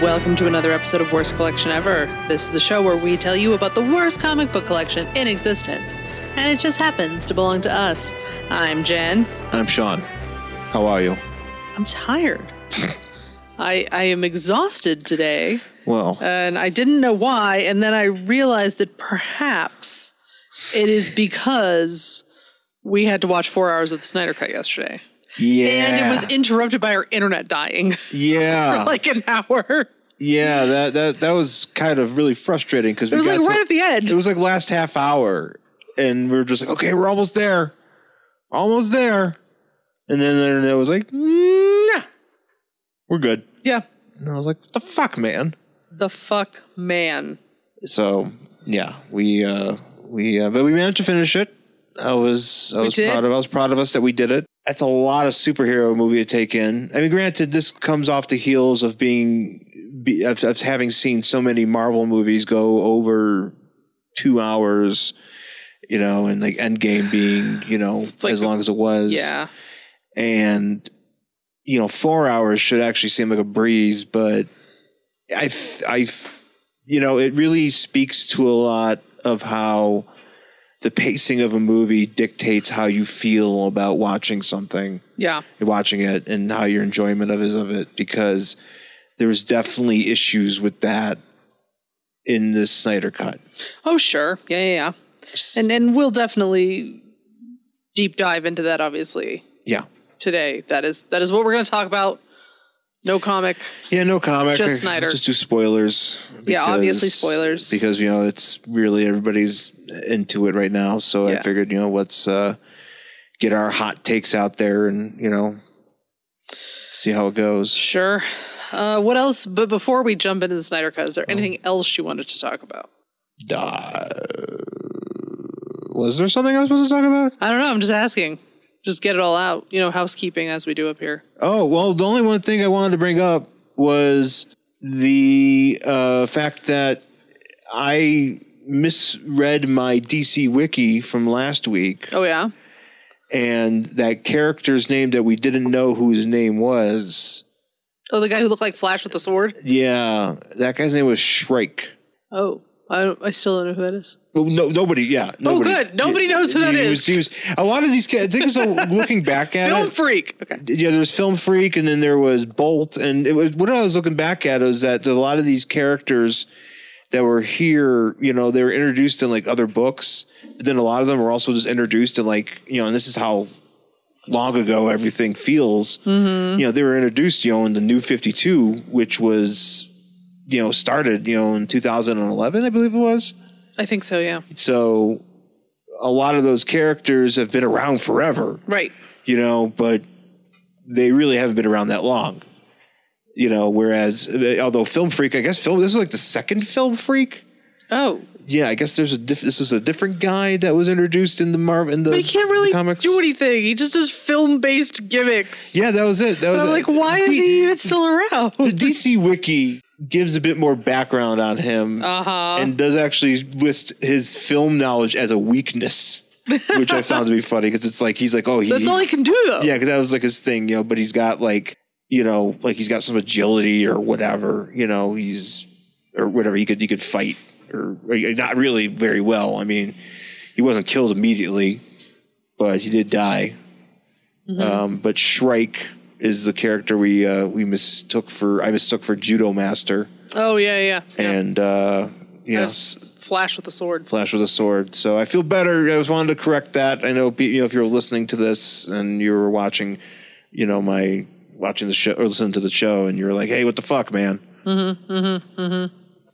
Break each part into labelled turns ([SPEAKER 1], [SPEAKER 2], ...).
[SPEAKER 1] welcome to another episode of Worst Collection Ever. This is the show where we tell you about the worst comic book collection in existence, and it just happens to belong to us. I'm Jen.
[SPEAKER 2] I'm Sean. How are you?
[SPEAKER 1] I'm tired. I I am exhausted today,
[SPEAKER 2] Well,
[SPEAKER 1] and I didn't know why, and then I realized that perhaps it is because we had to watch 4 hours of the Snyder cut yesterday.
[SPEAKER 2] yeah,
[SPEAKER 1] And it was interrupted by our internet dying
[SPEAKER 2] yeah,
[SPEAKER 1] for like an hour.
[SPEAKER 2] yeah. That that that was kind of really frustrating because
[SPEAKER 1] It was like right at the end.
[SPEAKER 2] it was like last half hour, and we were just like, okay, we're almost there, almost there, and then the internet was like, nah, we're good.
[SPEAKER 1] Yeah.
[SPEAKER 2] And I was like, what the fuck, man.
[SPEAKER 1] The fuck man.
[SPEAKER 2] So yeah, we uh we uh, but we managed to finish it. I was I was
[SPEAKER 1] did.
[SPEAKER 2] proud of I was proud of us that we did it. That's a lot of superhero movie to take in. I mean, granted, this comes off the heels of being be, of, of having seen so many Marvel movies go over two hours, you know, and like Endgame being you know
[SPEAKER 1] like
[SPEAKER 2] as
[SPEAKER 1] the-
[SPEAKER 2] long as it was,
[SPEAKER 1] Yeah.
[SPEAKER 2] and you know four hours should actually seem like a breeze but i th- i f- you know it really speaks to a lot of how the pacing of a movie dictates how you feel about watching something
[SPEAKER 1] Yeah.
[SPEAKER 2] watching it and how your enjoyment of is of it because there's definitely issues with that in the Snyder cut.
[SPEAKER 1] Oh sure. Yeah, yeah, yeah. And and we'll definitely deep dive into that obviously
[SPEAKER 2] Yeah.
[SPEAKER 1] today. That is that is what we're going to talk about. No comic.
[SPEAKER 2] Yeah, no comic.
[SPEAKER 1] Just
[SPEAKER 2] Or
[SPEAKER 1] Snyder.
[SPEAKER 2] Just do spoilers.
[SPEAKER 1] Yeah, obviously
[SPEAKER 2] because-
[SPEAKER 1] spoilers.
[SPEAKER 2] Because you know it's really everybody's into it right now. So
[SPEAKER 1] Yeah.
[SPEAKER 2] I figured you know let's uh, get our hot takes out there and you know see how it goes.
[SPEAKER 1] Sure. Uh, what else? But before we jump into the Snyder Cut, is
[SPEAKER 2] Oh.
[SPEAKER 1] there anything else you wanted to talk about?
[SPEAKER 2] Uh, was there something I was supposed to talk about?
[SPEAKER 1] I don't know. I'm just asking. Just get it all out. You know, housekeeping as we do up here.
[SPEAKER 2] Oh well, the only one thing I wanted to bring up was the uh, fact that I misread my DC wiki from last week.
[SPEAKER 1] Oh yeah.
[SPEAKER 2] and that character's name that we didn't know who his name was.
[SPEAKER 1] Oh, the guy who looked like Flash with the sword.
[SPEAKER 2] Yeah, that guy's name was Shrike.
[SPEAKER 1] Oh, I don't, I still don't know who that is.
[SPEAKER 2] Oh, No, nobody. Yeah, nobody.
[SPEAKER 1] good. Nobody knows who that
[SPEAKER 2] that is. he
[SPEAKER 1] is.
[SPEAKER 2] Was, he was, a lot of these kids. I think so. looking back at
[SPEAKER 1] Film
[SPEAKER 2] it,
[SPEAKER 1] freak. Okay.
[SPEAKER 2] yeah, there's Film Freak, and then there was Bolt, and it was what I was looking back at is that there's a lot of these characters that were here. You know, they were introduced in like other books, but then a lot of them were also just introduced in like you know, and this is how long ago everything feels. You know, they were introduced, you know, in the New Fifty Two, which was you know started you know in 2011, I believe it was.
[SPEAKER 1] I think so. Yeah.
[SPEAKER 2] So a lot of those characters have been around forever
[SPEAKER 1] Right.
[SPEAKER 2] you know, but they really haven't been around that long. You know, whereas although Film Freak, I guess film this is like the second Film Freak.
[SPEAKER 1] Oh,
[SPEAKER 2] Yeah, I guess there's a diff- this was a different guy that was introduced in the Marvel in the
[SPEAKER 1] But he can't really
[SPEAKER 2] comics.
[SPEAKER 1] do anything. He just does film based gimmicks.
[SPEAKER 2] yeah, that was it. That was
[SPEAKER 1] I'm
[SPEAKER 2] it.
[SPEAKER 1] like, why is
[SPEAKER 2] D-
[SPEAKER 1] he even still around?
[SPEAKER 2] The DC Wiki gives a bit more background on him
[SPEAKER 1] Uh-huh.
[SPEAKER 2] and does actually list his film knowledge as a weakness, which I found to be funny because it's like he's like, oh, he,
[SPEAKER 1] That's
[SPEAKER 2] he-
[SPEAKER 1] all he can do, though.
[SPEAKER 2] Yeah, because that was like his thing, you know. But he's got like, you know, like he's got some agility or whatever, you know. He's or whatever he could he could fight or, or not really very well. I mean, he wasn't killed immediately, but he did die. Um, but Shrike is the character we uh, we mistook for I mistook for Judo Master
[SPEAKER 1] Oh, yeah, yeah. yeah.
[SPEAKER 2] and uh, you know,
[SPEAKER 1] That's- Flash with the sword.
[SPEAKER 2] Flash with a sword. So I feel better. I was wanted to correct that. I know, pe- you know if you're listening to this and you were watching, you know, my watching the show or listening to the show, and you're like, "Hey, what the fuck, man?"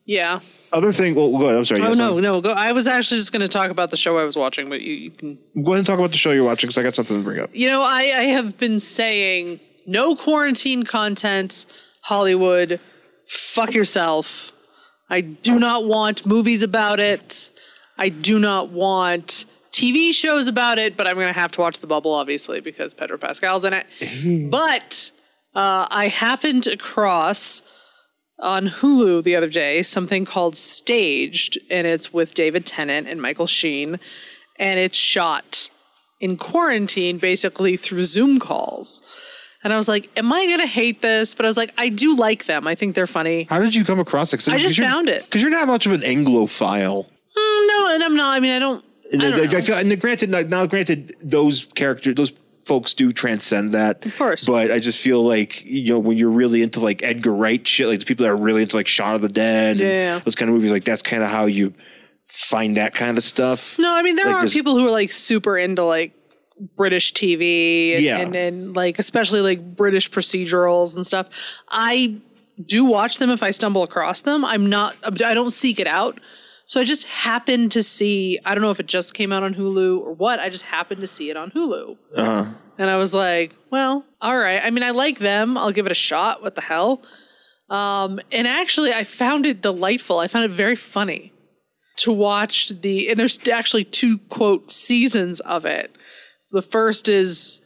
[SPEAKER 1] Yeah.
[SPEAKER 2] Other thing. Well, go ahead. I'm sorry.
[SPEAKER 1] Oh,
[SPEAKER 2] yes,
[SPEAKER 1] no, no. Go. I was actually just going to talk about the show I was watching, but you, you can.
[SPEAKER 2] I'm- Go ahead and talk about the show you're watching because I got something to bring up.
[SPEAKER 1] You know, I, I have been saying no quarantine content, Hollywood, fuck yourself. I do not want movies about it. I do not want TV shows about it, but I'm going to have to watch The Bubble, obviously, because Pedro Pascal's in it. but uh, I happened across on Hulu the other day something called Staged, and it's with David Tennant and Michael Sheen, and it's shot in quarantine basically through Zoom calls. And I was like, am I going to hate this? But I was like, I do like them. I think they're funny.
[SPEAKER 2] How did you come across it? 'Cause
[SPEAKER 1] I just
[SPEAKER 2] you're-
[SPEAKER 1] found it.
[SPEAKER 2] Because you're not much of an Anglophile.
[SPEAKER 1] Mm, no, and I'm not. I mean, I don't. I
[SPEAKER 2] And I,
[SPEAKER 1] don't know.
[SPEAKER 2] I feel, and granted, like, now granted, those characters, those folks do transcend that. Of
[SPEAKER 1] course.
[SPEAKER 2] But I just feel like, you know, when you're really into like Edgar Wright shit, like the people that are really into like Shaun of the Dead and
[SPEAKER 1] Yeah.
[SPEAKER 2] those kind of movies, like that's kind of how you find that kind of stuff.
[SPEAKER 1] No, I mean there
[SPEAKER 2] Like,
[SPEAKER 1] are
[SPEAKER 2] there's-
[SPEAKER 1] people who are like super into like British TV and,
[SPEAKER 2] Yeah.
[SPEAKER 1] and and like especially like British procedurals and stuff. I do watch them if I stumble across them. I'm not I don't seek it out. So I just happened to see I don't know if it just came out on Hulu or what. I just happened to see it on Hulu.
[SPEAKER 2] Uh-huh.
[SPEAKER 1] And I was like, well, all right. I mean, I like them. I'll give it a shot. What the hell? Um, and actually, I found it delightful. I found it very funny to watch the, and there's actually two quote seasons of it. The first is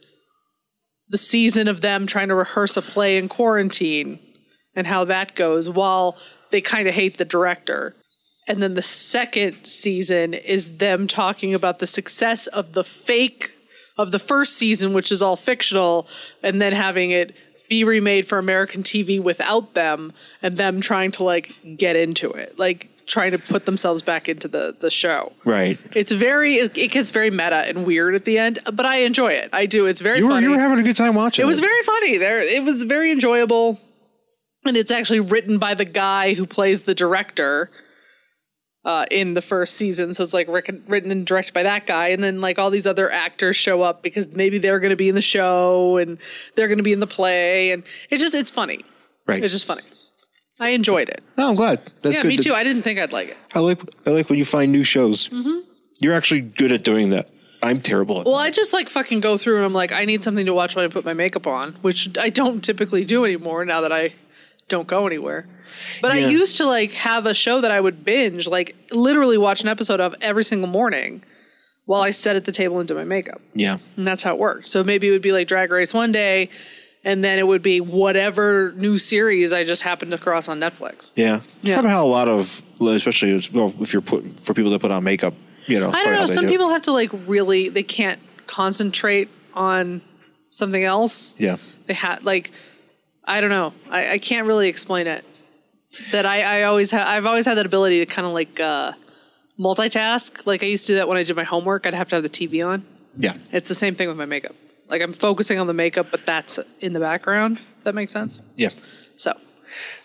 [SPEAKER 1] the season of them trying to rehearse a play in quarantine and how that goes while they kind of hate the director. And then the second season is them talking about the success of the fake of the first season, which is all fictional, and then having it be remade for American TV without them and them trying to like get into it, like trying to put themselves back into the the show.
[SPEAKER 2] Right.
[SPEAKER 1] It's very it, it gets very meta and weird at the end, but I enjoy it. I do. It's very
[SPEAKER 2] You were,
[SPEAKER 1] funny.
[SPEAKER 2] you were having a good time watching
[SPEAKER 1] It was very funny. There, it was very enjoyable, and it's actually written by the guy who plays the director uh, in the first season. So it's like rick- written and directed by that guy, and then like all these other actors show up because maybe they're going to be in the show and they're going to be in the play, and it's just it's funny.
[SPEAKER 2] Right.
[SPEAKER 1] It's just funny. I enjoyed it.
[SPEAKER 2] oh, I'm glad. That's
[SPEAKER 1] yeah,
[SPEAKER 2] good.
[SPEAKER 1] me
[SPEAKER 2] that-
[SPEAKER 1] too. I didn't think I'd like it.
[SPEAKER 2] I like I like when you find new shows. You're actually good at doing that. I'm terrible at
[SPEAKER 1] Mm-hmm. Well, I just like fucking go through and I'm like, I need something to watch when I put my makeup on, which I don't typically do anymore now that I don't go anywhere. But
[SPEAKER 2] Yeah.
[SPEAKER 1] I used to like have a show that I would binge, like literally watch an episode of every single morning while I sat at the table and did my makeup.
[SPEAKER 2] that. Yeah.
[SPEAKER 1] And that's how it worked. So maybe it would be like Drag Race one day, and then it would be whatever new series I just happened across on Netflix.
[SPEAKER 2] Yeah. It's
[SPEAKER 1] Yeah.
[SPEAKER 2] Probably how a lot of, especially it's- well, if you're put for people that put on makeup, you know.
[SPEAKER 1] I
[SPEAKER 2] probably
[SPEAKER 1] don't
[SPEAKER 2] how
[SPEAKER 1] know.
[SPEAKER 2] they
[SPEAKER 1] Some
[SPEAKER 2] do it.
[SPEAKER 1] people have to like really, they can't concentrate on something else.
[SPEAKER 2] Yeah.
[SPEAKER 1] they had like i don't know I, I can't really explain it that i i always ha- i've always had that ability to kind of like uh multitask like i used to do that when i did my homework i'd have to have the tv on
[SPEAKER 2] Yeah.
[SPEAKER 1] it's the same thing with my makeup like i'm focusing on the makeup but that's in the background if that makes sense
[SPEAKER 2] Yeah.
[SPEAKER 1] so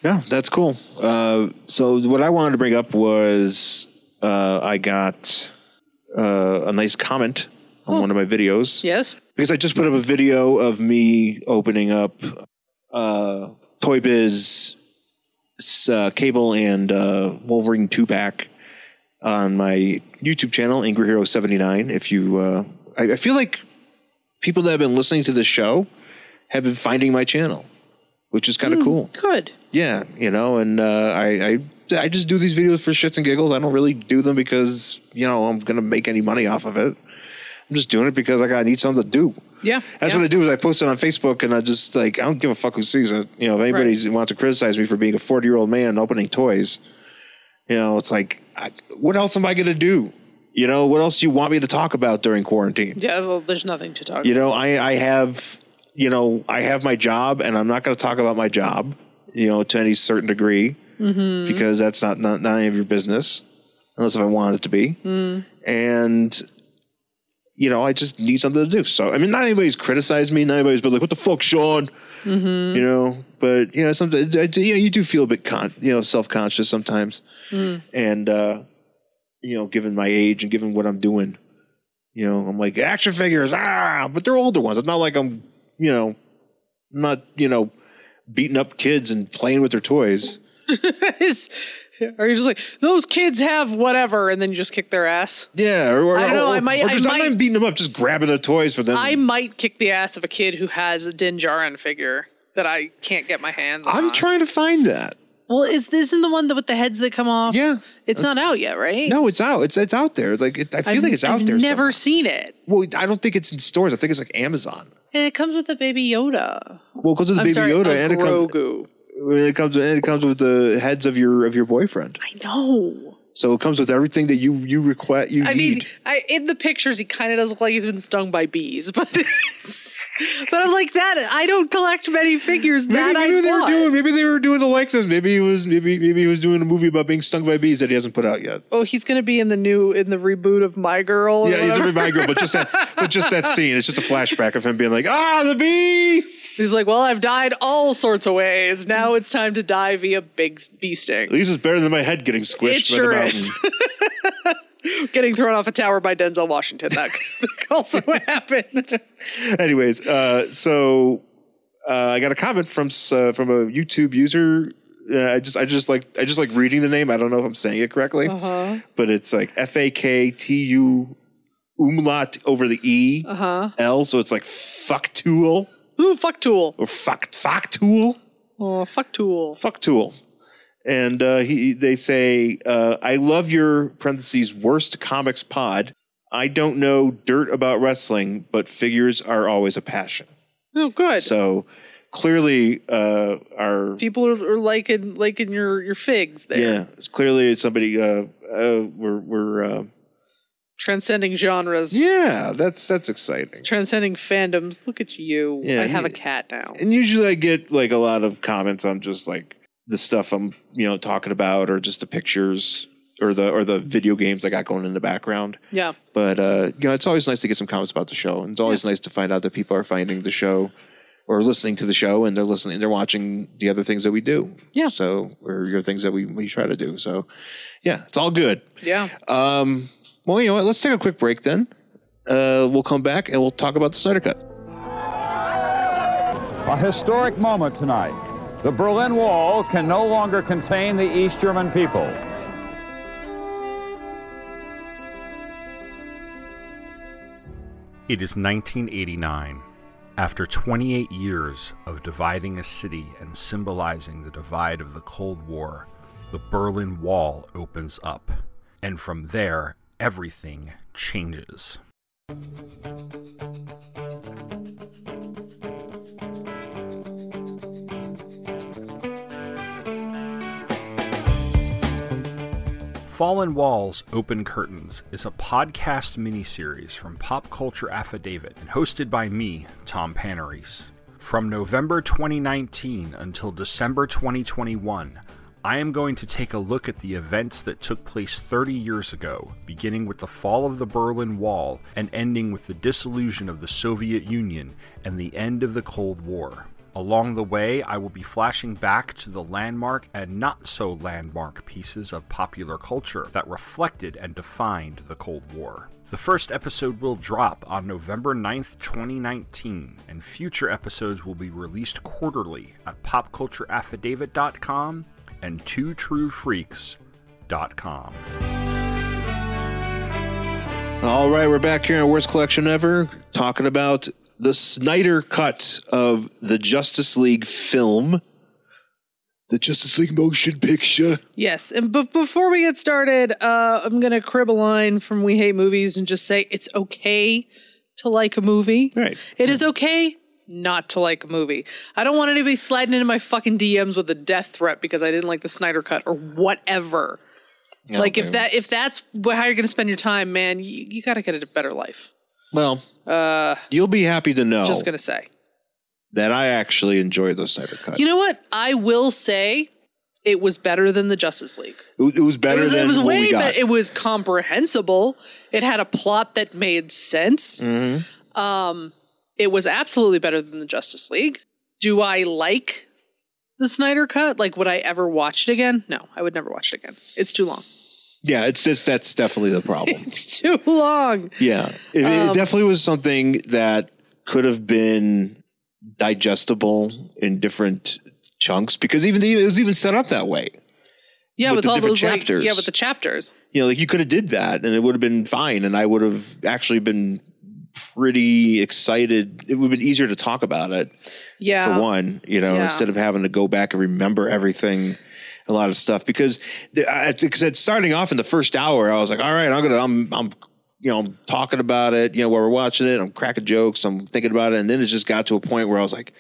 [SPEAKER 2] Yeah. That's cool. Uh, so what I wanted to bring up was uh, I got uh, a nice comment
[SPEAKER 1] Oh.
[SPEAKER 2] on one of my videos.
[SPEAKER 1] yes
[SPEAKER 2] because I just put up a video of me opening up uh, Toy Biz s- uh, Cable and uh, Wolverine two pack on my YouTube channel, Angry Hero seventy nine. If you, uh, I, I feel like people that have been listening to this show have been finding my channel, which is kind of cool.
[SPEAKER 1] good
[SPEAKER 2] Yeah, you know, and uh, I, I I just do these videos for shits and giggles. I don't really do them because you know I'm gonna make any money off of it. I'm just doing it because I gotta need something to do.
[SPEAKER 1] yeah
[SPEAKER 2] That's
[SPEAKER 1] yeah.
[SPEAKER 2] what I do is I post it on Facebook and I just like I don't give a fuck who sees it. You know, if anybody wants to criticize me for being a 40 year old man opening toys, you know, it's like I, what else am I gonna do? You know, what else do you want me to talk about during quarantine?
[SPEAKER 1] yeah well there's nothing to talk
[SPEAKER 2] You know, I, I have, you know, I have my job and I'm not going to talk about my job, you know, to any certain degree because that's not, not, not any of your business unless if I want it to be. And, you know, I just need something to do. So, I mean, not anybody's criticized me. Not anybody's been like, what the fuck, Sean? You know, but, you know, sometimes, I, do- you know, you do feel a bit, con- you know, self conscious sometimes. And, uh, you know, given my age and given what I'm doing. You know, I'm like action figures, ah, but they're older ones. It's not like I'm, you know, I'm not, you know, beating up kids and playing with their toys.
[SPEAKER 1] It's- or you're just like those kids have whatever and then you just kick their ass
[SPEAKER 2] Yeah, or, or
[SPEAKER 1] I don't know,
[SPEAKER 2] Or,
[SPEAKER 1] I might-
[SPEAKER 2] or just
[SPEAKER 1] I
[SPEAKER 2] not even
[SPEAKER 1] might-
[SPEAKER 2] beating them up, just grabbing their toys for them.
[SPEAKER 1] i might kick the ass of a kid who has a dinjarin figure that i can't get my hands on
[SPEAKER 2] I'm trying to find that.
[SPEAKER 1] Well, is this in the one that with the heads that come off?
[SPEAKER 2] Yeah.
[SPEAKER 1] It's not out yet, right?
[SPEAKER 2] No, it's out. It's it's out there. Like it, I feel
[SPEAKER 1] I've-
[SPEAKER 2] like it's out
[SPEAKER 1] I've
[SPEAKER 2] there.
[SPEAKER 1] Never seen it,
[SPEAKER 2] somewhere. Well, I don't think it's in stores. I think it's like Amazon.
[SPEAKER 1] and it comes with a baby Yoda.
[SPEAKER 2] Well, it comes with
[SPEAKER 1] I'm
[SPEAKER 2] Baby
[SPEAKER 1] sorry,
[SPEAKER 2] Yoda,
[SPEAKER 1] a
[SPEAKER 2] and it, come,
[SPEAKER 1] Grogu.
[SPEAKER 2] and it comes and it comes with the heads of your of your boyfriend.
[SPEAKER 1] I know.
[SPEAKER 2] So it comes with everything that you you request you
[SPEAKER 1] I
[SPEAKER 2] need.
[SPEAKER 1] mean, I, in the pictures, he kind of does look like he's been stung by bees, but it's- but I'm like that. I don't collect many figures
[SPEAKER 2] Maybe,
[SPEAKER 1] that
[SPEAKER 2] maybe
[SPEAKER 1] I
[SPEAKER 2] they were
[SPEAKER 1] bought.
[SPEAKER 2] doing maybe they were doing the like this. Maybe he was maybe maybe he was doing a movie about being stung by bees that he hasn't put out yet.
[SPEAKER 1] oh, he's gonna be in the new in the reboot of My Girl. or
[SPEAKER 2] Yeah, he's a
[SPEAKER 1] whatever.
[SPEAKER 2] revival, but just that but just that scene. It's just a flashback of him being like, ah, the bees.
[SPEAKER 1] He's like, well, I've died all sorts of ways. Now it's time to die via big s- bee
[SPEAKER 2] At
[SPEAKER 1] sting.
[SPEAKER 2] least it's better than my head getting squished.
[SPEAKER 1] It
[SPEAKER 2] by
[SPEAKER 1] sure
[SPEAKER 2] the
[SPEAKER 1] is.
[SPEAKER 2] mountain.
[SPEAKER 1] Getting thrown off a tower by Denzel Washington. That could- also happened.
[SPEAKER 2] Anyways, uh, so uh, I got a comment from s- uh, from a YouTube user. Uh, I just I just like I just like reading the name. I don't know if I'm saying it correctly,
[SPEAKER 1] Uh-huh.
[SPEAKER 2] but it's like F A K T U umlaut over the E L.
[SPEAKER 1] Uh-huh.
[SPEAKER 2] so it's like fuck tool
[SPEAKER 1] Ooh, fuck Tool.
[SPEAKER 2] or fuck fuck tool
[SPEAKER 1] Oh, fuck Tool.
[SPEAKER 2] fuck tool. And uh, he, they say, uh, I love your parentheses worst comics pod. I don't know dirt about wrestling, but figures are always a passion.
[SPEAKER 1] Oh, good.
[SPEAKER 2] So clearly, uh, our
[SPEAKER 1] People are, are liking liking your your figs there.
[SPEAKER 2] yeah, clearly it's somebody uh, uh, we're we're uh,
[SPEAKER 1] Transcending genres.
[SPEAKER 2] yeah, that's that's exciting.
[SPEAKER 1] Transcending fandoms. Look at you.
[SPEAKER 2] Yeah,
[SPEAKER 1] I have
[SPEAKER 2] he-
[SPEAKER 1] a cat now.
[SPEAKER 2] And usually, I get like a lot of comments on just like the stuff I'm you know talking about, or just the pictures, or the or the video games I got going in the background.
[SPEAKER 1] Yeah.
[SPEAKER 2] But uh, you know, it's always nice to get some comments about the show, and it's always nice to find out that people are finding the show or listening to the show, and they're listening, they're watching the other things that we do.
[SPEAKER 1] Yeah.
[SPEAKER 2] So or your things that we we try to do. So yeah, it's all good.
[SPEAKER 1] Yeah.
[SPEAKER 2] Um, well, you know what? Let's take a quick break then. Uh, we'll come back and we'll talk about the Snyder Cut.
[SPEAKER 3] A historic moment tonight. The Berlin Wall can no longer contain the East German people.
[SPEAKER 4] It is 1989. After 28 years of dividing a city and symbolizing the divide of the Cold War, the Berlin Wall opens up. And from there, everything changes. Fallen Walls Open Curtains is a podcast miniseries from Pop Culture Affidavit and hosted by me, Tom Paneris. From November 2019 until December 2021, I am going to take a look at the events that took place 30 years ago, beginning with the fall of the Berlin Wall and ending with the dissolution of the Soviet Union and the end of the Cold War. Along the way, I will be flashing back to the landmark and not so landmark pieces of popular culture that reflected and defined the Cold War. The first episode will drop on November 9th, 2019, and future episodes will be released quarterly at popcultureaffidavit.com and twotruefreaks.com.
[SPEAKER 2] All right, we're back here on Worst Collection Ever, talking about the Snyder Cut of the Justice League film, the Justice League motion picture.
[SPEAKER 1] Yes. And but before we get started, uh, I'm gonna crib a line from We Hate Movies and just say it's okay to like a movie.
[SPEAKER 2] Right.
[SPEAKER 1] It is okay not to like a movie. I don't want anybody sliding into my fucking DMs with a death threat because I didn't like the Snyder cut or whatever. like if that if that's wh- how you're going to spend your time, man, you, you got to get a better life.
[SPEAKER 2] Well, you'll be happy to know
[SPEAKER 1] Uh, Just going to say.
[SPEAKER 2] that I actually enjoyed the Snyder Cut.
[SPEAKER 1] You know what? I will say it was better than the Justice League.
[SPEAKER 2] it, it was
[SPEAKER 1] It
[SPEAKER 2] better
[SPEAKER 1] was,
[SPEAKER 2] than
[SPEAKER 1] it was
[SPEAKER 2] what we
[SPEAKER 1] way
[SPEAKER 2] got.
[SPEAKER 1] better. It was comprehensible. It had a plot that made sense.
[SPEAKER 2] Mm-hmm.
[SPEAKER 1] Um, it was absolutely better than the Justice League. Do I like the Snyder Cut? Like, would I ever watch it again? No, I would never watch it again. It's too long.
[SPEAKER 2] yeah, it's just that's definitely the problem.
[SPEAKER 1] It's too long.
[SPEAKER 2] yeah, it, it
[SPEAKER 1] Um,
[SPEAKER 2] definitely was something that could have been digestible in different chunks because even the, it was even set up that way.
[SPEAKER 1] Yeah,
[SPEAKER 2] With
[SPEAKER 1] with,
[SPEAKER 2] the
[SPEAKER 1] all
[SPEAKER 2] different
[SPEAKER 1] those
[SPEAKER 2] chapters.
[SPEAKER 1] like yeah, with the chapters.
[SPEAKER 2] You know, like you could have did that and it would have been fine, and I would have actually been pretty excited. It would have been easier to talk about it.
[SPEAKER 1] Yeah.
[SPEAKER 2] for one, you know,
[SPEAKER 1] Yeah.
[SPEAKER 2] instead of having to go back and remember everything, a lot of stuff because the- I- because it's starting off in the first hour, I was like, all right, I'm gonna, I'm, I'm, you know, I'm talking about it, you know, while we're watching it, I'm cracking jokes, I'm thinking about it, and then it just got to a point where I was like,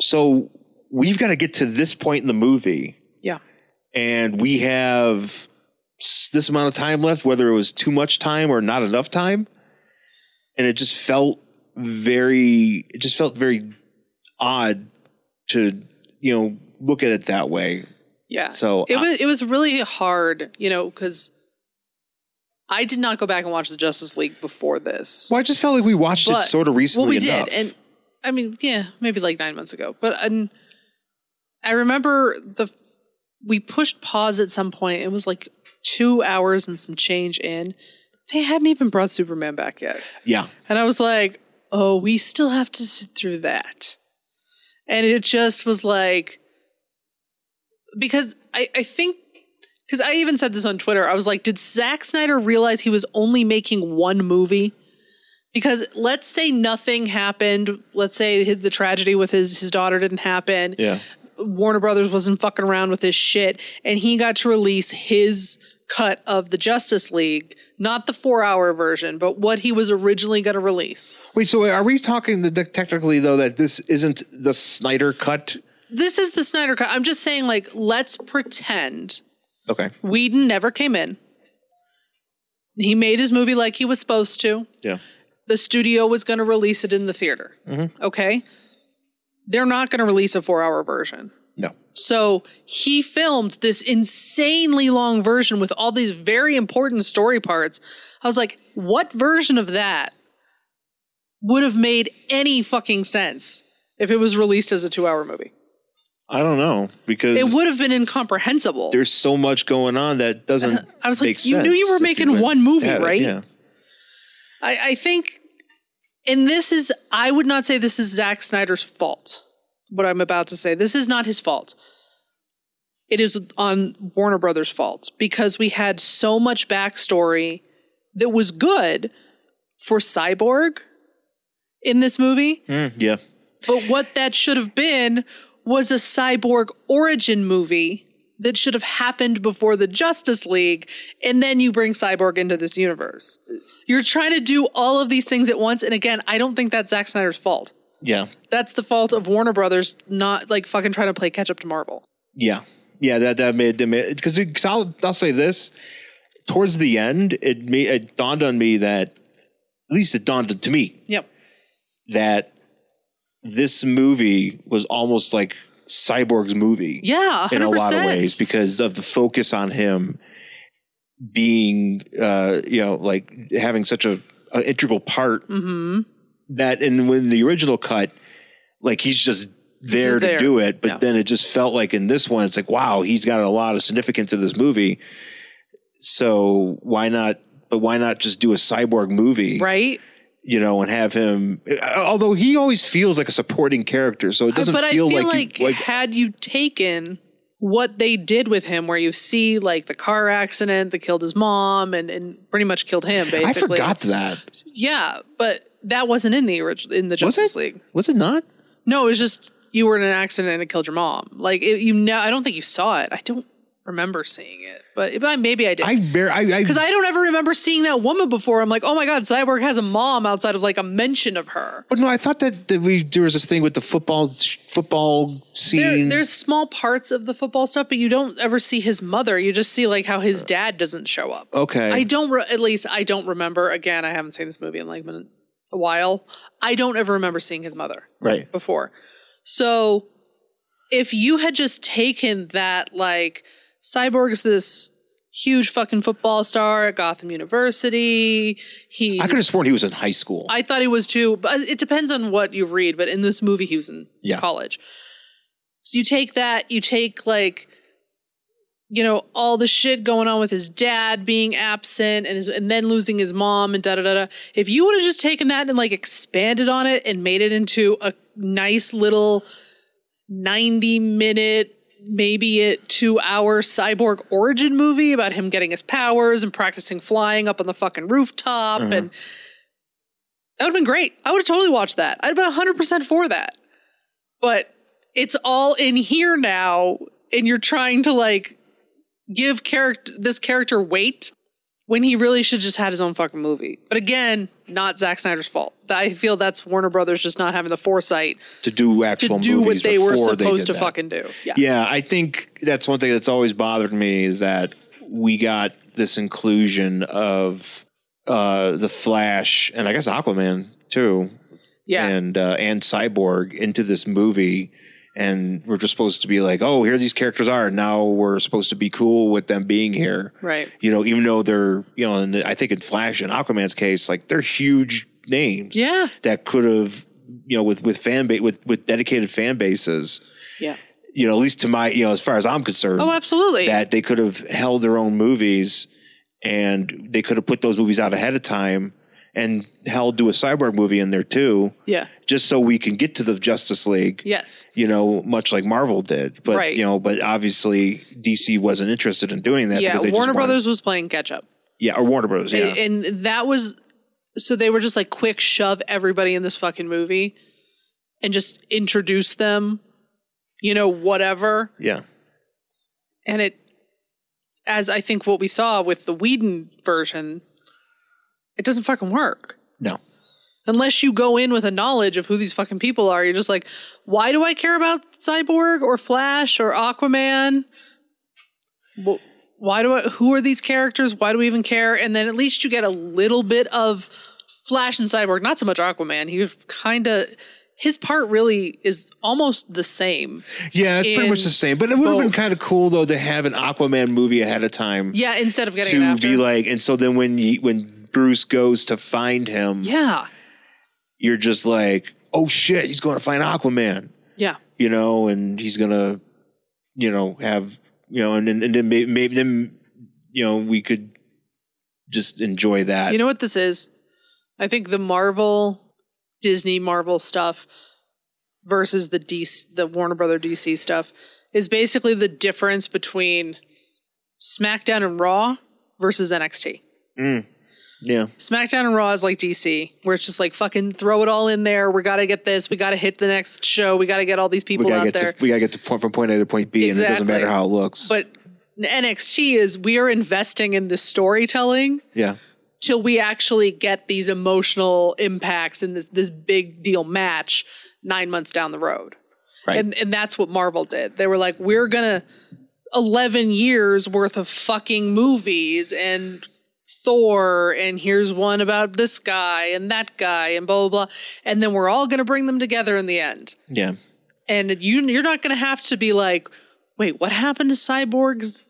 [SPEAKER 2] so we've got to get to this point in the movie,
[SPEAKER 1] Yeah.
[SPEAKER 2] and we have s- this amount of time left, whether it was too much time or not enough time. And it just felt very, it just felt very odd to, you know, look at it that way.
[SPEAKER 1] Yeah.
[SPEAKER 2] So,
[SPEAKER 1] it
[SPEAKER 2] I-
[SPEAKER 1] was it was really hard, you know, because I did not go back and watch the Justice League before this.
[SPEAKER 2] Well, I just felt like we watched it
[SPEAKER 1] But-
[SPEAKER 2] sort of recently
[SPEAKER 1] Well, we
[SPEAKER 2] enough.
[SPEAKER 1] did, and I mean, yeah, maybe like nine months ago. But and I remember the we pushed pause at some point. It was like two hours and some change in. They hadn't even brought Superman back yet.
[SPEAKER 2] yeah.
[SPEAKER 1] And I was like, oh, we still have to sit through that. And it just was like, because I, I think, because I even said this on Twitter, I was like, did Zack Snyder realize he was only making one movie? Because let's say nothing happened. Let's say hi- the tragedy with his, his daughter didn't happen.
[SPEAKER 2] Yeah.
[SPEAKER 1] Warner Brothers wasn't fucking around with his shit, and he got to release his cut of the Justice League, not the four hour version, but what he was originally going to release.
[SPEAKER 2] Wait, so are we talking the, technically though that this isn't the Snyder cut?
[SPEAKER 1] This is the Snyder cut. I'm just saying, like, let's pretend
[SPEAKER 2] Okay.
[SPEAKER 1] Whedon never came in. He made his movie like he was supposed to.
[SPEAKER 2] Yeah.
[SPEAKER 1] The studio was going to release it in the theater. Okay. They're not going to release a four hour version.
[SPEAKER 2] No.
[SPEAKER 1] So he filmed this insanely long version with all these very important story parts. I was like, what version of that would have made any fucking sense if it was released as a two hour movie?
[SPEAKER 2] I don't know because
[SPEAKER 1] It would have been incomprehensible.
[SPEAKER 2] There's so much going on that doesn't.
[SPEAKER 1] I was like,
[SPEAKER 2] make
[SPEAKER 1] you knew you
[SPEAKER 2] sense
[SPEAKER 1] were
[SPEAKER 2] if
[SPEAKER 1] making
[SPEAKER 2] went
[SPEAKER 1] one movie,
[SPEAKER 2] at it,
[SPEAKER 1] right?
[SPEAKER 2] Yeah.
[SPEAKER 1] I, I think, and this is, I would not say this is Zack Snyder's fault, what I'm about to say. This is not his fault. It is on Warner Brothers' fault because we had so much backstory that was good for Cyborg in this movie.
[SPEAKER 2] Mm, yeah.
[SPEAKER 1] But what that should have been was a cyborg origin movie that should have happened before the Justice League, and then you bring Cyborg into this universe. You're trying to do all of these things at once, and again, I don't think that's Zack Snyder's fault.
[SPEAKER 2] Yeah.
[SPEAKER 1] That's the fault of Warner Brothers not like fucking trying to play catch up to Marvel.
[SPEAKER 2] Yeah. Yeah. That that made them because I'll I'll say this towards the end it made it dawned on me that at least it dawned to me
[SPEAKER 1] Yep.
[SPEAKER 2] that this movie was almost like Cyborg's movie.
[SPEAKER 1] Yeah, 100%.
[SPEAKER 2] in a lot of ways because of the focus on him being uh you know like having such a, a integral part
[SPEAKER 1] hmm
[SPEAKER 2] that and when the original cut like he's just there to
[SPEAKER 1] there.
[SPEAKER 2] do it but
[SPEAKER 1] Yeah.
[SPEAKER 2] then it just felt like in this one it's like wow he's got a lot of significance in this movie so why not but why not just do a cyborg movie
[SPEAKER 1] Right?
[SPEAKER 2] you know and have him although he always feels like a supporting character so it doesn't
[SPEAKER 1] but
[SPEAKER 2] feel,
[SPEAKER 1] I feel
[SPEAKER 2] like,
[SPEAKER 1] like,
[SPEAKER 2] you, like
[SPEAKER 1] had you taken what they did with him, where you see like the car accident that killed his mom and, and pretty much killed him,
[SPEAKER 2] i
[SPEAKER 1] basically.
[SPEAKER 2] forgot that
[SPEAKER 1] Yeah, but that wasn't in the original in the Justice
[SPEAKER 2] it?
[SPEAKER 1] League.
[SPEAKER 2] was it not
[SPEAKER 1] No, it was just you were in an accident and it killed your mom. Like it, you know, I don't think you saw it. I don't remember seeing it, but but maybe I did.
[SPEAKER 2] I bar- I, I,
[SPEAKER 1] because I don't ever remember seeing that woman before. I'm like, oh my god, Cyborg has a mom outside of like a mention of her.
[SPEAKER 2] but oh, no, I thought that, that we there was this thing with the football football
[SPEAKER 1] There,
[SPEAKER 2] scene.
[SPEAKER 1] there's small parts of the football stuff, but you don't ever see his mother. You just see like how his dad doesn't show up.
[SPEAKER 2] Uh, okay,
[SPEAKER 1] I don't, re- at least I don't remember. Again, I haven't seen this movie in like a a while. I don't ever remember seeing his mother.
[SPEAKER 2] right.
[SPEAKER 1] before. So if you had just taken that, like, Cyborg's this huge fucking football star at Gotham University. He,
[SPEAKER 2] I could have sworn he was in high school.
[SPEAKER 1] I thought he was too, but it depends on what you read. But in this movie, he was in
[SPEAKER 2] Yeah.
[SPEAKER 1] college. So you take that, you take like, you know, all the shit going on with his dad being absent and his, and then losing his mom and da da da da. If you would have just taken that and like expanded on it and made it into a nice little ninety minute. Maybe it two hour cyborg origin movie about him getting his powers and practicing flying up on the fucking rooftop and that would have been great. I would have totally watched that. I'd have been 100% for that. But it's all in here now, and you're trying to like give character this character weight when he really should just had his own fucking movie. But again, not Zack Snyder's fault. I feel that's Warner Brothers just not having the foresight
[SPEAKER 2] to do
[SPEAKER 1] to
[SPEAKER 2] actual
[SPEAKER 1] do what
[SPEAKER 2] movies
[SPEAKER 1] they were
[SPEAKER 2] before
[SPEAKER 1] supposed to
[SPEAKER 2] did that.
[SPEAKER 1] fucking do. Yeah.
[SPEAKER 2] Yeah, I think that's one thing that's always bothered me is that we got this inclusion of uh, the Flash and I guess Aquaman too,
[SPEAKER 1] Yeah.
[SPEAKER 2] and uh, and Cyborg into this movie. And we're just supposed to be like, oh, here these characters are. Now we're supposed to be cool with them being here
[SPEAKER 1] right.
[SPEAKER 2] you know, even though they're, you know, and I think in Flash and Aquaman's case, like they're huge names.
[SPEAKER 1] Yeah.
[SPEAKER 2] That could have, you know, with, with fan base, with, with dedicated fan bases,
[SPEAKER 1] Yeah.
[SPEAKER 2] you know, at least to my, you know, as far as I'm concerned,
[SPEAKER 1] Oh, absolutely.
[SPEAKER 2] that they could have held their own movies and they could have put those movies out ahead of time and held do a cyborg movie in there too,
[SPEAKER 1] yeah.
[SPEAKER 2] just so we can get to the Justice League
[SPEAKER 1] Yes.
[SPEAKER 2] you know, much like Marvel did. But
[SPEAKER 1] Right.
[SPEAKER 2] you know, but obviously DC wasn't interested in doing that.
[SPEAKER 1] Yeah.
[SPEAKER 2] because they
[SPEAKER 1] Warner
[SPEAKER 2] just wanted-
[SPEAKER 1] Brothers was playing catch up.
[SPEAKER 2] Yeah, or Warner Brothers. Yeah,
[SPEAKER 1] And and that was so they were just like quick shove everybody in this fucking movie and just introduce them, you know, whatever.
[SPEAKER 2] yeah,
[SPEAKER 1] And it as I think what we saw with the Whedon version, it doesn't fucking work.
[SPEAKER 2] no,
[SPEAKER 1] Unless you go in with a knowledge of who these fucking people are, you're just like, why do I care about Cyborg or Flash or Aquaman? Wh- Why do I, who are these characters? Why do we even care? And then at least you get a little bit of Flash and Cyborg, not so much Aquaman. He kind of, his part really is almost the same.
[SPEAKER 2] yeah, it's pretty
[SPEAKER 1] In
[SPEAKER 2] much the same. But it would have been
[SPEAKER 1] both.
[SPEAKER 2] kind of cool though to have an Aquaman movie ahead of time.
[SPEAKER 1] Yeah, instead of getting it
[SPEAKER 2] to
[SPEAKER 1] after.
[SPEAKER 2] be like, and so then when you when Bruce goes to find him,
[SPEAKER 1] yeah,
[SPEAKER 2] you're just like, oh shit, he's going to find Aquaman,
[SPEAKER 1] yeah,
[SPEAKER 2] you know, and he's gonna, you know, have you know, and then and then maybe, maybe then you know we could just enjoy that.
[SPEAKER 1] You know what this is? I think the Marvel, Disney Marvel stuff versus the DC, the Warner Brother DC stuff is basically the difference between SmackDown and Raw versus NXT.
[SPEAKER 2] yeah.
[SPEAKER 1] SmackDown and Raw is like DC, where it's just like fucking throw it all in there. We got to get this. We got to hit the next show. We got to get all these people
[SPEAKER 2] we gotta
[SPEAKER 1] out
[SPEAKER 2] get
[SPEAKER 1] there.
[SPEAKER 2] to we gotta get to point from point A to point B, and it doesn't
[SPEAKER 1] Exactly.
[SPEAKER 2] matter how it looks.
[SPEAKER 1] but NXT is we are investing in this storytelling
[SPEAKER 2] yeah,
[SPEAKER 1] till we actually get these emotional impacts in this this big deal match nine months down the road.
[SPEAKER 2] Right.
[SPEAKER 1] And and that's what Marvel did. They were like, we're gonna eleven years worth of fucking movies and Thor and here's one about this guy and that guy and blah blah blah. And then we're all gonna bring them together in the end.
[SPEAKER 2] yeah,
[SPEAKER 1] And you you're not gonna have to be like, wait, what happened to cyborgs?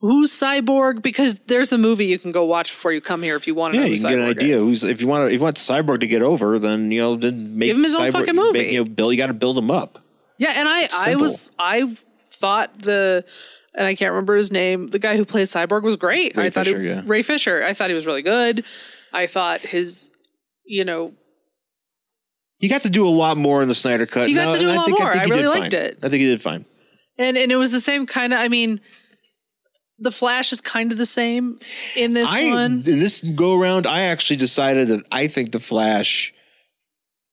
[SPEAKER 1] Who's cyborg? Because there's a movie you can go watch before you come here if you want to
[SPEAKER 2] yeah.
[SPEAKER 1] know. who
[SPEAKER 2] You can get an
[SPEAKER 1] Cyborg
[SPEAKER 2] idea.
[SPEAKER 1] is.
[SPEAKER 2] Who's if you want to, if you want Cyborg to get over, then you know, then make
[SPEAKER 1] Give him his own
[SPEAKER 2] Cyborg-
[SPEAKER 1] fucking movie.
[SPEAKER 2] make- you know, Bill, you got to build him up.
[SPEAKER 1] Yeah, and I I
[SPEAKER 2] simple.
[SPEAKER 1] was I thought the and I can't remember his name. The guy who plays Cyborg was great.
[SPEAKER 2] Ray
[SPEAKER 1] I thought
[SPEAKER 2] Fisher,
[SPEAKER 1] he,
[SPEAKER 2] yeah.
[SPEAKER 1] Ray Fisher. I thought he was really good. I thought his, you know,
[SPEAKER 2] He got to do a lot more in the Snyder cut.
[SPEAKER 1] He got
[SPEAKER 2] No,
[SPEAKER 1] to do
[SPEAKER 2] and
[SPEAKER 1] a lot
[SPEAKER 2] think-
[SPEAKER 1] more. I
[SPEAKER 2] he
[SPEAKER 1] really
[SPEAKER 2] did
[SPEAKER 1] liked
[SPEAKER 2] fine.
[SPEAKER 1] it.
[SPEAKER 2] I think he did fine.
[SPEAKER 1] and and it was the same kind of. I mean, the Flash is kind of the same in this
[SPEAKER 2] I
[SPEAKER 1] one.
[SPEAKER 2] in this go around, I actually decided that I think the Flash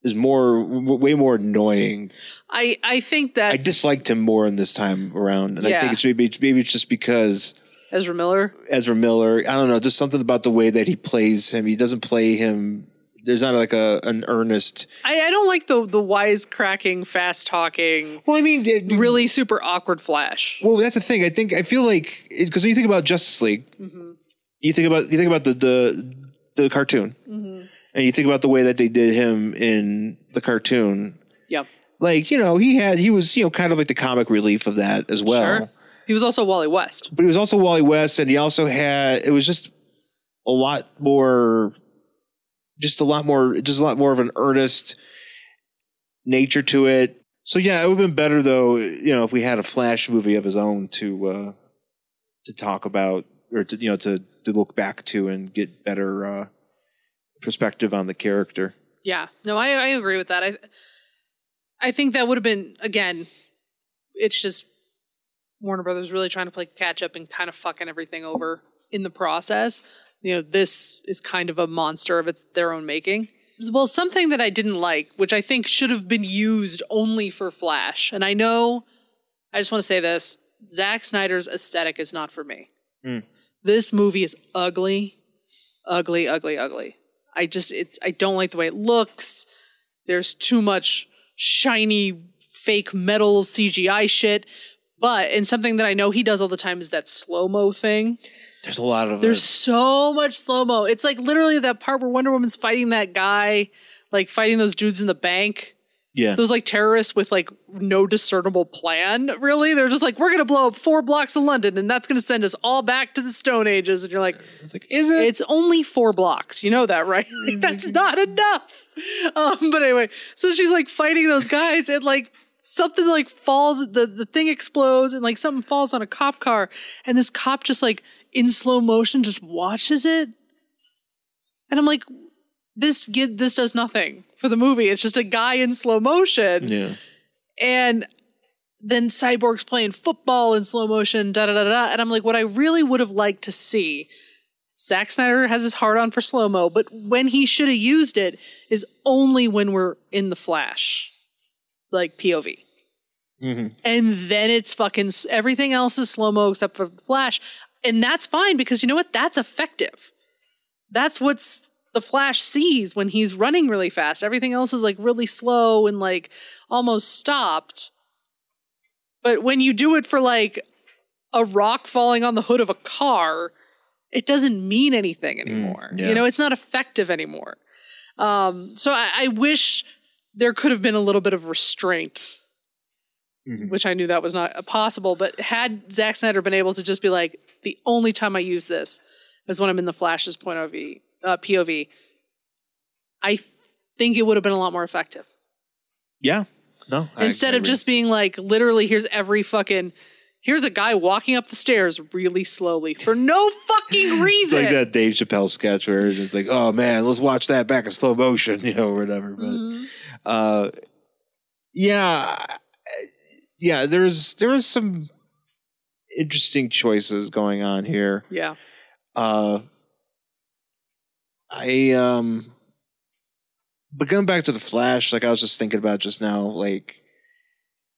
[SPEAKER 2] is more w- way more annoying.
[SPEAKER 1] I I think that
[SPEAKER 2] I disliked him more in this time around, and I
[SPEAKER 1] Yeah.
[SPEAKER 2] think it's maybe maybe it's just because.
[SPEAKER 1] Ezra Miller.
[SPEAKER 2] Ezra Miller. I don't know, just something about the way that he plays him. He doesn't play him. There's not like a an earnest.
[SPEAKER 1] I I don't like the the wise cracking, fast talking,
[SPEAKER 2] Well, I mean, it-
[SPEAKER 1] really super awkward Flash.
[SPEAKER 2] Well, that's the thing. I think I feel like because when you think about Justice League,
[SPEAKER 1] Mm-hmm.
[SPEAKER 2] you think about you think about the the the cartoon,
[SPEAKER 1] Mm-hmm.
[SPEAKER 2] and you think about the way that they did him in the cartoon.
[SPEAKER 1] Yeah,
[SPEAKER 2] Like you know, he had he was you know kind of like the comic relief of that as well.
[SPEAKER 1] sure. He was also Wally West.
[SPEAKER 2] but he was also Wally West, and he also had it was just a lot more, just a lot more, just a lot more of an earnest nature to it. So yeah, it would have been better though, you know, if we had a Flash movie of his own to uh to talk about or to you know to to look back to and get better uh perspective on the character.
[SPEAKER 1] Yeah. No, I, I agree with that. I I think that would have been again, it's just Warner Brothers really trying to play catch up and kind of fucking everything over in the process. You know, this is kind of a monster of its their own making. Well, something that I didn't like, which I think should have been used only for Flash, and I know I just want to say this, Zack Snyder's aesthetic is not for me. This movie is ugly. Ugly, ugly, ugly. I just it's I don't like the way it looks. There's too much shiny fake metal CGI shit. But and something that I know he does all the time is that slow mo thing.
[SPEAKER 2] There's a lot of uh,
[SPEAKER 1] There's
[SPEAKER 2] it.
[SPEAKER 1] so much slow mo. It's like literally that part where Wonder Woman's fighting that guy, like fighting those dudes in the bank.
[SPEAKER 2] yeah.
[SPEAKER 1] Those like terrorists with like no discernible plan, really. They're just like, we're gonna blow up four blocks of London and that's gonna send us all back to the Stone Ages. And you're like,
[SPEAKER 2] It's like, is it?
[SPEAKER 1] it's only four blocks. You know that, right? Like, that's not enough. Um, but anyway, so she's like fighting those guys, and like something like falls, the, the thing explodes, and like something falls on a cop car. And this cop just like in slow motion just watches it. And I'm like, this get, this does nothing for the movie. It's just a guy in slow motion
[SPEAKER 2] yeah.
[SPEAKER 1] and then cyborgs playing football in slow motion da da da da and i'm like what i really would have liked to see Zack Snyder has his heart on for slow mo, but when he should have used it is only when we're in the flash, like POV.
[SPEAKER 2] Mm-hmm.
[SPEAKER 1] And then it's fucking s- everything else is slow mo except for the flash. And that's fine because you know what? That's effective. That's what's the flash sees when he's running really fast. Everything else is like really slow and like almost stopped. But when you do it for like a rock falling on the hood of a car, it doesn't mean anything anymore.
[SPEAKER 2] yeah.
[SPEAKER 1] You know, it's not effective anymore. Um, so I, I wish there could have been a little bit of restraint,
[SPEAKER 2] Mhm.
[SPEAKER 1] which I knew that was not possible. But had Zack Snyder been able to just be like, the only time I use this is when I'm in the Flash's point of view, uh, POV, I think it would have been a lot more effective
[SPEAKER 2] Yeah. No. I-
[SPEAKER 1] instead
[SPEAKER 2] I
[SPEAKER 1] of
[SPEAKER 2] agree.
[SPEAKER 1] just being like literally here's every fucking here's a guy walking up the stairs really slowly for no fucking
[SPEAKER 2] It's
[SPEAKER 1] reason
[SPEAKER 2] like that Dave Chappelle sketch where it's like, oh man, let's watch that back in slow motion, you know, or whatever. But
[SPEAKER 1] Mhm.
[SPEAKER 2] uh, yeah, I- yeah, there's there was some interesting choices going on here.
[SPEAKER 1] yeah
[SPEAKER 2] Uh, I um, but going back to the Flash, like I was just thinking about just now, like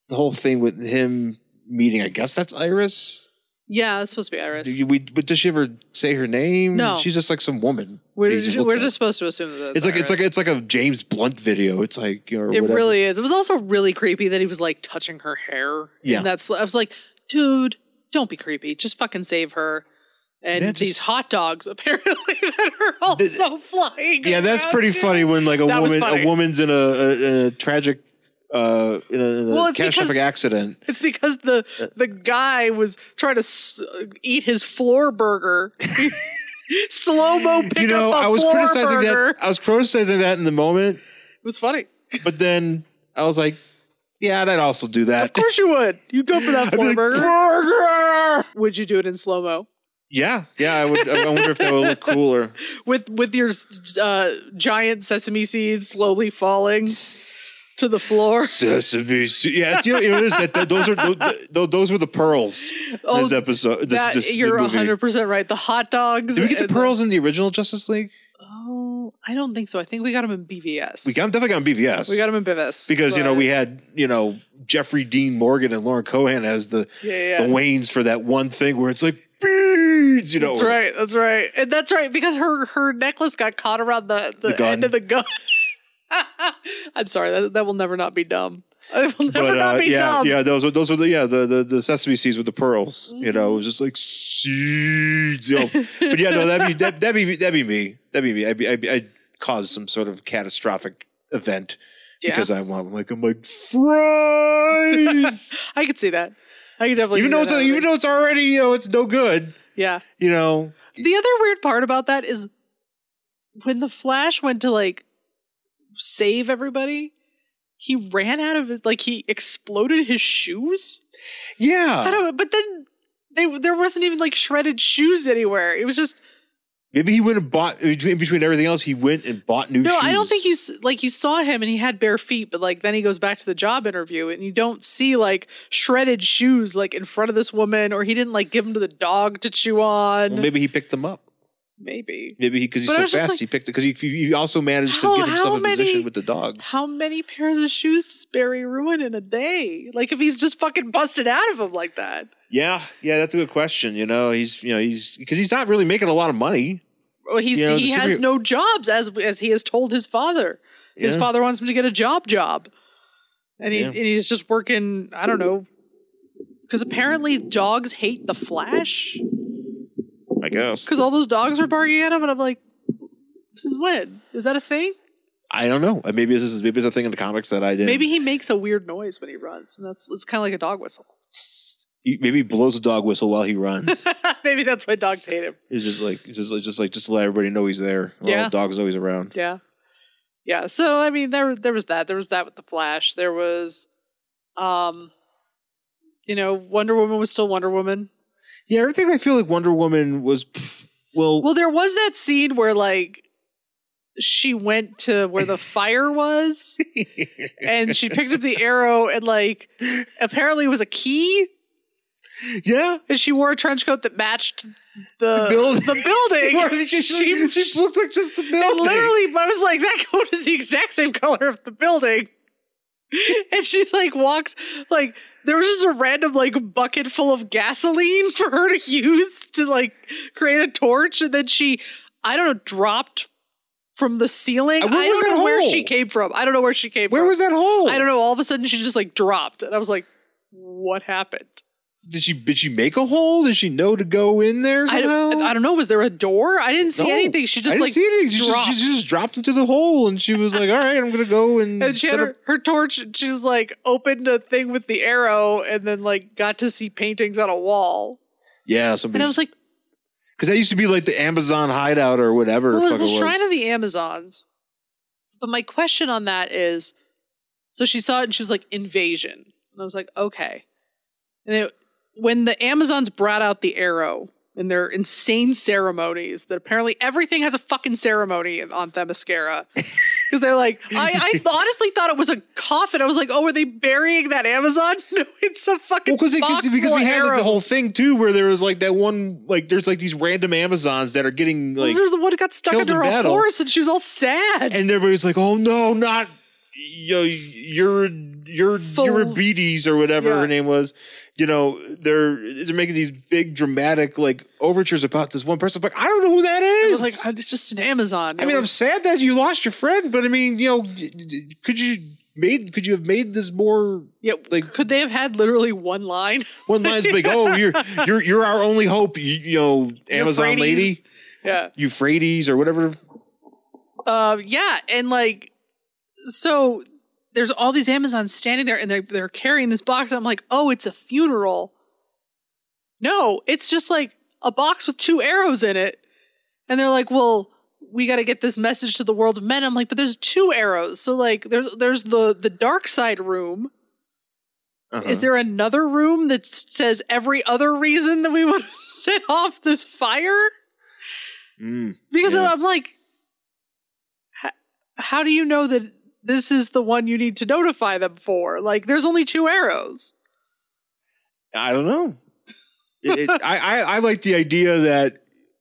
[SPEAKER 2] the whole thing with him meeting. I guess that's Iris.
[SPEAKER 1] yeah it's supposed to be iris
[SPEAKER 2] Do you, we, but does she ever say her name?
[SPEAKER 1] No.
[SPEAKER 2] she's just like some woman.
[SPEAKER 1] we're
[SPEAKER 2] He
[SPEAKER 1] just,
[SPEAKER 2] looks
[SPEAKER 1] we're
[SPEAKER 2] like-
[SPEAKER 1] just supposed to assume that
[SPEAKER 2] It's like it's like
[SPEAKER 1] Iris.
[SPEAKER 2] it's like a James Blunt video. It's like you know, or
[SPEAKER 1] it
[SPEAKER 2] whatever.
[SPEAKER 1] really is it was also really creepy that he was like touching her hair
[SPEAKER 2] Yeah.
[SPEAKER 1] and that's i was like dude don't be creepy just fucking save her and
[SPEAKER 2] Yeah, just-
[SPEAKER 1] these hot dogs apparently that are also flying
[SPEAKER 2] Yeah, that's
[SPEAKER 1] around
[SPEAKER 2] pretty
[SPEAKER 1] you.
[SPEAKER 2] funny when like a
[SPEAKER 1] That was
[SPEAKER 2] woman a
[SPEAKER 1] funny.
[SPEAKER 2] woman's in a, a, in a tragic uh in a, in a
[SPEAKER 1] Well, it's
[SPEAKER 2] catastrophic
[SPEAKER 1] because-
[SPEAKER 2] accident.
[SPEAKER 1] It's because the
[SPEAKER 2] Uh,
[SPEAKER 1] the guy was trying to s- eat his floor burger. Slow mo pick
[SPEAKER 2] You know,
[SPEAKER 1] up a
[SPEAKER 2] I was
[SPEAKER 1] floor
[SPEAKER 2] criticizing
[SPEAKER 1] burger.
[SPEAKER 2] that I was criticizing that in the moment,
[SPEAKER 1] It was funny.
[SPEAKER 2] but then I was like, yeah, I'd also do that.
[SPEAKER 1] Of course you would. You'd go for that
[SPEAKER 2] I'd be
[SPEAKER 1] floor
[SPEAKER 2] like,
[SPEAKER 1] burger.
[SPEAKER 2] "Burger!"
[SPEAKER 1] Would you do it in slow mo
[SPEAKER 2] Yeah, yeah, I would I wonder if that would look cooler.
[SPEAKER 1] with with your uh, giant sesame seeds slowly falling to the floor?
[SPEAKER 2] Sesame seed. Yeah, it's, you know, it is that, that- those are those, those were the pearls.
[SPEAKER 1] Oh,
[SPEAKER 2] this episode. This,
[SPEAKER 1] that,
[SPEAKER 2] this,
[SPEAKER 1] you're
[SPEAKER 2] movie.
[SPEAKER 1] 100 percent right. The hot dogs.
[SPEAKER 2] Did we get the
[SPEAKER 1] and
[SPEAKER 2] pearls in the original Justice League?
[SPEAKER 1] oh, I don't think so. I think we got them in BVS.
[SPEAKER 2] We got, definitely got on BVS.
[SPEAKER 1] we got them in BVS
[SPEAKER 2] because you know
[SPEAKER 1] but-
[SPEAKER 2] we had you know Jeffrey Dean Morgan and Lauren Cohan as the
[SPEAKER 1] Yeah, yeah, yeah.
[SPEAKER 2] the Waynes for that one thing where it's like beads, you know.
[SPEAKER 1] That's right. That's right. And that's right because her her necklace got caught around the the,
[SPEAKER 2] The gun.
[SPEAKER 1] end of the gun. I'm sorry. That that will never not be dumb. It will never
[SPEAKER 2] But
[SPEAKER 1] not
[SPEAKER 2] uh,
[SPEAKER 1] be
[SPEAKER 2] yeah,
[SPEAKER 1] dumb.
[SPEAKER 2] yeah, those were those were the yeah the the, the sesame seeds with the pearls. You know, it was just like seeds. You know. but yeah, no, that'd be that, that'd be that'd be me. That'd be me. I'd be, I'd, be, I'd cause some sort of catastrophic event
[SPEAKER 1] Yeah.
[SPEAKER 2] because uh, I'm, I'm like I'm like fries.
[SPEAKER 1] I could see that. I could definitely see
[SPEAKER 2] even though
[SPEAKER 1] that
[SPEAKER 2] it's,
[SPEAKER 1] happening.
[SPEAKER 2] even though it's already you know it's no good.
[SPEAKER 1] yeah.
[SPEAKER 2] You know,
[SPEAKER 1] The other weird part about that is when the Flash went to like save everybody, he ran out of his like he exploded his shoes.
[SPEAKER 2] yeah.
[SPEAKER 1] I don't know, but then they there wasn't even like shredded shoes anywhere. It was just
[SPEAKER 2] Maybe he went and bought in between, in between everything else. He went and bought new
[SPEAKER 1] No,
[SPEAKER 2] shoes.
[SPEAKER 1] I don't think you s- like you saw him and he had bare feet, but like then he goes back to the job interview and you don't see like shredded shoes like in front of this woman or he didn't like give them to the dog to chew on.
[SPEAKER 2] Well,
[SPEAKER 1] maybe.
[SPEAKER 2] maybe he picked them up. Maybe because he's
[SPEAKER 1] But I was
[SPEAKER 2] so
[SPEAKER 1] just
[SPEAKER 2] fast,
[SPEAKER 1] like-
[SPEAKER 2] he picked it because he, he he also managed
[SPEAKER 1] How-
[SPEAKER 2] to get
[SPEAKER 1] how
[SPEAKER 2] himself a
[SPEAKER 1] many-
[SPEAKER 2] position with the dogs.
[SPEAKER 1] How many pairs of shoes does Barry ruin in a day? Like if he's just fucking busted out of them like that.
[SPEAKER 2] Yeah, yeah, that's a good question. You know, he's you know he's because he's not really making a lot of money.
[SPEAKER 1] Well, he's
[SPEAKER 2] You know,
[SPEAKER 1] he
[SPEAKER 2] the
[SPEAKER 1] has
[SPEAKER 2] superhero-
[SPEAKER 1] no jobs as as he has told his father. His
[SPEAKER 2] Yeah.
[SPEAKER 1] father wants him to get a job job. And he
[SPEAKER 2] Yeah.
[SPEAKER 1] and he's just working, I don't know, Because apparently dogs hate the Flash.
[SPEAKER 2] I guess.
[SPEAKER 1] Because all those dogs were barking at him, and I'm like, since when is that a thing?
[SPEAKER 2] I don't know. Maybe this is maybe it's a thing in the comics that I didn't.
[SPEAKER 1] Maybe he makes a weird noise when he runs, and that's it's kind of like a dog whistle.
[SPEAKER 2] he, maybe he blows a dog whistle while he runs.
[SPEAKER 1] Maybe that's why dogs hate him.
[SPEAKER 2] it's just like it's just like just like just to let everybody know he's there. Well,
[SPEAKER 1] Yeah.
[SPEAKER 2] dog's always around.
[SPEAKER 1] Yeah, yeah. So I mean, there there was that. There was that with the Flash. There was, um, you know, Wonder Woman was still Wonder Woman.
[SPEAKER 2] Yeah, everything I feel like Wonder Woman was well,
[SPEAKER 1] Well, there was that scene where like she went to where the fire was and she picked up the arrow and like apparently it was a key
[SPEAKER 2] yeah.
[SPEAKER 1] and she wore a trench coat that matched the uh, the,
[SPEAKER 2] building.
[SPEAKER 1] building.
[SPEAKER 2] she, she, she looked like just the
[SPEAKER 1] and
[SPEAKER 2] building.
[SPEAKER 1] literally I was like that coat is the exact same color of the building. And she like walks like there was just a random like bucket full of gasoline for her to use to like create a torch and then she I don't know dropped from the ceiling.
[SPEAKER 2] Uh, where
[SPEAKER 1] I
[SPEAKER 2] was
[SPEAKER 1] don't
[SPEAKER 2] that
[SPEAKER 1] know where
[SPEAKER 2] hole?
[SPEAKER 1] she came from. I don't know where she came
[SPEAKER 2] Where
[SPEAKER 1] from.
[SPEAKER 2] was that hole?
[SPEAKER 1] I don't know. All of a sudden she just like dropped and I was like what happened?
[SPEAKER 2] Did she did she make a hole? Did she know to go in there?
[SPEAKER 1] I don't,
[SPEAKER 2] somehow?
[SPEAKER 1] I don't know. Was there a door? I didn't see
[SPEAKER 2] No.
[SPEAKER 1] anything. She
[SPEAKER 2] I
[SPEAKER 1] just
[SPEAKER 2] didn't
[SPEAKER 1] like
[SPEAKER 2] see anything. She just-
[SPEAKER 1] dropped.
[SPEAKER 2] She, just dropped into the hole, and she was like, "All right, I'm gonna go and,
[SPEAKER 1] And she
[SPEAKER 2] set
[SPEAKER 1] had
[SPEAKER 2] up
[SPEAKER 1] her, her torch. and She's like opened a thing with the arrow, and then like got to see paintings on a wall.
[SPEAKER 2] Yeah,
[SPEAKER 1] And
[SPEAKER 2] somebody.
[SPEAKER 1] I was like,
[SPEAKER 2] because that used to be like the Amazon hideout or whatever.
[SPEAKER 1] "What
[SPEAKER 2] the
[SPEAKER 1] was
[SPEAKER 2] fuck
[SPEAKER 1] the
[SPEAKER 2] it was.
[SPEAKER 1] shrine of the Amazons?" But my question on that is, so she saw it and she was like, "Invasion," and I was like, "Okay." And it, when the Amazons brought out the arrow in their insane ceremonies, that apparently everything has a fucking ceremony on Themyscira. Because they're like, I, I honestly thought it was a coffin. I was like, oh, are they burying that Amazon? No, it's a fucking.
[SPEAKER 2] Well, because they- 'cause-
[SPEAKER 1] box
[SPEAKER 2] because
[SPEAKER 1] full
[SPEAKER 2] we
[SPEAKER 1] of
[SPEAKER 2] had like, the
[SPEAKER 1] arrows.
[SPEAKER 2] whole thing too, where there was like that one like there's like these random Amazons that are getting
[SPEAKER 1] Well,
[SPEAKER 2] like,
[SPEAKER 1] there's the one who got stuck
[SPEAKER 2] killed
[SPEAKER 1] under
[SPEAKER 2] in
[SPEAKER 1] a
[SPEAKER 2] battle.
[SPEAKER 1] horse, and she was all sad.
[SPEAKER 2] and everybody's like, "Oh no, not yo, your your
[SPEAKER 1] Full-
[SPEAKER 2] Euripides or whatever
[SPEAKER 1] Yeah.
[SPEAKER 2] her name was." You know, they're they're making these big dramatic like overtures about this one person. Like, I don't know who that
[SPEAKER 1] I was
[SPEAKER 2] is.
[SPEAKER 1] like, "Oh, it's just an Amazon.
[SPEAKER 2] I mean,
[SPEAKER 1] It
[SPEAKER 2] I'm
[SPEAKER 1] was-
[SPEAKER 2] sad that you lost your friend, but I mean, you know, could you made could you have made this more
[SPEAKER 1] yeah,
[SPEAKER 2] like-
[SPEAKER 1] could they have had literally one line?
[SPEAKER 2] one line's like, oh, you're you're you're our only hope, you, you know, Amazon lady,
[SPEAKER 1] Yeah.
[SPEAKER 2] Euphrates or whatever.
[SPEAKER 1] Um, yeah, and like, so there's all these Amazons standing there, and they're they're carrying this box. And I'm like, oh, it's a funeral. No, it's just like a box with two arrows in it, and they're like, well, we got to get this message to the world of men. I'm like, but there's two arrows, so like, there's there's the the dark side room.
[SPEAKER 2] Uh-huh.
[SPEAKER 1] Is there another room that s- says every other reason that we would have set off this fire?
[SPEAKER 2] Mm.
[SPEAKER 1] Because
[SPEAKER 2] Yeah.
[SPEAKER 1] I'm like, how, how do you know that this is the one you need to notify them for? Like, there's only two arrows.
[SPEAKER 2] I don't know. It- it- I, I I like the idea that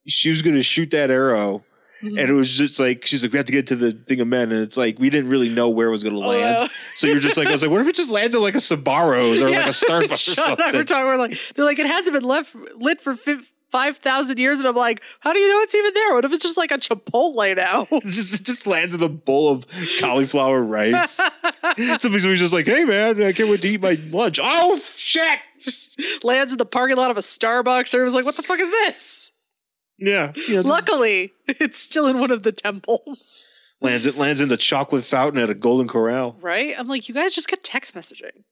[SPEAKER 2] she was going to shoot that arrow,
[SPEAKER 1] Mm-hmm.
[SPEAKER 2] and it was just like she's like, we have to get to the thing of men, and it's like we didn't really know where it was going to
[SPEAKER 1] Oh,
[SPEAKER 2] land.
[SPEAKER 1] uh,
[SPEAKER 2] So you're just like, I was like, what if it just landed like a Sabaros or like
[SPEAKER 1] Yeah.
[SPEAKER 2] a Starbucks or
[SPEAKER 1] Sean and I
[SPEAKER 2] something?
[SPEAKER 1] were talking. We're like, they're like, it hasn't been left lit for fif- five thousand years, and I'm like, how do you know it's even there? What if it's just like a Chipotle now?
[SPEAKER 2] It just, it just lands in a bowl of cauliflower rice. Somebody's always just like, hey man, I can't wait to eat my lunch. Oh shit.
[SPEAKER 1] Lands in the parking lot of a Starbucks, and it was like, what the fuck is this?
[SPEAKER 2] Yeah. yeah it just
[SPEAKER 1] Luckily, it's still in one of the temples,
[SPEAKER 2] lands it lands in the chocolate fountain at a golden corral.
[SPEAKER 1] right? I'm like, you guys just get text messaging.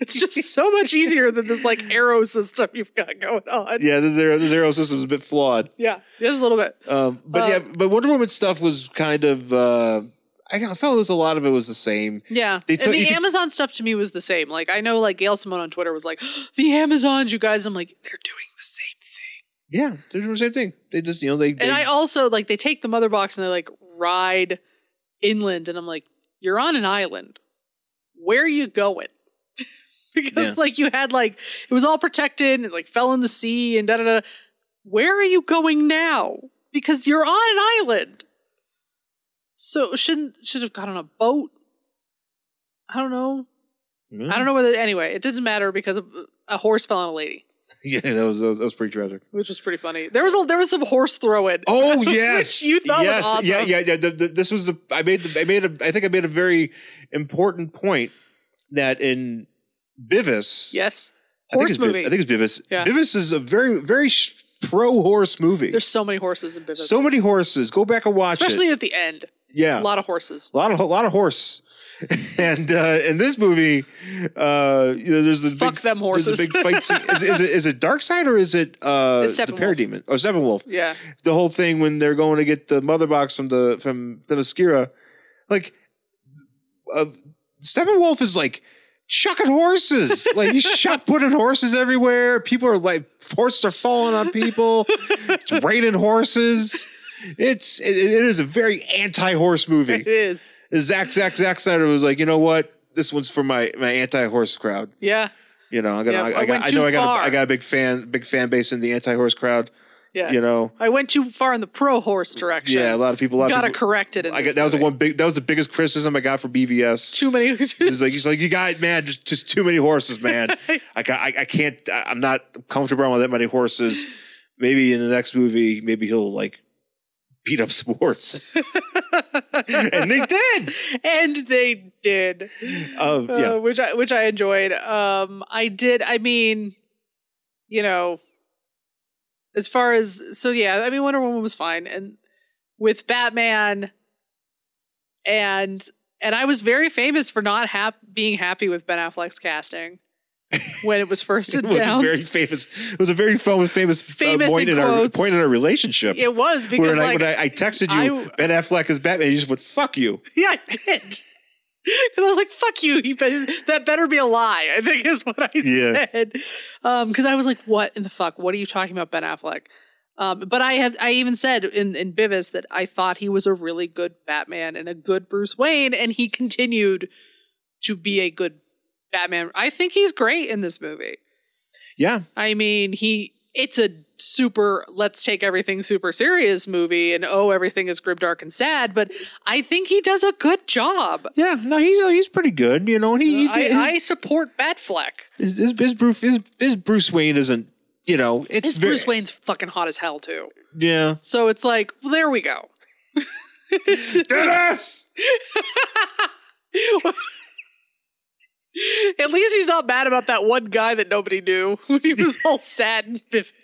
[SPEAKER 1] It's just so much easier than this like arrow system you've got going on.
[SPEAKER 2] Yeah, the zero the zero system is a bit flawed.
[SPEAKER 1] Yeah, just a little bit.
[SPEAKER 2] Um, but
[SPEAKER 1] Uh,
[SPEAKER 2] yeah, but Wonder Woman stuff was kind of uh I got- I felt it was a lot of it was the same.
[SPEAKER 1] Yeah.
[SPEAKER 2] They
[SPEAKER 1] And
[SPEAKER 2] tell- you
[SPEAKER 1] the
[SPEAKER 2] could-
[SPEAKER 1] Amazon stuff to me was the same. Like I know like Gail Simone on Twitter was like, the Amazons, you guys. I'm like, they're doing the same thing.
[SPEAKER 2] Yeah, they're doing the same thing. They just you know they, they
[SPEAKER 1] And I also like they take the mother box and they like ride inland. And I'm like, you're on an island. Where are you going? because
[SPEAKER 2] Yeah.
[SPEAKER 1] like you had like it was all protected and it, like fell in the sea and da da da. Where are you going now? Because you're on an island. So shouldn't should have got on a boat. I don't know. I don't know whether anyway, it doesn't matter because a, a horse fell on a lady,
[SPEAKER 2] Yeah, that was, that was that was pretty tragic.
[SPEAKER 1] which was pretty funny. There was a, there was some horse throwing.
[SPEAKER 2] Oh yes,
[SPEAKER 1] you thought was
[SPEAKER 2] yes. Yeah,
[SPEAKER 1] awesome.
[SPEAKER 2] yeah, yeah. The, the, this was the I made the, I made a I think I made a very important point that in Bivis
[SPEAKER 1] Yes.
[SPEAKER 2] think
[SPEAKER 1] Horse
[SPEAKER 2] it's Bi-
[SPEAKER 1] movie.
[SPEAKER 2] I think it's Beavis.
[SPEAKER 1] Yeah.
[SPEAKER 2] Beavis is a very very pro horse movie.
[SPEAKER 1] There's so many horses in Beavis.
[SPEAKER 2] so many horses. Go back and watch
[SPEAKER 1] Especially
[SPEAKER 2] it.
[SPEAKER 1] at the end.
[SPEAKER 2] Yeah,
[SPEAKER 1] A lot of horses.
[SPEAKER 2] lot of a lot of horse. and uh, in this movie, uh, you know, there's the
[SPEAKER 1] Fuck
[SPEAKER 2] big,
[SPEAKER 1] them
[SPEAKER 2] there's a
[SPEAKER 1] horses.
[SPEAKER 2] big fight scene. Is, is it is it Dark Side or is it uh,
[SPEAKER 1] It's
[SPEAKER 2] the
[SPEAKER 1] Steppenwolf.
[SPEAKER 2] Parademon? Oh, Steppenwolf.
[SPEAKER 1] Yeah.
[SPEAKER 2] The whole thing when they're going to get the mother box from the from the Mascara, like uh, Steppenwolf is like shucking horses. like he's shot putting horses everywhere. People are like horses are falling on people. it's raining horses. It's it, it is a very anti horse movie.
[SPEAKER 1] It is.
[SPEAKER 2] Zach, Zach, Zach Snyder was like, you know what? This one's for my my anti horse crowd.
[SPEAKER 1] Yeah.
[SPEAKER 2] You know, I got,
[SPEAKER 1] Yeah,
[SPEAKER 2] I,
[SPEAKER 1] I
[SPEAKER 2] I, got,
[SPEAKER 1] went
[SPEAKER 2] I
[SPEAKER 1] too
[SPEAKER 2] know I got,
[SPEAKER 1] far.
[SPEAKER 2] a, I got a big fan, big fan base in the anti horse crowd.
[SPEAKER 1] Yeah.
[SPEAKER 2] You know,
[SPEAKER 1] I went too far in the pro horse direction.
[SPEAKER 2] yeah, a lot of people, a lot
[SPEAKER 1] Gotta
[SPEAKER 2] of people,
[SPEAKER 1] correct it. In
[SPEAKER 2] I
[SPEAKER 1] this
[SPEAKER 2] got that was the
[SPEAKER 1] movie.
[SPEAKER 2] one big, that was the biggest criticism I got for BVS.
[SPEAKER 1] Too many.
[SPEAKER 2] He's like, he's like, you got man, just just too many horses, man. I got, I, I can't, I, I'm not comfortable around with that many horses. Maybe in the next movie, maybe he'll like beat up some horses, and they did.
[SPEAKER 1] and they did.
[SPEAKER 2] Um,
[SPEAKER 1] uh,
[SPEAKER 2] yeah,
[SPEAKER 1] which I which I enjoyed. Um, I did. I mean, you know, as far as so, yeah. I mean, Wonder Woman was fine, and with Batman, and and I was very famous for not hap- being happy with Ben Affleck's casting when it was first
[SPEAKER 2] It was a
[SPEAKER 1] announced.
[SPEAKER 2] very famous. It was a very fun, famous, uh,
[SPEAKER 1] Famous
[SPEAKER 2] point
[SPEAKER 1] in
[SPEAKER 2] in our
[SPEAKER 1] quotes.
[SPEAKER 2] point in our relationship.
[SPEAKER 1] it was because
[SPEAKER 2] where I,
[SPEAKER 1] like
[SPEAKER 2] when I, I texted you,
[SPEAKER 1] I-
[SPEAKER 2] Ben Affleck is Batman. You just went fuck you.
[SPEAKER 1] Yeah, I did. And I was like, fuck you. you better, that better be a lie, I think is what I
[SPEAKER 2] Yeah.
[SPEAKER 1] said. Because I was like, what in the fuck? What are you talking about, Ben Affleck? Um, but I have, I even said in, in Bivis that I thought he was a really good Batman and a good Bruce Wayne, and he continued to be a good Batman. I think he's great in this movie.
[SPEAKER 2] Yeah,
[SPEAKER 1] I mean, he it's a super let's take everything super serious movie and oh everything is grimdark and sad, but I think he does a good job.
[SPEAKER 2] yeah. No, he's he's pretty good. You know, and he, he
[SPEAKER 1] Uh, I,
[SPEAKER 2] his,
[SPEAKER 1] I support Batfleck.
[SPEAKER 2] his, his, his Bruce his, his Bruce Wayne isn't. You know, it's
[SPEAKER 1] His
[SPEAKER 2] very-
[SPEAKER 1] Bruce Wayne's fucking hot as hell too.
[SPEAKER 2] Yeah,
[SPEAKER 1] So it's like, well, there we go.
[SPEAKER 2] Dennis.
[SPEAKER 1] At least he's not mad about that one guy that nobody knew when he was all sad and biffed.